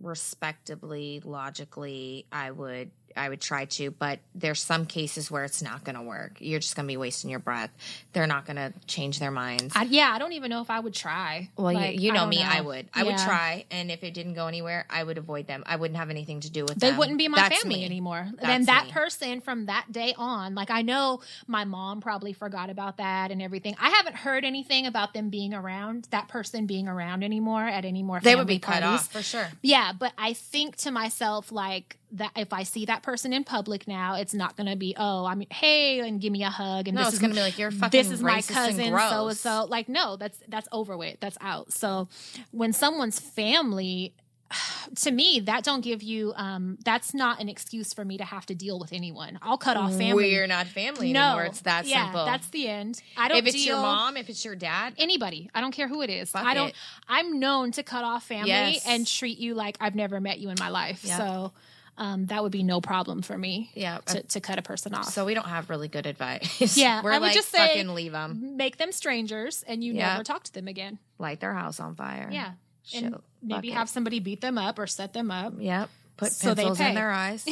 [SPEAKER 2] respectably, logically. I would, I would try to, but there's some cases where it's not going to work. You're just going to be wasting your breath. They're not going to change their minds.
[SPEAKER 1] I, yeah, I don't even know if I would try.
[SPEAKER 2] Well,
[SPEAKER 1] Like,
[SPEAKER 2] you, you know
[SPEAKER 1] don't
[SPEAKER 2] me. I would. I would
[SPEAKER 1] Yeah.
[SPEAKER 2] try, and if it didn't go anywhere, I would avoid them. I wouldn't have anything to do with
[SPEAKER 1] They
[SPEAKER 2] them.
[SPEAKER 1] wouldn't be my
[SPEAKER 2] That's
[SPEAKER 1] family
[SPEAKER 2] me.
[SPEAKER 1] anymore.
[SPEAKER 2] That's
[SPEAKER 1] and that
[SPEAKER 2] me.
[SPEAKER 1] person from that day on, like I know my mom probably forgot about that and everything. I haven't heard anything about them being around, that person being around anymore at any more.
[SPEAKER 2] They would be
[SPEAKER 1] family
[SPEAKER 2] cut
[SPEAKER 1] parties.
[SPEAKER 2] off for sure.
[SPEAKER 1] Yeah, but I think to myself like that if I see that person in public now, it's not going to be oh I'm hey and give me a hug and
[SPEAKER 2] No,
[SPEAKER 1] this
[SPEAKER 2] it's
[SPEAKER 1] is
[SPEAKER 2] gonna be like, "You're fucking
[SPEAKER 1] this is my
[SPEAKER 2] racist and
[SPEAKER 1] cousin
[SPEAKER 2] gross."
[SPEAKER 1] so and so like no that's that's over with that's out. So when someone's family to me, that don't give you. Um, that's not an excuse for me to have to deal with anyone. I'll cut off family.
[SPEAKER 2] We're not family
[SPEAKER 1] no,
[SPEAKER 2] anymore. It's that
[SPEAKER 1] yeah,
[SPEAKER 2] simple.
[SPEAKER 1] That's the end. I don't.
[SPEAKER 2] if it's your
[SPEAKER 1] deal-
[SPEAKER 2] mom, if it's your dad,
[SPEAKER 1] anybody. I don't care who it is.
[SPEAKER 2] Fuck
[SPEAKER 1] I don't.
[SPEAKER 2] it.
[SPEAKER 1] I'm known to cut off family
[SPEAKER 2] Yes.
[SPEAKER 1] and treat you like I've never met you in my life.
[SPEAKER 2] Yeah.
[SPEAKER 1] So um, that would be no problem for me.
[SPEAKER 2] Yeah. uh,
[SPEAKER 1] To, to cut a person off.
[SPEAKER 2] so we don't have really good advice.
[SPEAKER 1] Yeah,
[SPEAKER 2] we're
[SPEAKER 1] I would
[SPEAKER 2] like
[SPEAKER 1] just say-
[SPEAKER 2] fucking leave them,
[SPEAKER 1] make them strangers and you
[SPEAKER 2] um, Yeah.
[SPEAKER 1] never talk to them again.
[SPEAKER 2] light their house on fire.
[SPEAKER 1] Yeah.
[SPEAKER 2] Shit,
[SPEAKER 1] And maybe
[SPEAKER 2] fuck
[SPEAKER 1] have somebody beat them up or set them up.
[SPEAKER 2] It. Yep. Put
[SPEAKER 1] So they
[SPEAKER 2] pencils
[SPEAKER 1] pay.
[SPEAKER 2] in their eyes.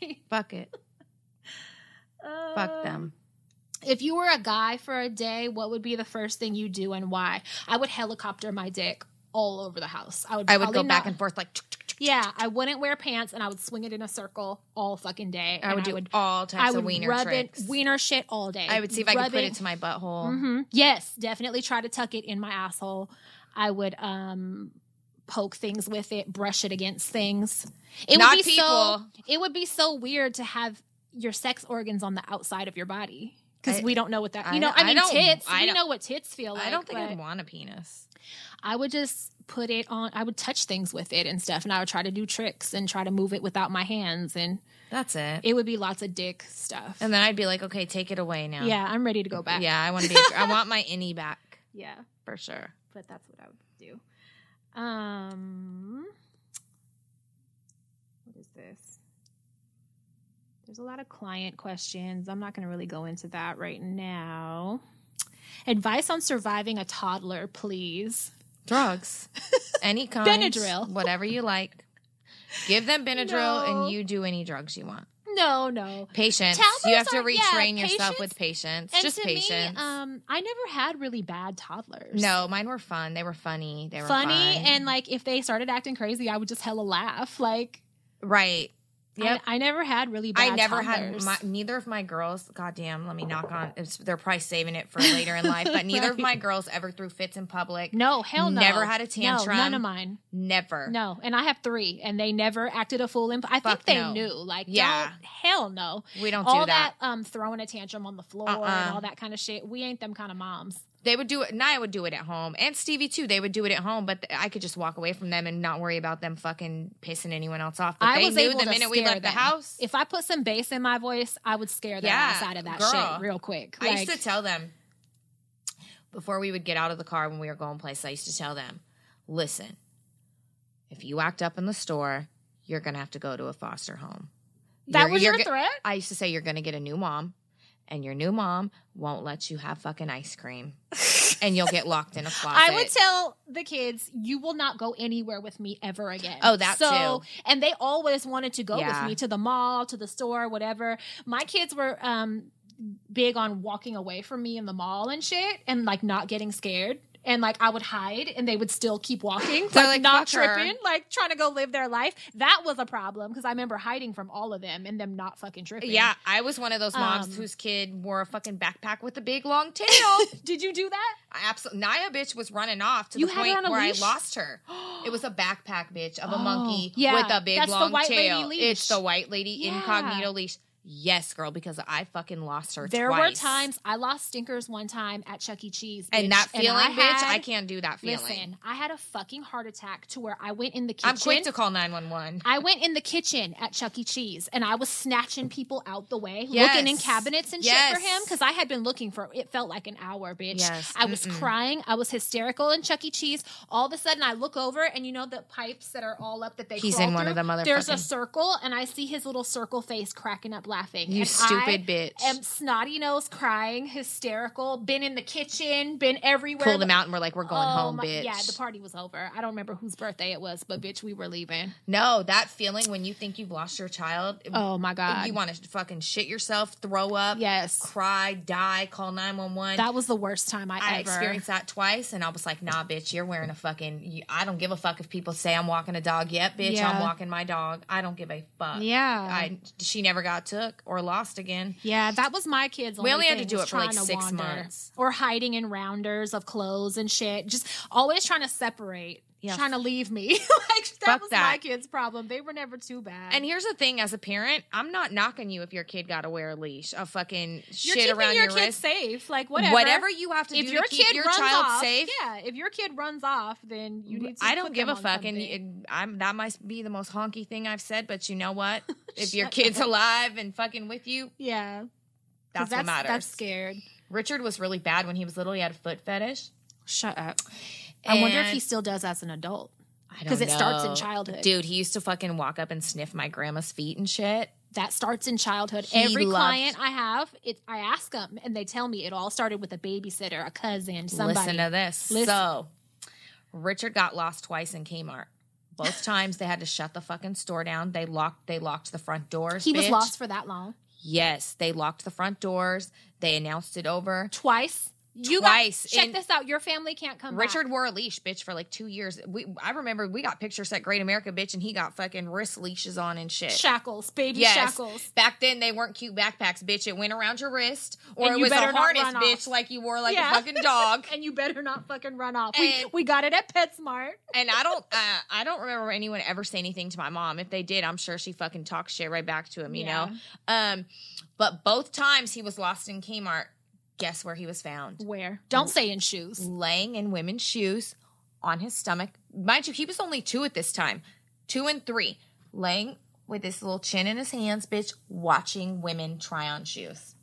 [SPEAKER 1] right.
[SPEAKER 2] Fuck it.
[SPEAKER 1] Uh,
[SPEAKER 2] Fuck them.
[SPEAKER 1] If you were a guy for a day, what would be the first thing you do and why? I would helicopter my dick all over the house. I would.
[SPEAKER 2] I would
[SPEAKER 1] probably
[SPEAKER 2] go back
[SPEAKER 1] not-
[SPEAKER 2] and forth like. tsk, tsk, tsk.
[SPEAKER 1] Yeah, I wouldn't wear pants and I would swing it in a circle all fucking day.
[SPEAKER 2] I would
[SPEAKER 1] and
[SPEAKER 2] do all types
[SPEAKER 1] I would
[SPEAKER 2] of wiener
[SPEAKER 1] rub
[SPEAKER 2] tricks.
[SPEAKER 1] it wiener Mm-hmm. shit all day.
[SPEAKER 2] I would see if I could put it to
[SPEAKER 1] my
[SPEAKER 2] my butthole.
[SPEAKER 1] Yes, definitely try to tuck it in my asshole. I would um poke things with it, brush it against things. It
[SPEAKER 2] Not
[SPEAKER 1] would be so
[SPEAKER 2] people.
[SPEAKER 1] it would be so weird to have your sex organs on the outside of your body.
[SPEAKER 2] I-
[SPEAKER 1] Because we don't know what that
[SPEAKER 2] I
[SPEAKER 1] you know.
[SPEAKER 2] don't-
[SPEAKER 1] I
[SPEAKER 2] I
[SPEAKER 1] mean,
[SPEAKER 2] don't-
[SPEAKER 1] tits.
[SPEAKER 2] I
[SPEAKER 1] we
[SPEAKER 2] don't-
[SPEAKER 1] know what tits feel like.
[SPEAKER 2] I don't think
[SPEAKER 1] but-
[SPEAKER 2] I'd want a penis.
[SPEAKER 1] I would just put it on. I would touch things with it and stuff, and I would try to do tricks and try to move it without my hands, and
[SPEAKER 2] That's it.
[SPEAKER 1] it would be lots of dick stuff.
[SPEAKER 2] And then I'd be like, okay, take it away now.
[SPEAKER 1] yeah, I'm ready to go back.
[SPEAKER 2] Yeah, I want to be. I want my innie back
[SPEAKER 1] yeah,
[SPEAKER 2] for sure.
[SPEAKER 1] but that's what I would do. Um, what is this? There's a lot of client questions. I'm not going to really go into that right now. Advice on surviving a toddler, please.
[SPEAKER 2] Drugs, any kind,
[SPEAKER 1] Benadryl.
[SPEAKER 2] whatever you like. Give them Benadryl,
[SPEAKER 1] No.
[SPEAKER 2] and you do any drugs you want.
[SPEAKER 1] No, no.
[SPEAKER 2] Patience.
[SPEAKER 1] Toddlers
[SPEAKER 2] you have to
[SPEAKER 1] are- yeah,
[SPEAKER 2] retrain yourself with patience.
[SPEAKER 1] And
[SPEAKER 2] Just
[SPEAKER 1] to
[SPEAKER 2] patience.
[SPEAKER 1] me, um, I never had really bad toddlers.
[SPEAKER 2] no, mine were fun. They were funny. They were
[SPEAKER 1] funny
[SPEAKER 2] fun.
[SPEAKER 1] and like if they started acting crazy, I would just hella laugh. Like,
[SPEAKER 2] right. Yep.
[SPEAKER 1] I, I never had really
[SPEAKER 2] I
[SPEAKER 1] bad.
[SPEAKER 2] never
[SPEAKER 1] toddlers.
[SPEAKER 2] had my, neither of my girls. Goddamn, let me knock on. It's, they're probably saving it for later in life. But neither of my girls ever threw fits in public.
[SPEAKER 1] no hell no.
[SPEAKER 2] Never had a
[SPEAKER 1] No,
[SPEAKER 2] tantrum.
[SPEAKER 1] none of mine.
[SPEAKER 2] Never.
[SPEAKER 1] No, and I have three, and they never acted a fool. In I think
[SPEAKER 2] Fuck
[SPEAKER 1] they
[SPEAKER 2] no.
[SPEAKER 1] knew. Like,
[SPEAKER 2] Yeah.
[SPEAKER 1] don't- hell no.
[SPEAKER 2] we don't
[SPEAKER 1] all
[SPEAKER 2] do that.
[SPEAKER 1] um throwing a tantrum on the floor
[SPEAKER 2] Uh-uh.
[SPEAKER 1] and all that kind of shit. We ain't them kind of moms.
[SPEAKER 2] They would do it. Naya would do it at home, and Stevie too. They would do it at home, but I could just walk away from them and not worry about them fucking pissing anyone else off. But
[SPEAKER 1] I
[SPEAKER 2] they
[SPEAKER 1] was
[SPEAKER 2] knew
[SPEAKER 1] able
[SPEAKER 2] the
[SPEAKER 1] to
[SPEAKER 2] minute we
[SPEAKER 1] scare
[SPEAKER 2] left the
[SPEAKER 1] them.
[SPEAKER 2] house.
[SPEAKER 1] If I put some bass in my voice, I would scare the
[SPEAKER 2] Yeah,
[SPEAKER 1] ass out of that
[SPEAKER 2] girl.
[SPEAKER 1] shit real quick.
[SPEAKER 2] I used
[SPEAKER 1] Like-
[SPEAKER 2] to tell them before we would get out of the car when we were going places. I used to tell them, "Listen, if you act up in the store, you're gonna have to go to a foster home."
[SPEAKER 1] that
[SPEAKER 2] You're-
[SPEAKER 1] was
[SPEAKER 2] you're
[SPEAKER 1] your
[SPEAKER 2] go-
[SPEAKER 1] threat.
[SPEAKER 2] I used to say, "You're gonna get a new mom, and your new mom won't let you have fucking ice cream, and you'll get locked in a closet."
[SPEAKER 1] I would tell the kids, you will not go anywhere with me ever again.
[SPEAKER 2] Oh, that
[SPEAKER 1] so,
[SPEAKER 2] too.
[SPEAKER 1] And they always wanted to go
[SPEAKER 2] Yeah.
[SPEAKER 1] with me to the mall, to the store, whatever. My kids were um, big on walking away from me in the mall and shit, and like not getting scared. And like I would hide, and they would still keep walking,
[SPEAKER 2] They're
[SPEAKER 1] like,
[SPEAKER 2] like,
[SPEAKER 1] not
[SPEAKER 2] "Fuck her."
[SPEAKER 1] tripping, like trying to go live their life. That was a problem because I remember hiding from all of them and them not fucking tripping.
[SPEAKER 2] Yeah, I was one of those moms
[SPEAKER 1] Um,
[SPEAKER 2] whose kid wore a fucking backpack with a big long tail. I
[SPEAKER 1] Did you do that?
[SPEAKER 2] absolutely Naya bitch was running off to
[SPEAKER 1] You
[SPEAKER 2] the
[SPEAKER 1] had her on
[SPEAKER 2] point
[SPEAKER 1] a
[SPEAKER 2] where
[SPEAKER 1] leash?
[SPEAKER 2] I lost her. It was a backpack bitch of a
[SPEAKER 1] Oh,
[SPEAKER 2] monkey
[SPEAKER 1] yeah,
[SPEAKER 2] with a big
[SPEAKER 1] that's the
[SPEAKER 2] long
[SPEAKER 1] white lady
[SPEAKER 2] tail.
[SPEAKER 1] leash.
[SPEAKER 2] It's the white lady
[SPEAKER 1] Yeah.
[SPEAKER 2] incognito leash. Yes, girl, because I fucking lost her
[SPEAKER 1] There were
[SPEAKER 2] twice.
[SPEAKER 1] times I lost stinkers one time at Chuck E. Cheese, bitch,
[SPEAKER 2] and that feeling,
[SPEAKER 1] I
[SPEAKER 2] bitch, I
[SPEAKER 1] had-
[SPEAKER 2] can't do that feeling.
[SPEAKER 1] Listen, I had a fucking heart attack to where I went in the kitchen.
[SPEAKER 2] I'm quick to call 911.
[SPEAKER 1] I went in the kitchen at Chuck E. Cheese and I was snatching people out the way,
[SPEAKER 2] Yes.
[SPEAKER 1] looking in cabinets and shit for
[SPEAKER 2] Yes.
[SPEAKER 1] him because I had been looking for it felt like an hour, bitch.
[SPEAKER 2] Yes.
[SPEAKER 1] I was crying. I was hysterical in Chuck E. Cheese. All of a sudden, I look over and you know the pipes that are all up that they
[SPEAKER 2] He's
[SPEAKER 1] crawl
[SPEAKER 2] in one of
[SPEAKER 1] through?
[SPEAKER 2] the
[SPEAKER 1] There's a
[SPEAKER 2] motherfucking-
[SPEAKER 1] circle and I see his little circle face cracking up laughing.
[SPEAKER 2] You
[SPEAKER 1] And
[SPEAKER 2] stupid bitch.
[SPEAKER 1] I am snotty nose crying, hysterical, been in the kitchen, been everywhere.
[SPEAKER 2] Pulled him out and we're like, we're going
[SPEAKER 1] Oh
[SPEAKER 2] home,
[SPEAKER 1] my-
[SPEAKER 2] bitch.
[SPEAKER 1] Yeah, the party was over. I don't remember whose birthday it was, but bitch, we were leaving.
[SPEAKER 2] no, that feeling when you think you've lost your child,
[SPEAKER 1] Oh my god.
[SPEAKER 2] you want to fucking shit yourself, throw up,
[SPEAKER 1] yes.
[SPEAKER 2] cry, die, call 911.
[SPEAKER 1] That was the worst time I,
[SPEAKER 2] I
[SPEAKER 1] ever
[SPEAKER 2] experienced that twice and I was like, nah, bitch, you're wearing a fucking. You, I don't give a fuck if people say I'm walking a dog. Yep, bitch,
[SPEAKER 1] Yeah.
[SPEAKER 2] I'm walking my dog. I don't give a fuck.
[SPEAKER 1] Yeah.
[SPEAKER 2] I, she never got took or lost again.
[SPEAKER 1] yeah, that was my kids.
[SPEAKER 2] We only had
[SPEAKER 1] thing
[SPEAKER 2] to do
[SPEAKER 1] was
[SPEAKER 2] it for, like,
[SPEAKER 1] trying to
[SPEAKER 2] six
[SPEAKER 1] wander.
[SPEAKER 2] months.
[SPEAKER 1] or hiding in rounders of clothes and shit. Just always trying to separate.
[SPEAKER 2] Yes.
[SPEAKER 1] trying to leave me. like that
[SPEAKER 2] Fuck
[SPEAKER 1] was my
[SPEAKER 2] that.
[SPEAKER 1] kids' problem. They were never too bad.
[SPEAKER 2] And here's the thing: as a parent, I'm not knocking you if your kid got to wear a leash, a fucking
[SPEAKER 1] you're
[SPEAKER 2] shit
[SPEAKER 1] keeping
[SPEAKER 2] around
[SPEAKER 1] your,
[SPEAKER 2] your,
[SPEAKER 1] kids
[SPEAKER 2] wrist,
[SPEAKER 1] safe. Like whatever.
[SPEAKER 2] whatever you have to
[SPEAKER 1] if
[SPEAKER 2] do
[SPEAKER 1] your
[SPEAKER 2] to keep
[SPEAKER 1] kid
[SPEAKER 2] your
[SPEAKER 1] runs
[SPEAKER 2] child
[SPEAKER 1] off,
[SPEAKER 2] safe.
[SPEAKER 1] yeah. If your kid runs off, then you need. to
[SPEAKER 2] I don't
[SPEAKER 1] put
[SPEAKER 2] give a
[SPEAKER 1] them on
[SPEAKER 2] fuck, and
[SPEAKER 1] something.
[SPEAKER 2] it- I'm, that might be the most honky thing I've said, but you know what? if your kid's alive and fucking with you,
[SPEAKER 1] yeah, 'cause
[SPEAKER 2] that's,
[SPEAKER 1] that's
[SPEAKER 2] what matters.
[SPEAKER 1] That's scared.
[SPEAKER 2] Richard was really bad when he was little. He had a foot fetish.
[SPEAKER 1] Shut up. I wonder if
[SPEAKER 2] And-
[SPEAKER 1] he still does as an adult.
[SPEAKER 2] I don't
[SPEAKER 1] 'Cause it starts in
[SPEAKER 2] know.
[SPEAKER 1] childhood.
[SPEAKER 2] Dude, he used to fucking walk up and sniff my grandma's feet and shit.
[SPEAKER 1] That starts in childhood.
[SPEAKER 2] He
[SPEAKER 1] Every
[SPEAKER 2] loved-
[SPEAKER 1] client I have, it, I ask them, and they tell me it all started with a babysitter, a cousin, somebody.
[SPEAKER 2] Listen to this.
[SPEAKER 1] Listen.
[SPEAKER 2] So, Richard got lost twice in Kmart. Both times they had to shut the fucking store down. They locked. They locked the front doors.
[SPEAKER 1] he was
[SPEAKER 2] bitch.
[SPEAKER 1] lost for that long
[SPEAKER 2] Yes, they locked the front doors. They announced it over.
[SPEAKER 1] twice. You
[SPEAKER 2] Twice
[SPEAKER 1] guys, check
[SPEAKER 2] in-
[SPEAKER 1] this out. Your family can't come. back.
[SPEAKER 2] Richard wore a leash, bitch, for like two years. We, I remember we got pictures at Great America, bitch, and he got fucking wrist leashes on and shit.
[SPEAKER 1] shackles, baby
[SPEAKER 2] Yes.
[SPEAKER 1] shackles.
[SPEAKER 2] Back then, they weren't cute backpacks, bitch. It went around your wrist, or
[SPEAKER 1] And
[SPEAKER 2] it
[SPEAKER 1] you
[SPEAKER 2] was a
[SPEAKER 1] better not
[SPEAKER 2] harness,
[SPEAKER 1] run
[SPEAKER 2] bitch,
[SPEAKER 1] off.
[SPEAKER 2] like you wore like
[SPEAKER 1] Yeah.
[SPEAKER 2] a fucking dog.
[SPEAKER 1] And you better not fucking run off. we,
[SPEAKER 2] And-
[SPEAKER 1] we got it at PetSmart.
[SPEAKER 2] and I don't, uh, I don't remember anyone ever say anything to my mom. If they did, I'm sure she fucking talked shit right back to him, you
[SPEAKER 1] Yeah.
[SPEAKER 2] know. Um, but both times he was lost in Kmart. Guess where he was found?
[SPEAKER 1] Where? Don't say in shoes.
[SPEAKER 2] Laying in women's shoes on his stomach. Mind you, he was only two at this time, two and three, laying with his little chin in his hands, bitch, watching women try on shoes.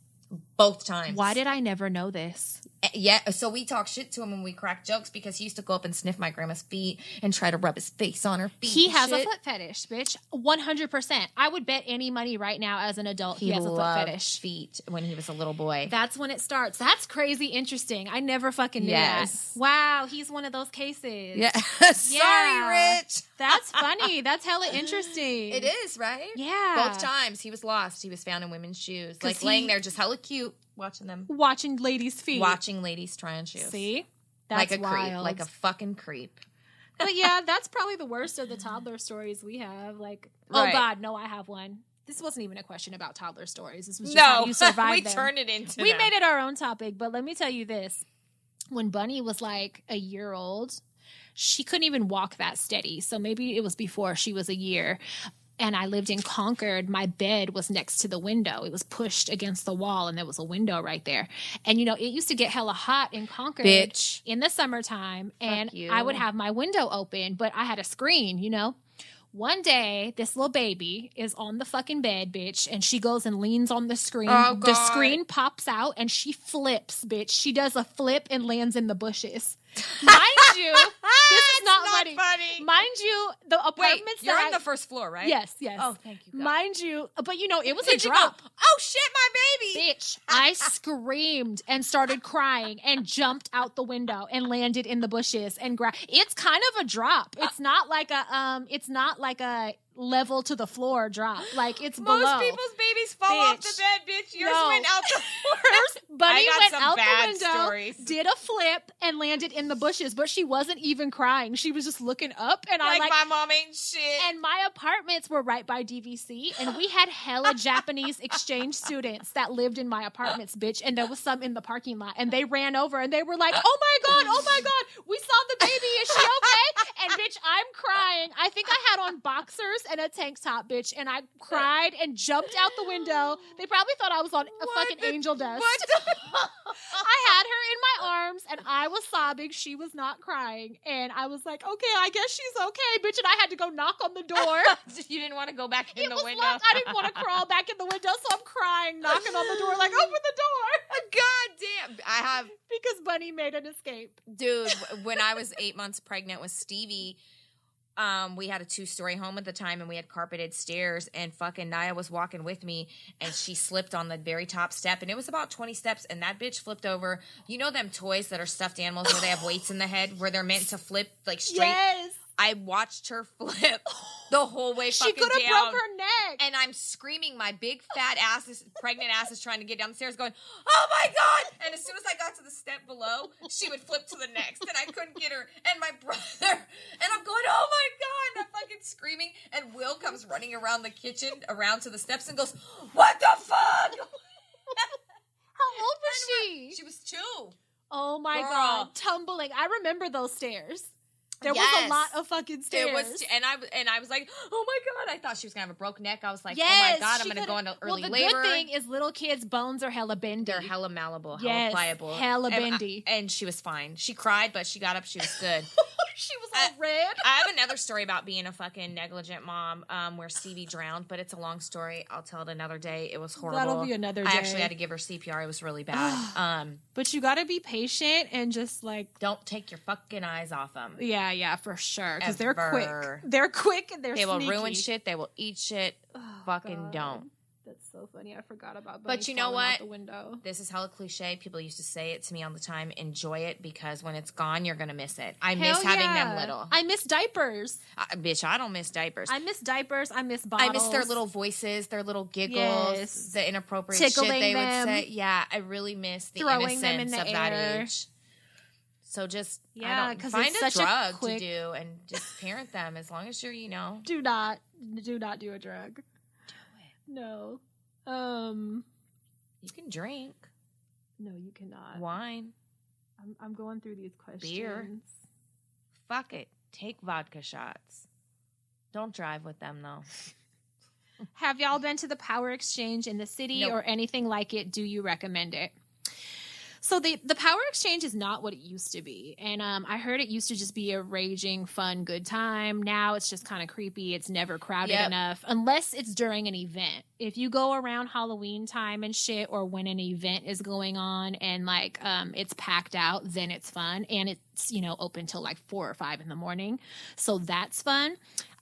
[SPEAKER 2] Both times. Eh,
[SPEAKER 1] Why did I never know this?
[SPEAKER 2] Yeah, so we talk shit to him and we crack jokes because he used to go up and sniff my grandma's feet and try to rub his face on her feet.
[SPEAKER 1] He
[SPEAKER 2] and
[SPEAKER 1] has a
[SPEAKER 2] shit.
[SPEAKER 1] foot fetish, bitch. 100%. I would bet any money right now as an adult he,
[SPEAKER 2] He,
[SPEAKER 1] has a foot
[SPEAKER 2] loved
[SPEAKER 1] fetish.
[SPEAKER 2] feet when he was a little boy.
[SPEAKER 1] That's when it starts. That's crazy interesting. I never fucking knew
[SPEAKER 2] Yes.
[SPEAKER 1] that. Wow, he's one of those cases.
[SPEAKER 2] yeah. Sorry,
[SPEAKER 1] Yeah.
[SPEAKER 2] Rich.
[SPEAKER 1] That's funny. That's hella interesting.
[SPEAKER 2] It is, right?
[SPEAKER 1] Yeah.
[SPEAKER 2] Both times he was lost. He was found in women's shoes.
[SPEAKER 1] 'Cause
[SPEAKER 2] Like laying
[SPEAKER 1] he-
[SPEAKER 2] there just hella cute, watching them.
[SPEAKER 1] Watching ladies' feet.
[SPEAKER 2] Watching ladies try on shoes.
[SPEAKER 1] See?
[SPEAKER 2] like
[SPEAKER 1] That's
[SPEAKER 2] a creep.
[SPEAKER 1] wild.
[SPEAKER 2] Like a fucking creep.
[SPEAKER 1] but yeah, that's probably the worst of the toddler stories we have. Like,
[SPEAKER 2] Right.
[SPEAKER 1] oh God, no, I have one. This wasn't even a question about toddler stories. This was just how
[SPEAKER 2] No,
[SPEAKER 1] you survived.
[SPEAKER 2] we
[SPEAKER 1] them.
[SPEAKER 2] turned it into
[SPEAKER 1] we made it our own topic. But let me tell you this: when Bunny was like a year old, she couldn't even walk that steady. So maybe it was before she was a year. And I lived in Concord. My bed was next to the window. It was pushed against the wall, and there was a window right there. And you know, it used to get hella hot in Concord
[SPEAKER 2] Bitch.
[SPEAKER 1] in the summertime and
[SPEAKER 2] you.
[SPEAKER 1] I would have my window open, but I had a screen, you know. One day, this little baby is on the fucking bed, bitch, and she goes and leans on the screen.
[SPEAKER 2] Oh,
[SPEAKER 1] The
[SPEAKER 2] God.
[SPEAKER 1] screen pops out and she flips, bitch. She does a flip and lands in the bushes. Mind you, this is not, funny. Mind you, the
[SPEAKER 2] Wait,
[SPEAKER 1] apartments
[SPEAKER 2] you're
[SPEAKER 1] that
[SPEAKER 2] on
[SPEAKER 1] I-
[SPEAKER 2] the first floor, right?
[SPEAKER 1] Yes, yes.
[SPEAKER 2] Oh, thank you. God.
[SPEAKER 1] Mind you, but you know, it was a
[SPEAKER 2] Did you go,
[SPEAKER 1] drop
[SPEAKER 2] oh shit, my baby.
[SPEAKER 1] bitch. I screamed and started crying and jumped out the window and landed in the bushes and gra- it's kind of a drop. It's not like a um it's not like a level to the floor drop. Like it's
[SPEAKER 2] Most
[SPEAKER 1] below.
[SPEAKER 2] people's babies fall off
[SPEAKER 1] Bitch.
[SPEAKER 2] the bed, bitch. Yours
[SPEAKER 1] No.
[SPEAKER 2] went out the
[SPEAKER 1] First, Bunny
[SPEAKER 2] got
[SPEAKER 1] went
[SPEAKER 2] some
[SPEAKER 1] out the
[SPEAKER 2] bad
[SPEAKER 1] window,
[SPEAKER 2] stories.
[SPEAKER 1] did a flip, and landed in the bushes. But she wasn't even crying; she was just looking up. And I
[SPEAKER 2] like,
[SPEAKER 1] like
[SPEAKER 2] my mom ain't shit.
[SPEAKER 1] And my apartments were right by DVC, and we had hella Japanese exchange students that lived in my apartments, bitch. And there was some in the parking lot, and they ran over and they were like, "Oh my god, oh my god, we saw the baby. Is she okay?" And bitch, I'm crying. I think I had on boxers and a tank top, bitch, and I cried and jumped out the window. They probably thought I was on a
[SPEAKER 2] What
[SPEAKER 1] fucking
[SPEAKER 2] the-
[SPEAKER 1] angel dust.
[SPEAKER 2] what the
[SPEAKER 1] I had her in my arms and I was sobbing. She was not crying. And I was like, okay, I guess she's okay, bitch. And I had to go knock on the door.
[SPEAKER 2] you didn't want to go back in
[SPEAKER 1] it
[SPEAKER 2] the
[SPEAKER 1] was
[SPEAKER 2] window.
[SPEAKER 1] locked. I didn't want to crawl back in the window. So I'm crying, knocking on the door, like, open the door.
[SPEAKER 2] God damn. I have,
[SPEAKER 1] Because Bunny made an escape.
[SPEAKER 2] dude, when I was eight months pregnant with Stevie, um, we had a two story home at the time and we had carpeted stairs. And fucking Naya was walking with me and she slipped on the very top step. And it was about 20 steps. And that bitch flipped over. You know, them toys that are stuffed animals where they have weights in the head where they're meant to flip like straight.
[SPEAKER 1] Yes.
[SPEAKER 2] I watched her flip the whole way
[SPEAKER 1] She
[SPEAKER 2] fucking
[SPEAKER 1] could have
[SPEAKER 2] down.
[SPEAKER 1] broke her neck.
[SPEAKER 2] and I'm screaming. My big fat ass is pregnant ass is trying to get down the stairs, going, "Oh my god!" And as soon as I got to the step below, she would flip to the next, and I couldn't get her. And my brother, and I'm going, "Oh my god!" And I'm fucking screaming. And Will comes running around the kitchen, around to the steps, and goes, "What the fuck?"
[SPEAKER 1] How old was she?
[SPEAKER 2] She was two.
[SPEAKER 1] Oh my
[SPEAKER 2] Girl.
[SPEAKER 1] God. Tumbling. I remember those stairs. There was
[SPEAKER 2] Yes.
[SPEAKER 1] a lot of fucking stairs.
[SPEAKER 2] It was, and I and I was like, oh my god! I thought she was gonna have a broke neck. I was like,
[SPEAKER 1] yes,
[SPEAKER 2] oh my god! I'm
[SPEAKER 1] she
[SPEAKER 2] gonna
[SPEAKER 1] could-
[SPEAKER 2] go into early
[SPEAKER 1] Well, the
[SPEAKER 2] labor.
[SPEAKER 1] good thing is little kids' bones are hella bendy.
[SPEAKER 2] They're hella malleable, hella
[SPEAKER 1] Yes,
[SPEAKER 2] pliable,
[SPEAKER 1] hella
[SPEAKER 2] And I-
[SPEAKER 1] bendy.
[SPEAKER 2] And, she was fine. She cried, but she got up. She was good.
[SPEAKER 1] she was all
[SPEAKER 2] I-
[SPEAKER 1] red.
[SPEAKER 2] I have another story about being a fucking negligent mom, um, where Stevie drowned, but it's a long story. I'll tell it another day. It was horrible.
[SPEAKER 1] be another
[SPEAKER 2] I
[SPEAKER 1] day.
[SPEAKER 2] actually had to give her CPR. It was really bad. um,
[SPEAKER 1] But you got to be patient and just like,
[SPEAKER 2] don't take your fucking eyes off them.
[SPEAKER 1] yeah, yeah, for sure, because they're
[SPEAKER 2] Ever.
[SPEAKER 1] quick. They're quick and they're
[SPEAKER 2] They will
[SPEAKER 1] sneaky. Oh,
[SPEAKER 2] ruin shit. They will eat shit. fucking
[SPEAKER 1] God.
[SPEAKER 2] don't.
[SPEAKER 1] That's so funny. I forgot about.
[SPEAKER 2] But
[SPEAKER 1] Bunny
[SPEAKER 2] you know
[SPEAKER 1] falling out
[SPEAKER 2] what?
[SPEAKER 1] The window.
[SPEAKER 2] This is hella cliche. People used to say it to me all the time. Enjoy it because when it's gone, you're gonna miss it. I miss
[SPEAKER 1] Hell
[SPEAKER 2] having them
[SPEAKER 1] yeah.
[SPEAKER 2] little.
[SPEAKER 1] I miss diapers.
[SPEAKER 2] I, bitch, I don't miss diapers.
[SPEAKER 1] I miss diapers. I miss
[SPEAKER 2] I
[SPEAKER 1] bottles.
[SPEAKER 2] miss their little voices, their little giggles,
[SPEAKER 1] Yes.
[SPEAKER 2] the inappropriate shit
[SPEAKER 1] Tickling
[SPEAKER 2] they
[SPEAKER 1] them.
[SPEAKER 2] would say. Yeah, I really miss the
[SPEAKER 1] Throwing
[SPEAKER 2] innocence
[SPEAKER 1] them in the
[SPEAKER 2] of that
[SPEAKER 1] air.
[SPEAKER 2] age. So just
[SPEAKER 1] Yeah,
[SPEAKER 2] yeah,
[SPEAKER 1] 'cause
[SPEAKER 2] find
[SPEAKER 1] it's
[SPEAKER 2] a
[SPEAKER 1] such a
[SPEAKER 2] drug
[SPEAKER 1] quick-
[SPEAKER 2] to do and just parent them as long as you're you know.
[SPEAKER 1] Do not, do not do a drug. Do it. No. Um.
[SPEAKER 2] You can drink
[SPEAKER 1] No, you cannot.
[SPEAKER 2] wine.
[SPEAKER 1] I'm, I'm going through these questions.
[SPEAKER 2] Fuck it. Take vodka shots. Don't drive with them though.
[SPEAKER 1] Have y'all been to the Power Exchange in the city
[SPEAKER 2] Nope.
[SPEAKER 1] or anything like it? Do you recommend it? So the the Power Exchange is not what it used to be, and um, I heard it used to just be a raging, fun, good time. Now it's just kind of creepy. It's never crowded
[SPEAKER 2] Yep.
[SPEAKER 1] enough, unless it's during an event. If you go around Halloween time and shit, or when an event is going on and like um, it's packed out, then it's fun, and it's you know open till like four or five in the morning, so that's fun.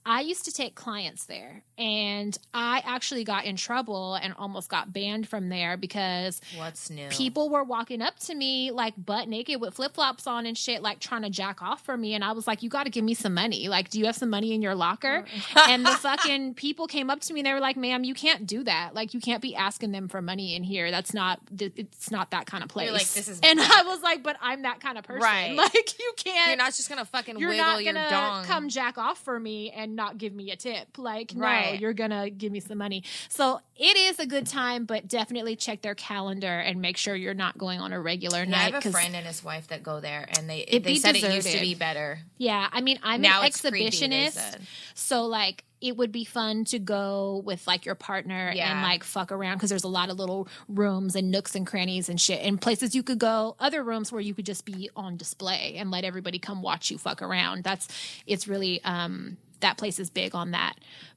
[SPEAKER 1] I used to take clients there, and I actually got in trouble and almost got banned from there because
[SPEAKER 2] What's new?
[SPEAKER 1] people were walking up to me like butt naked with flip flops on and shit, like trying to jack off for me. And I was like, You got to give me some money. Like, do you have some money in your locker? and the fucking people came up to me and they were like, Ma'am, you can't do that. Like, you can't be asking them for money in here. That's not, th- it's not that kind of place.
[SPEAKER 2] You're like, "This is-
[SPEAKER 1] and I was like, But I'm that kind of person.
[SPEAKER 2] Right.
[SPEAKER 1] Like, you can't
[SPEAKER 2] You're not just gonna fucking
[SPEAKER 1] you're
[SPEAKER 2] wiggle
[SPEAKER 1] not
[SPEAKER 2] your
[SPEAKER 1] gonna
[SPEAKER 2] dong.
[SPEAKER 1] come jack off for me and not give me a tip. Like, no,
[SPEAKER 2] Right.
[SPEAKER 1] you're gonna give me some money. So it is a good time, but definitely check their calendar and make sure you're not going on a regular
[SPEAKER 2] Yeah, I
[SPEAKER 1] night.
[SPEAKER 2] have a
[SPEAKER 1] 'cause-
[SPEAKER 2] friend and his wife that go there, and they
[SPEAKER 1] It'd
[SPEAKER 2] they
[SPEAKER 1] be
[SPEAKER 2] said it used to
[SPEAKER 1] deserted.
[SPEAKER 2] be better.
[SPEAKER 1] Yeah, I mean, I'm
[SPEAKER 2] Now
[SPEAKER 1] an
[SPEAKER 2] it's creepy, they
[SPEAKER 1] exhibitionist,
[SPEAKER 2] said.
[SPEAKER 1] so like it would be fun to go with like your partner and
[SPEAKER 2] Yeah.
[SPEAKER 1] like fuck around because there's a lot of little rooms and nooks and crannies and shit and places you could go, other rooms where you could just be on display and let everybody come watch you fuck around. That's it's really um that place is big on that.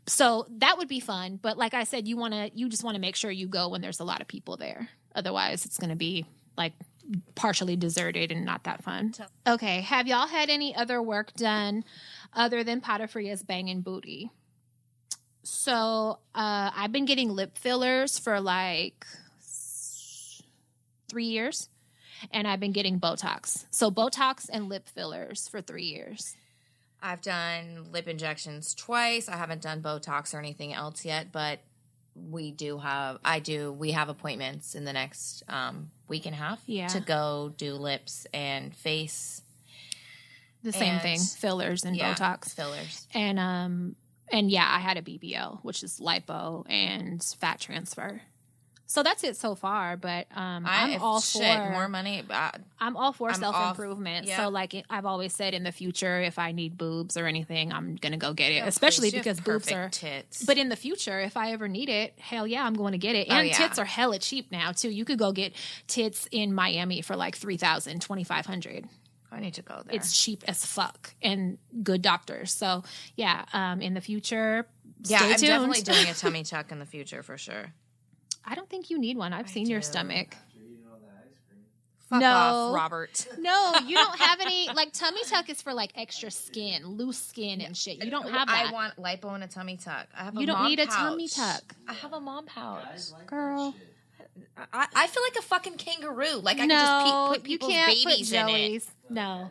[SPEAKER 1] So that would be fun, but like I said, you want to you just want to make sure you go when there's a lot of people there. Otherwise, it's going to be like partially deserted and not that fun. Okay, have y'all had any other work done other than Potafria's banging booty? So uh, I've been getting lip fillers for like s- three years, and I've been getting Botox. So Botox and lip fillers for three years.
[SPEAKER 2] I've done lip injections twice. I haven't done Botox or anything else yet, but we do have I do we have appointments in the next um, week and a half
[SPEAKER 1] Yeah.
[SPEAKER 2] to go do lips and face
[SPEAKER 1] The same
[SPEAKER 2] And-
[SPEAKER 1] thing, fillers and
[SPEAKER 2] yeah,
[SPEAKER 1] Botox.
[SPEAKER 2] fillers.
[SPEAKER 1] And um and yeah, I had a BBL, which is lipo and fat transfer. So that's it so far, but um, I,
[SPEAKER 2] if-
[SPEAKER 1] am all
[SPEAKER 2] shit,
[SPEAKER 1] for
[SPEAKER 2] more money. uh, I,
[SPEAKER 1] I'm all for
[SPEAKER 2] I'm
[SPEAKER 1] self improvement.
[SPEAKER 2] off- yeah.
[SPEAKER 1] So, like I've always said, in the future, if I need boobs or anything, I'm gonna go get it. Especially
[SPEAKER 2] You have
[SPEAKER 1] because boobs
[SPEAKER 2] perfect
[SPEAKER 1] are.
[SPEAKER 2] tits.
[SPEAKER 1] But in the future, if I ever need it, hell yeah, I'm going to get it.
[SPEAKER 2] Oh,
[SPEAKER 1] And
[SPEAKER 2] yeah.
[SPEAKER 1] tits are hella cheap now too. You could go get tits in Miami for like 3000 2500
[SPEAKER 2] I need to go there.
[SPEAKER 1] It's cheap as fuck and good doctors. So yeah, um, in the future,
[SPEAKER 2] yeah,
[SPEAKER 1] stay
[SPEAKER 2] I'm
[SPEAKER 1] tuned.
[SPEAKER 2] definitely doing a tummy tuck in the future for sure.
[SPEAKER 1] I don't think you need one. I've seen your
[SPEAKER 2] do.
[SPEAKER 1] stomach.
[SPEAKER 2] Fuck
[SPEAKER 1] No.
[SPEAKER 2] off, Robert.
[SPEAKER 1] No, you don't have any. Like tummy tuck is for like extra skin, loose skin and shit. You don't have that.
[SPEAKER 2] I want lipo and a tummy tuck. I have.
[SPEAKER 1] You
[SPEAKER 2] a
[SPEAKER 1] don't
[SPEAKER 2] mom
[SPEAKER 1] need a tummy
[SPEAKER 2] pouch.
[SPEAKER 1] tuck.
[SPEAKER 2] I have a mom pouch.
[SPEAKER 3] Guys like
[SPEAKER 1] Girl.
[SPEAKER 3] That shit.
[SPEAKER 2] I, I feel like a fucking kangaroo. Like I
[SPEAKER 1] no,
[SPEAKER 2] can just pe- put
[SPEAKER 1] you
[SPEAKER 2] people's
[SPEAKER 1] can't
[SPEAKER 2] babies
[SPEAKER 1] put
[SPEAKER 2] in it.
[SPEAKER 1] Joey's. No.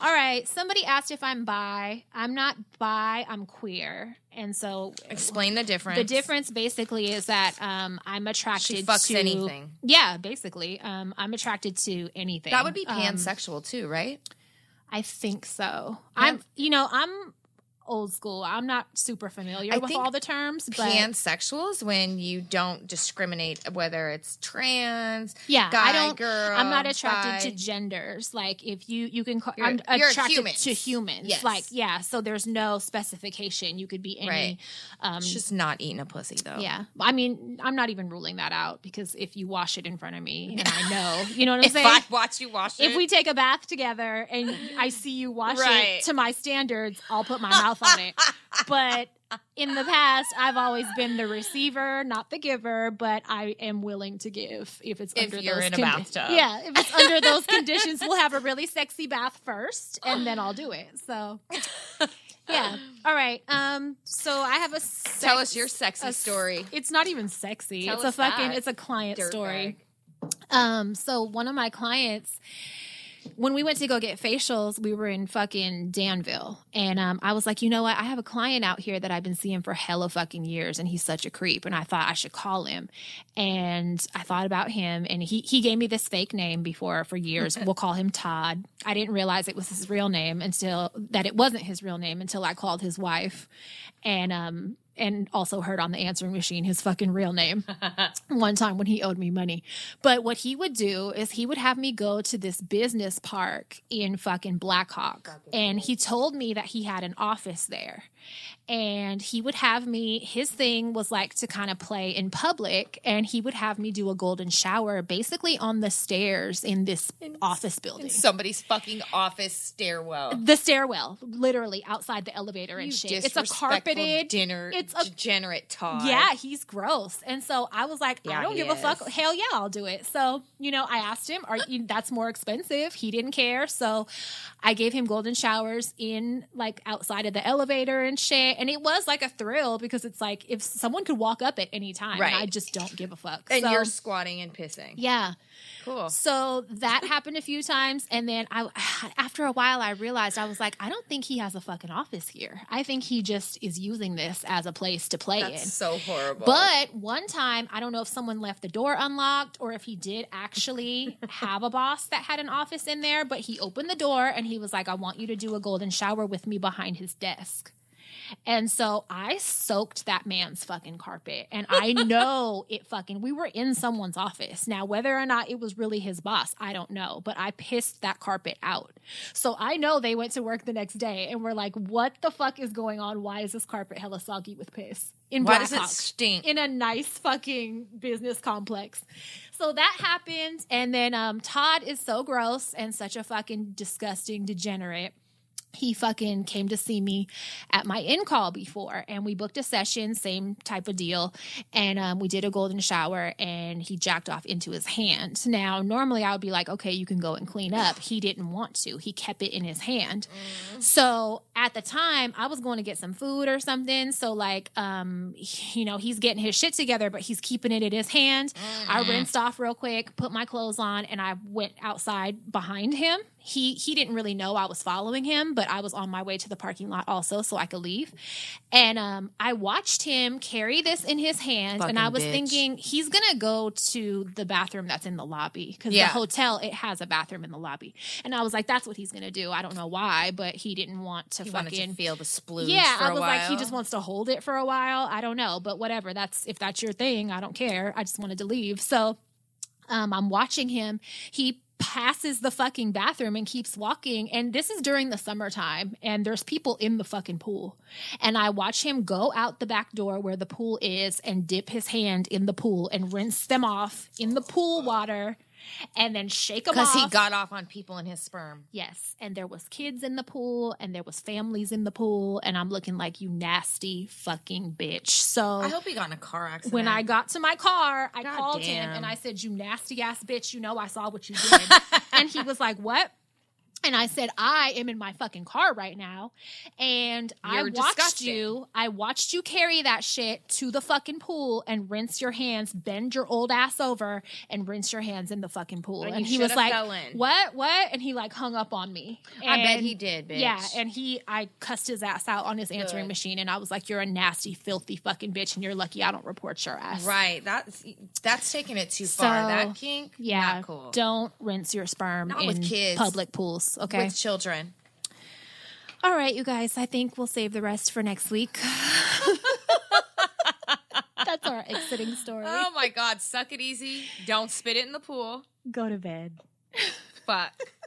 [SPEAKER 1] All right. Somebody asked if I'm bi. I'm not bi. I'm queer, and so
[SPEAKER 2] Explain the difference.
[SPEAKER 1] the difference basically is that um, I'm attracted
[SPEAKER 2] She fucks
[SPEAKER 1] to
[SPEAKER 2] anything.
[SPEAKER 1] Yeah, basically, um, I'm attracted to anything.
[SPEAKER 2] That would be
[SPEAKER 1] Um,
[SPEAKER 2] pansexual too, right?
[SPEAKER 1] I think so. I'm, you know, I'm old school. I'm not super familiar
[SPEAKER 2] I
[SPEAKER 1] with
[SPEAKER 2] think
[SPEAKER 1] all the terms, but
[SPEAKER 2] Pansexual is when you don't discriminate whether it's trans,
[SPEAKER 1] yeah,
[SPEAKER 2] guy,
[SPEAKER 1] I don't.
[SPEAKER 2] girl.
[SPEAKER 1] I'm not attracted to
[SPEAKER 2] bi.
[SPEAKER 1] genders. Like if you you can call,
[SPEAKER 2] You're-
[SPEAKER 1] I'm
[SPEAKER 2] you're
[SPEAKER 1] attracted
[SPEAKER 2] humans.
[SPEAKER 1] to humans.
[SPEAKER 2] Yes.
[SPEAKER 1] Like yeah, so there's no specification. You could be any.
[SPEAKER 2] Right.
[SPEAKER 1] Um,
[SPEAKER 2] It's just not eating a pussy though.
[SPEAKER 1] yeah, I mean, I'm not even ruling that out because if you wash it in front of me and I know, you know what I'm
[SPEAKER 2] If
[SPEAKER 1] saying.
[SPEAKER 2] I watch you wash it,
[SPEAKER 1] if we take a bath together and I see you wash
[SPEAKER 2] Right.
[SPEAKER 1] it to my standards, I'll put my mouth on it. But in the past, I've always been the receiver, not the giver, but I am willing to give if it's
[SPEAKER 2] If
[SPEAKER 1] under
[SPEAKER 2] you're
[SPEAKER 1] those
[SPEAKER 2] in a bathtub.
[SPEAKER 1] Yeah, if it's under those conditions, we'll have a really sexy bath first and then I'll do it. So yeah. All right. Um so I have a sex,
[SPEAKER 2] tell us your sexy
[SPEAKER 1] a s-
[SPEAKER 2] story.
[SPEAKER 1] It's not even sexy.
[SPEAKER 2] Tell
[SPEAKER 1] it's a
[SPEAKER 2] us
[SPEAKER 1] fucking
[SPEAKER 2] that,
[SPEAKER 1] it's a client story.
[SPEAKER 2] dirtbag.
[SPEAKER 1] Um, so one of my clients, when we went to go get facials, we were in fucking Danville, and um, I was like, you know what? I have a client out here that I've been seeing for hella fucking years, and he's such a creep, and I thought I should call him, and I thought about him, and he he gave me this fake name before for years. we'll call him Todd. I didn't realize it was his real name until that it wasn't his real name until I called his wife, and um. And also heard on the answering machine his fucking real name one time when he owed me money. But what he would do is he would have me go to this business park in fucking Blackhawk. And he told me that he had an office there. And he would have me, his thing was like to kind of play in public. And he would have me do a golden shower basically on the stairs in this office building.
[SPEAKER 2] Somebody's fucking office stairwell.
[SPEAKER 1] the stairwell, literally outside the elevator and shit. It's a
[SPEAKER 2] disrespectful
[SPEAKER 1] carpeted
[SPEAKER 2] dinner.
[SPEAKER 1] It's a
[SPEAKER 2] degenerate Todd.
[SPEAKER 1] yeah, he's gross. And so I was like,
[SPEAKER 2] Yeah,
[SPEAKER 1] I don't
[SPEAKER 2] he
[SPEAKER 1] give a fuck.
[SPEAKER 2] is.
[SPEAKER 1] Hell yeah, I'll do it. So, you know, I asked him, are you, that's more expensive. He didn't care. So I gave him golden showers in like outside of the elevator and shit. And it was like a thrill because it's like if someone could walk up at any time,
[SPEAKER 2] Right.
[SPEAKER 1] I just don't give a fuck.
[SPEAKER 2] and
[SPEAKER 1] so,
[SPEAKER 2] you're squatting and pissing.
[SPEAKER 1] yeah.
[SPEAKER 2] Cool.
[SPEAKER 1] So that happened a few times, and then I, after a while, I realized I was like, I don't think he has a fucking office here. I think he just is using this as a place to play in.
[SPEAKER 2] That's so horrible.
[SPEAKER 1] But one time, I don't know if someone left the door unlocked or if he did actually have a boss that had an office in there, but he opened the door and he was like, I want you to do a golden shower with me behind his desk. And so I soaked that man's fucking carpet. And I know it fucking, we were in someone's office. Now, whether or not it was really his boss, I don't know, but I pissed that carpet out. So I know they went to work the next day and were like, what the fuck is going on? Why is this carpet hella soggy with piss? In
[SPEAKER 2] why does it
[SPEAKER 1] Blackhawk
[SPEAKER 2] stink?
[SPEAKER 1] in a nice fucking business complex. So that happened. And then um, Todd is so gross and such a fucking disgusting degenerate. He fucking came to see me at my in call before, and we booked a session, same type of deal. And um, we did a golden shower, and he jacked off into his hand. Now, normally I would be like, okay, you can go and clean up. He didn't want to, he kept it in his hand.
[SPEAKER 2] Mm-hmm.
[SPEAKER 1] So at the time, I was going to get some food or something. So like, um, he- you know, he's getting his shit together, but he's keeping it in his hand.
[SPEAKER 2] Mm-hmm.
[SPEAKER 1] I rinsed off real quick, put my clothes on, and I went outside behind him. He he didn't really know I was following him, but I was on my way to the parking lot also, so I could leave. And um, I watched him carry this in his hand,
[SPEAKER 2] Fucking
[SPEAKER 1] and I was
[SPEAKER 2] bitch.
[SPEAKER 1] thinking he's gonna go to the bathroom that's in the lobby because
[SPEAKER 2] Yeah.
[SPEAKER 1] the hotel it has a bathroom in the lobby, and I was like, that's what he's gonna do. I don't know why, but he didn't want to
[SPEAKER 2] he wanted
[SPEAKER 1] fucking
[SPEAKER 2] to feel the splooge.
[SPEAKER 1] yeah,
[SPEAKER 2] for
[SPEAKER 1] I
[SPEAKER 2] a
[SPEAKER 1] was like, he
[SPEAKER 2] while.
[SPEAKER 1] just wants to hold it for a while. I don't know, but whatever. That's if that's your thing, I don't care. I just wanted to leave. So um, I'm watching him. He passes the fucking bathroom and keeps walking. And this is during the summertime, and there's people in the fucking pool. And I watch him go out the back door where the pool is and dip his hand in the pool and rinse them off in the pool water and then shake them off.
[SPEAKER 2] because he got off on people in his sperm.
[SPEAKER 1] Yes, and there was kids in the pool and there was families in the pool and I'm looking like you nasty fucking bitch. So
[SPEAKER 2] I hope he got in a car accident.
[SPEAKER 1] when I got to my car, I
[SPEAKER 2] God
[SPEAKER 1] called him
[SPEAKER 2] damn.
[SPEAKER 1] and I said, "You nasty ass bitch, you know I saw what you did." and he was like, "What?" And I said, "I am in my fucking car right now, and I
[SPEAKER 2] You're
[SPEAKER 1] watched
[SPEAKER 2] disgusting.
[SPEAKER 1] you. I watched you carry that shit to the fucking pool and rinse your hands, bend your old ass over, and rinse your hands in the fucking pool."
[SPEAKER 2] And
[SPEAKER 1] And,
[SPEAKER 2] you
[SPEAKER 1] he was
[SPEAKER 2] shoulda
[SPEAKER 1] like,
[SPEAKER 2] fell in.
[SPEAKER 1] "What? What?" And he like hung up on me.
[SPEAKER 2] I bet
[SPEAKER 1] And-
[SPEAKER 2] he did, bitch.
[SPEAKER 1] yeah, and he, I cussed his ass out on his answering
[SPEAKER 2] Good.
[SPEAKER 1] machine, and I was like, "You're a nasty, filthy fucking bitch, and you're lucky I don't report your ass."
[SPEAKER 2] right, that's that's taking it too far.
[SPEAKER 1] So,
[SPEAKER 2] That kink,
[SPEAKER 1] Yeah.
[SPEAKER 2] not cool.
[SPEAKER 1] Don't rinse your sperm
[SPEAKER 2] Not
[SPEAKER 1] in
[SPEAKER 2] with kids.
[SPEAKER 1] public pools. Okay.
[SPEAKER 2] With children,
[SPEAKER 1] All right, you guys, I think we'll save the rest for next week. That's our exiting story.
[SPEAKER 2] Oh my God. Suck it easy. Don't spit it in the pool.
[SPEAKER 1] Go to bed.
[SPEAKER 2] Fuck.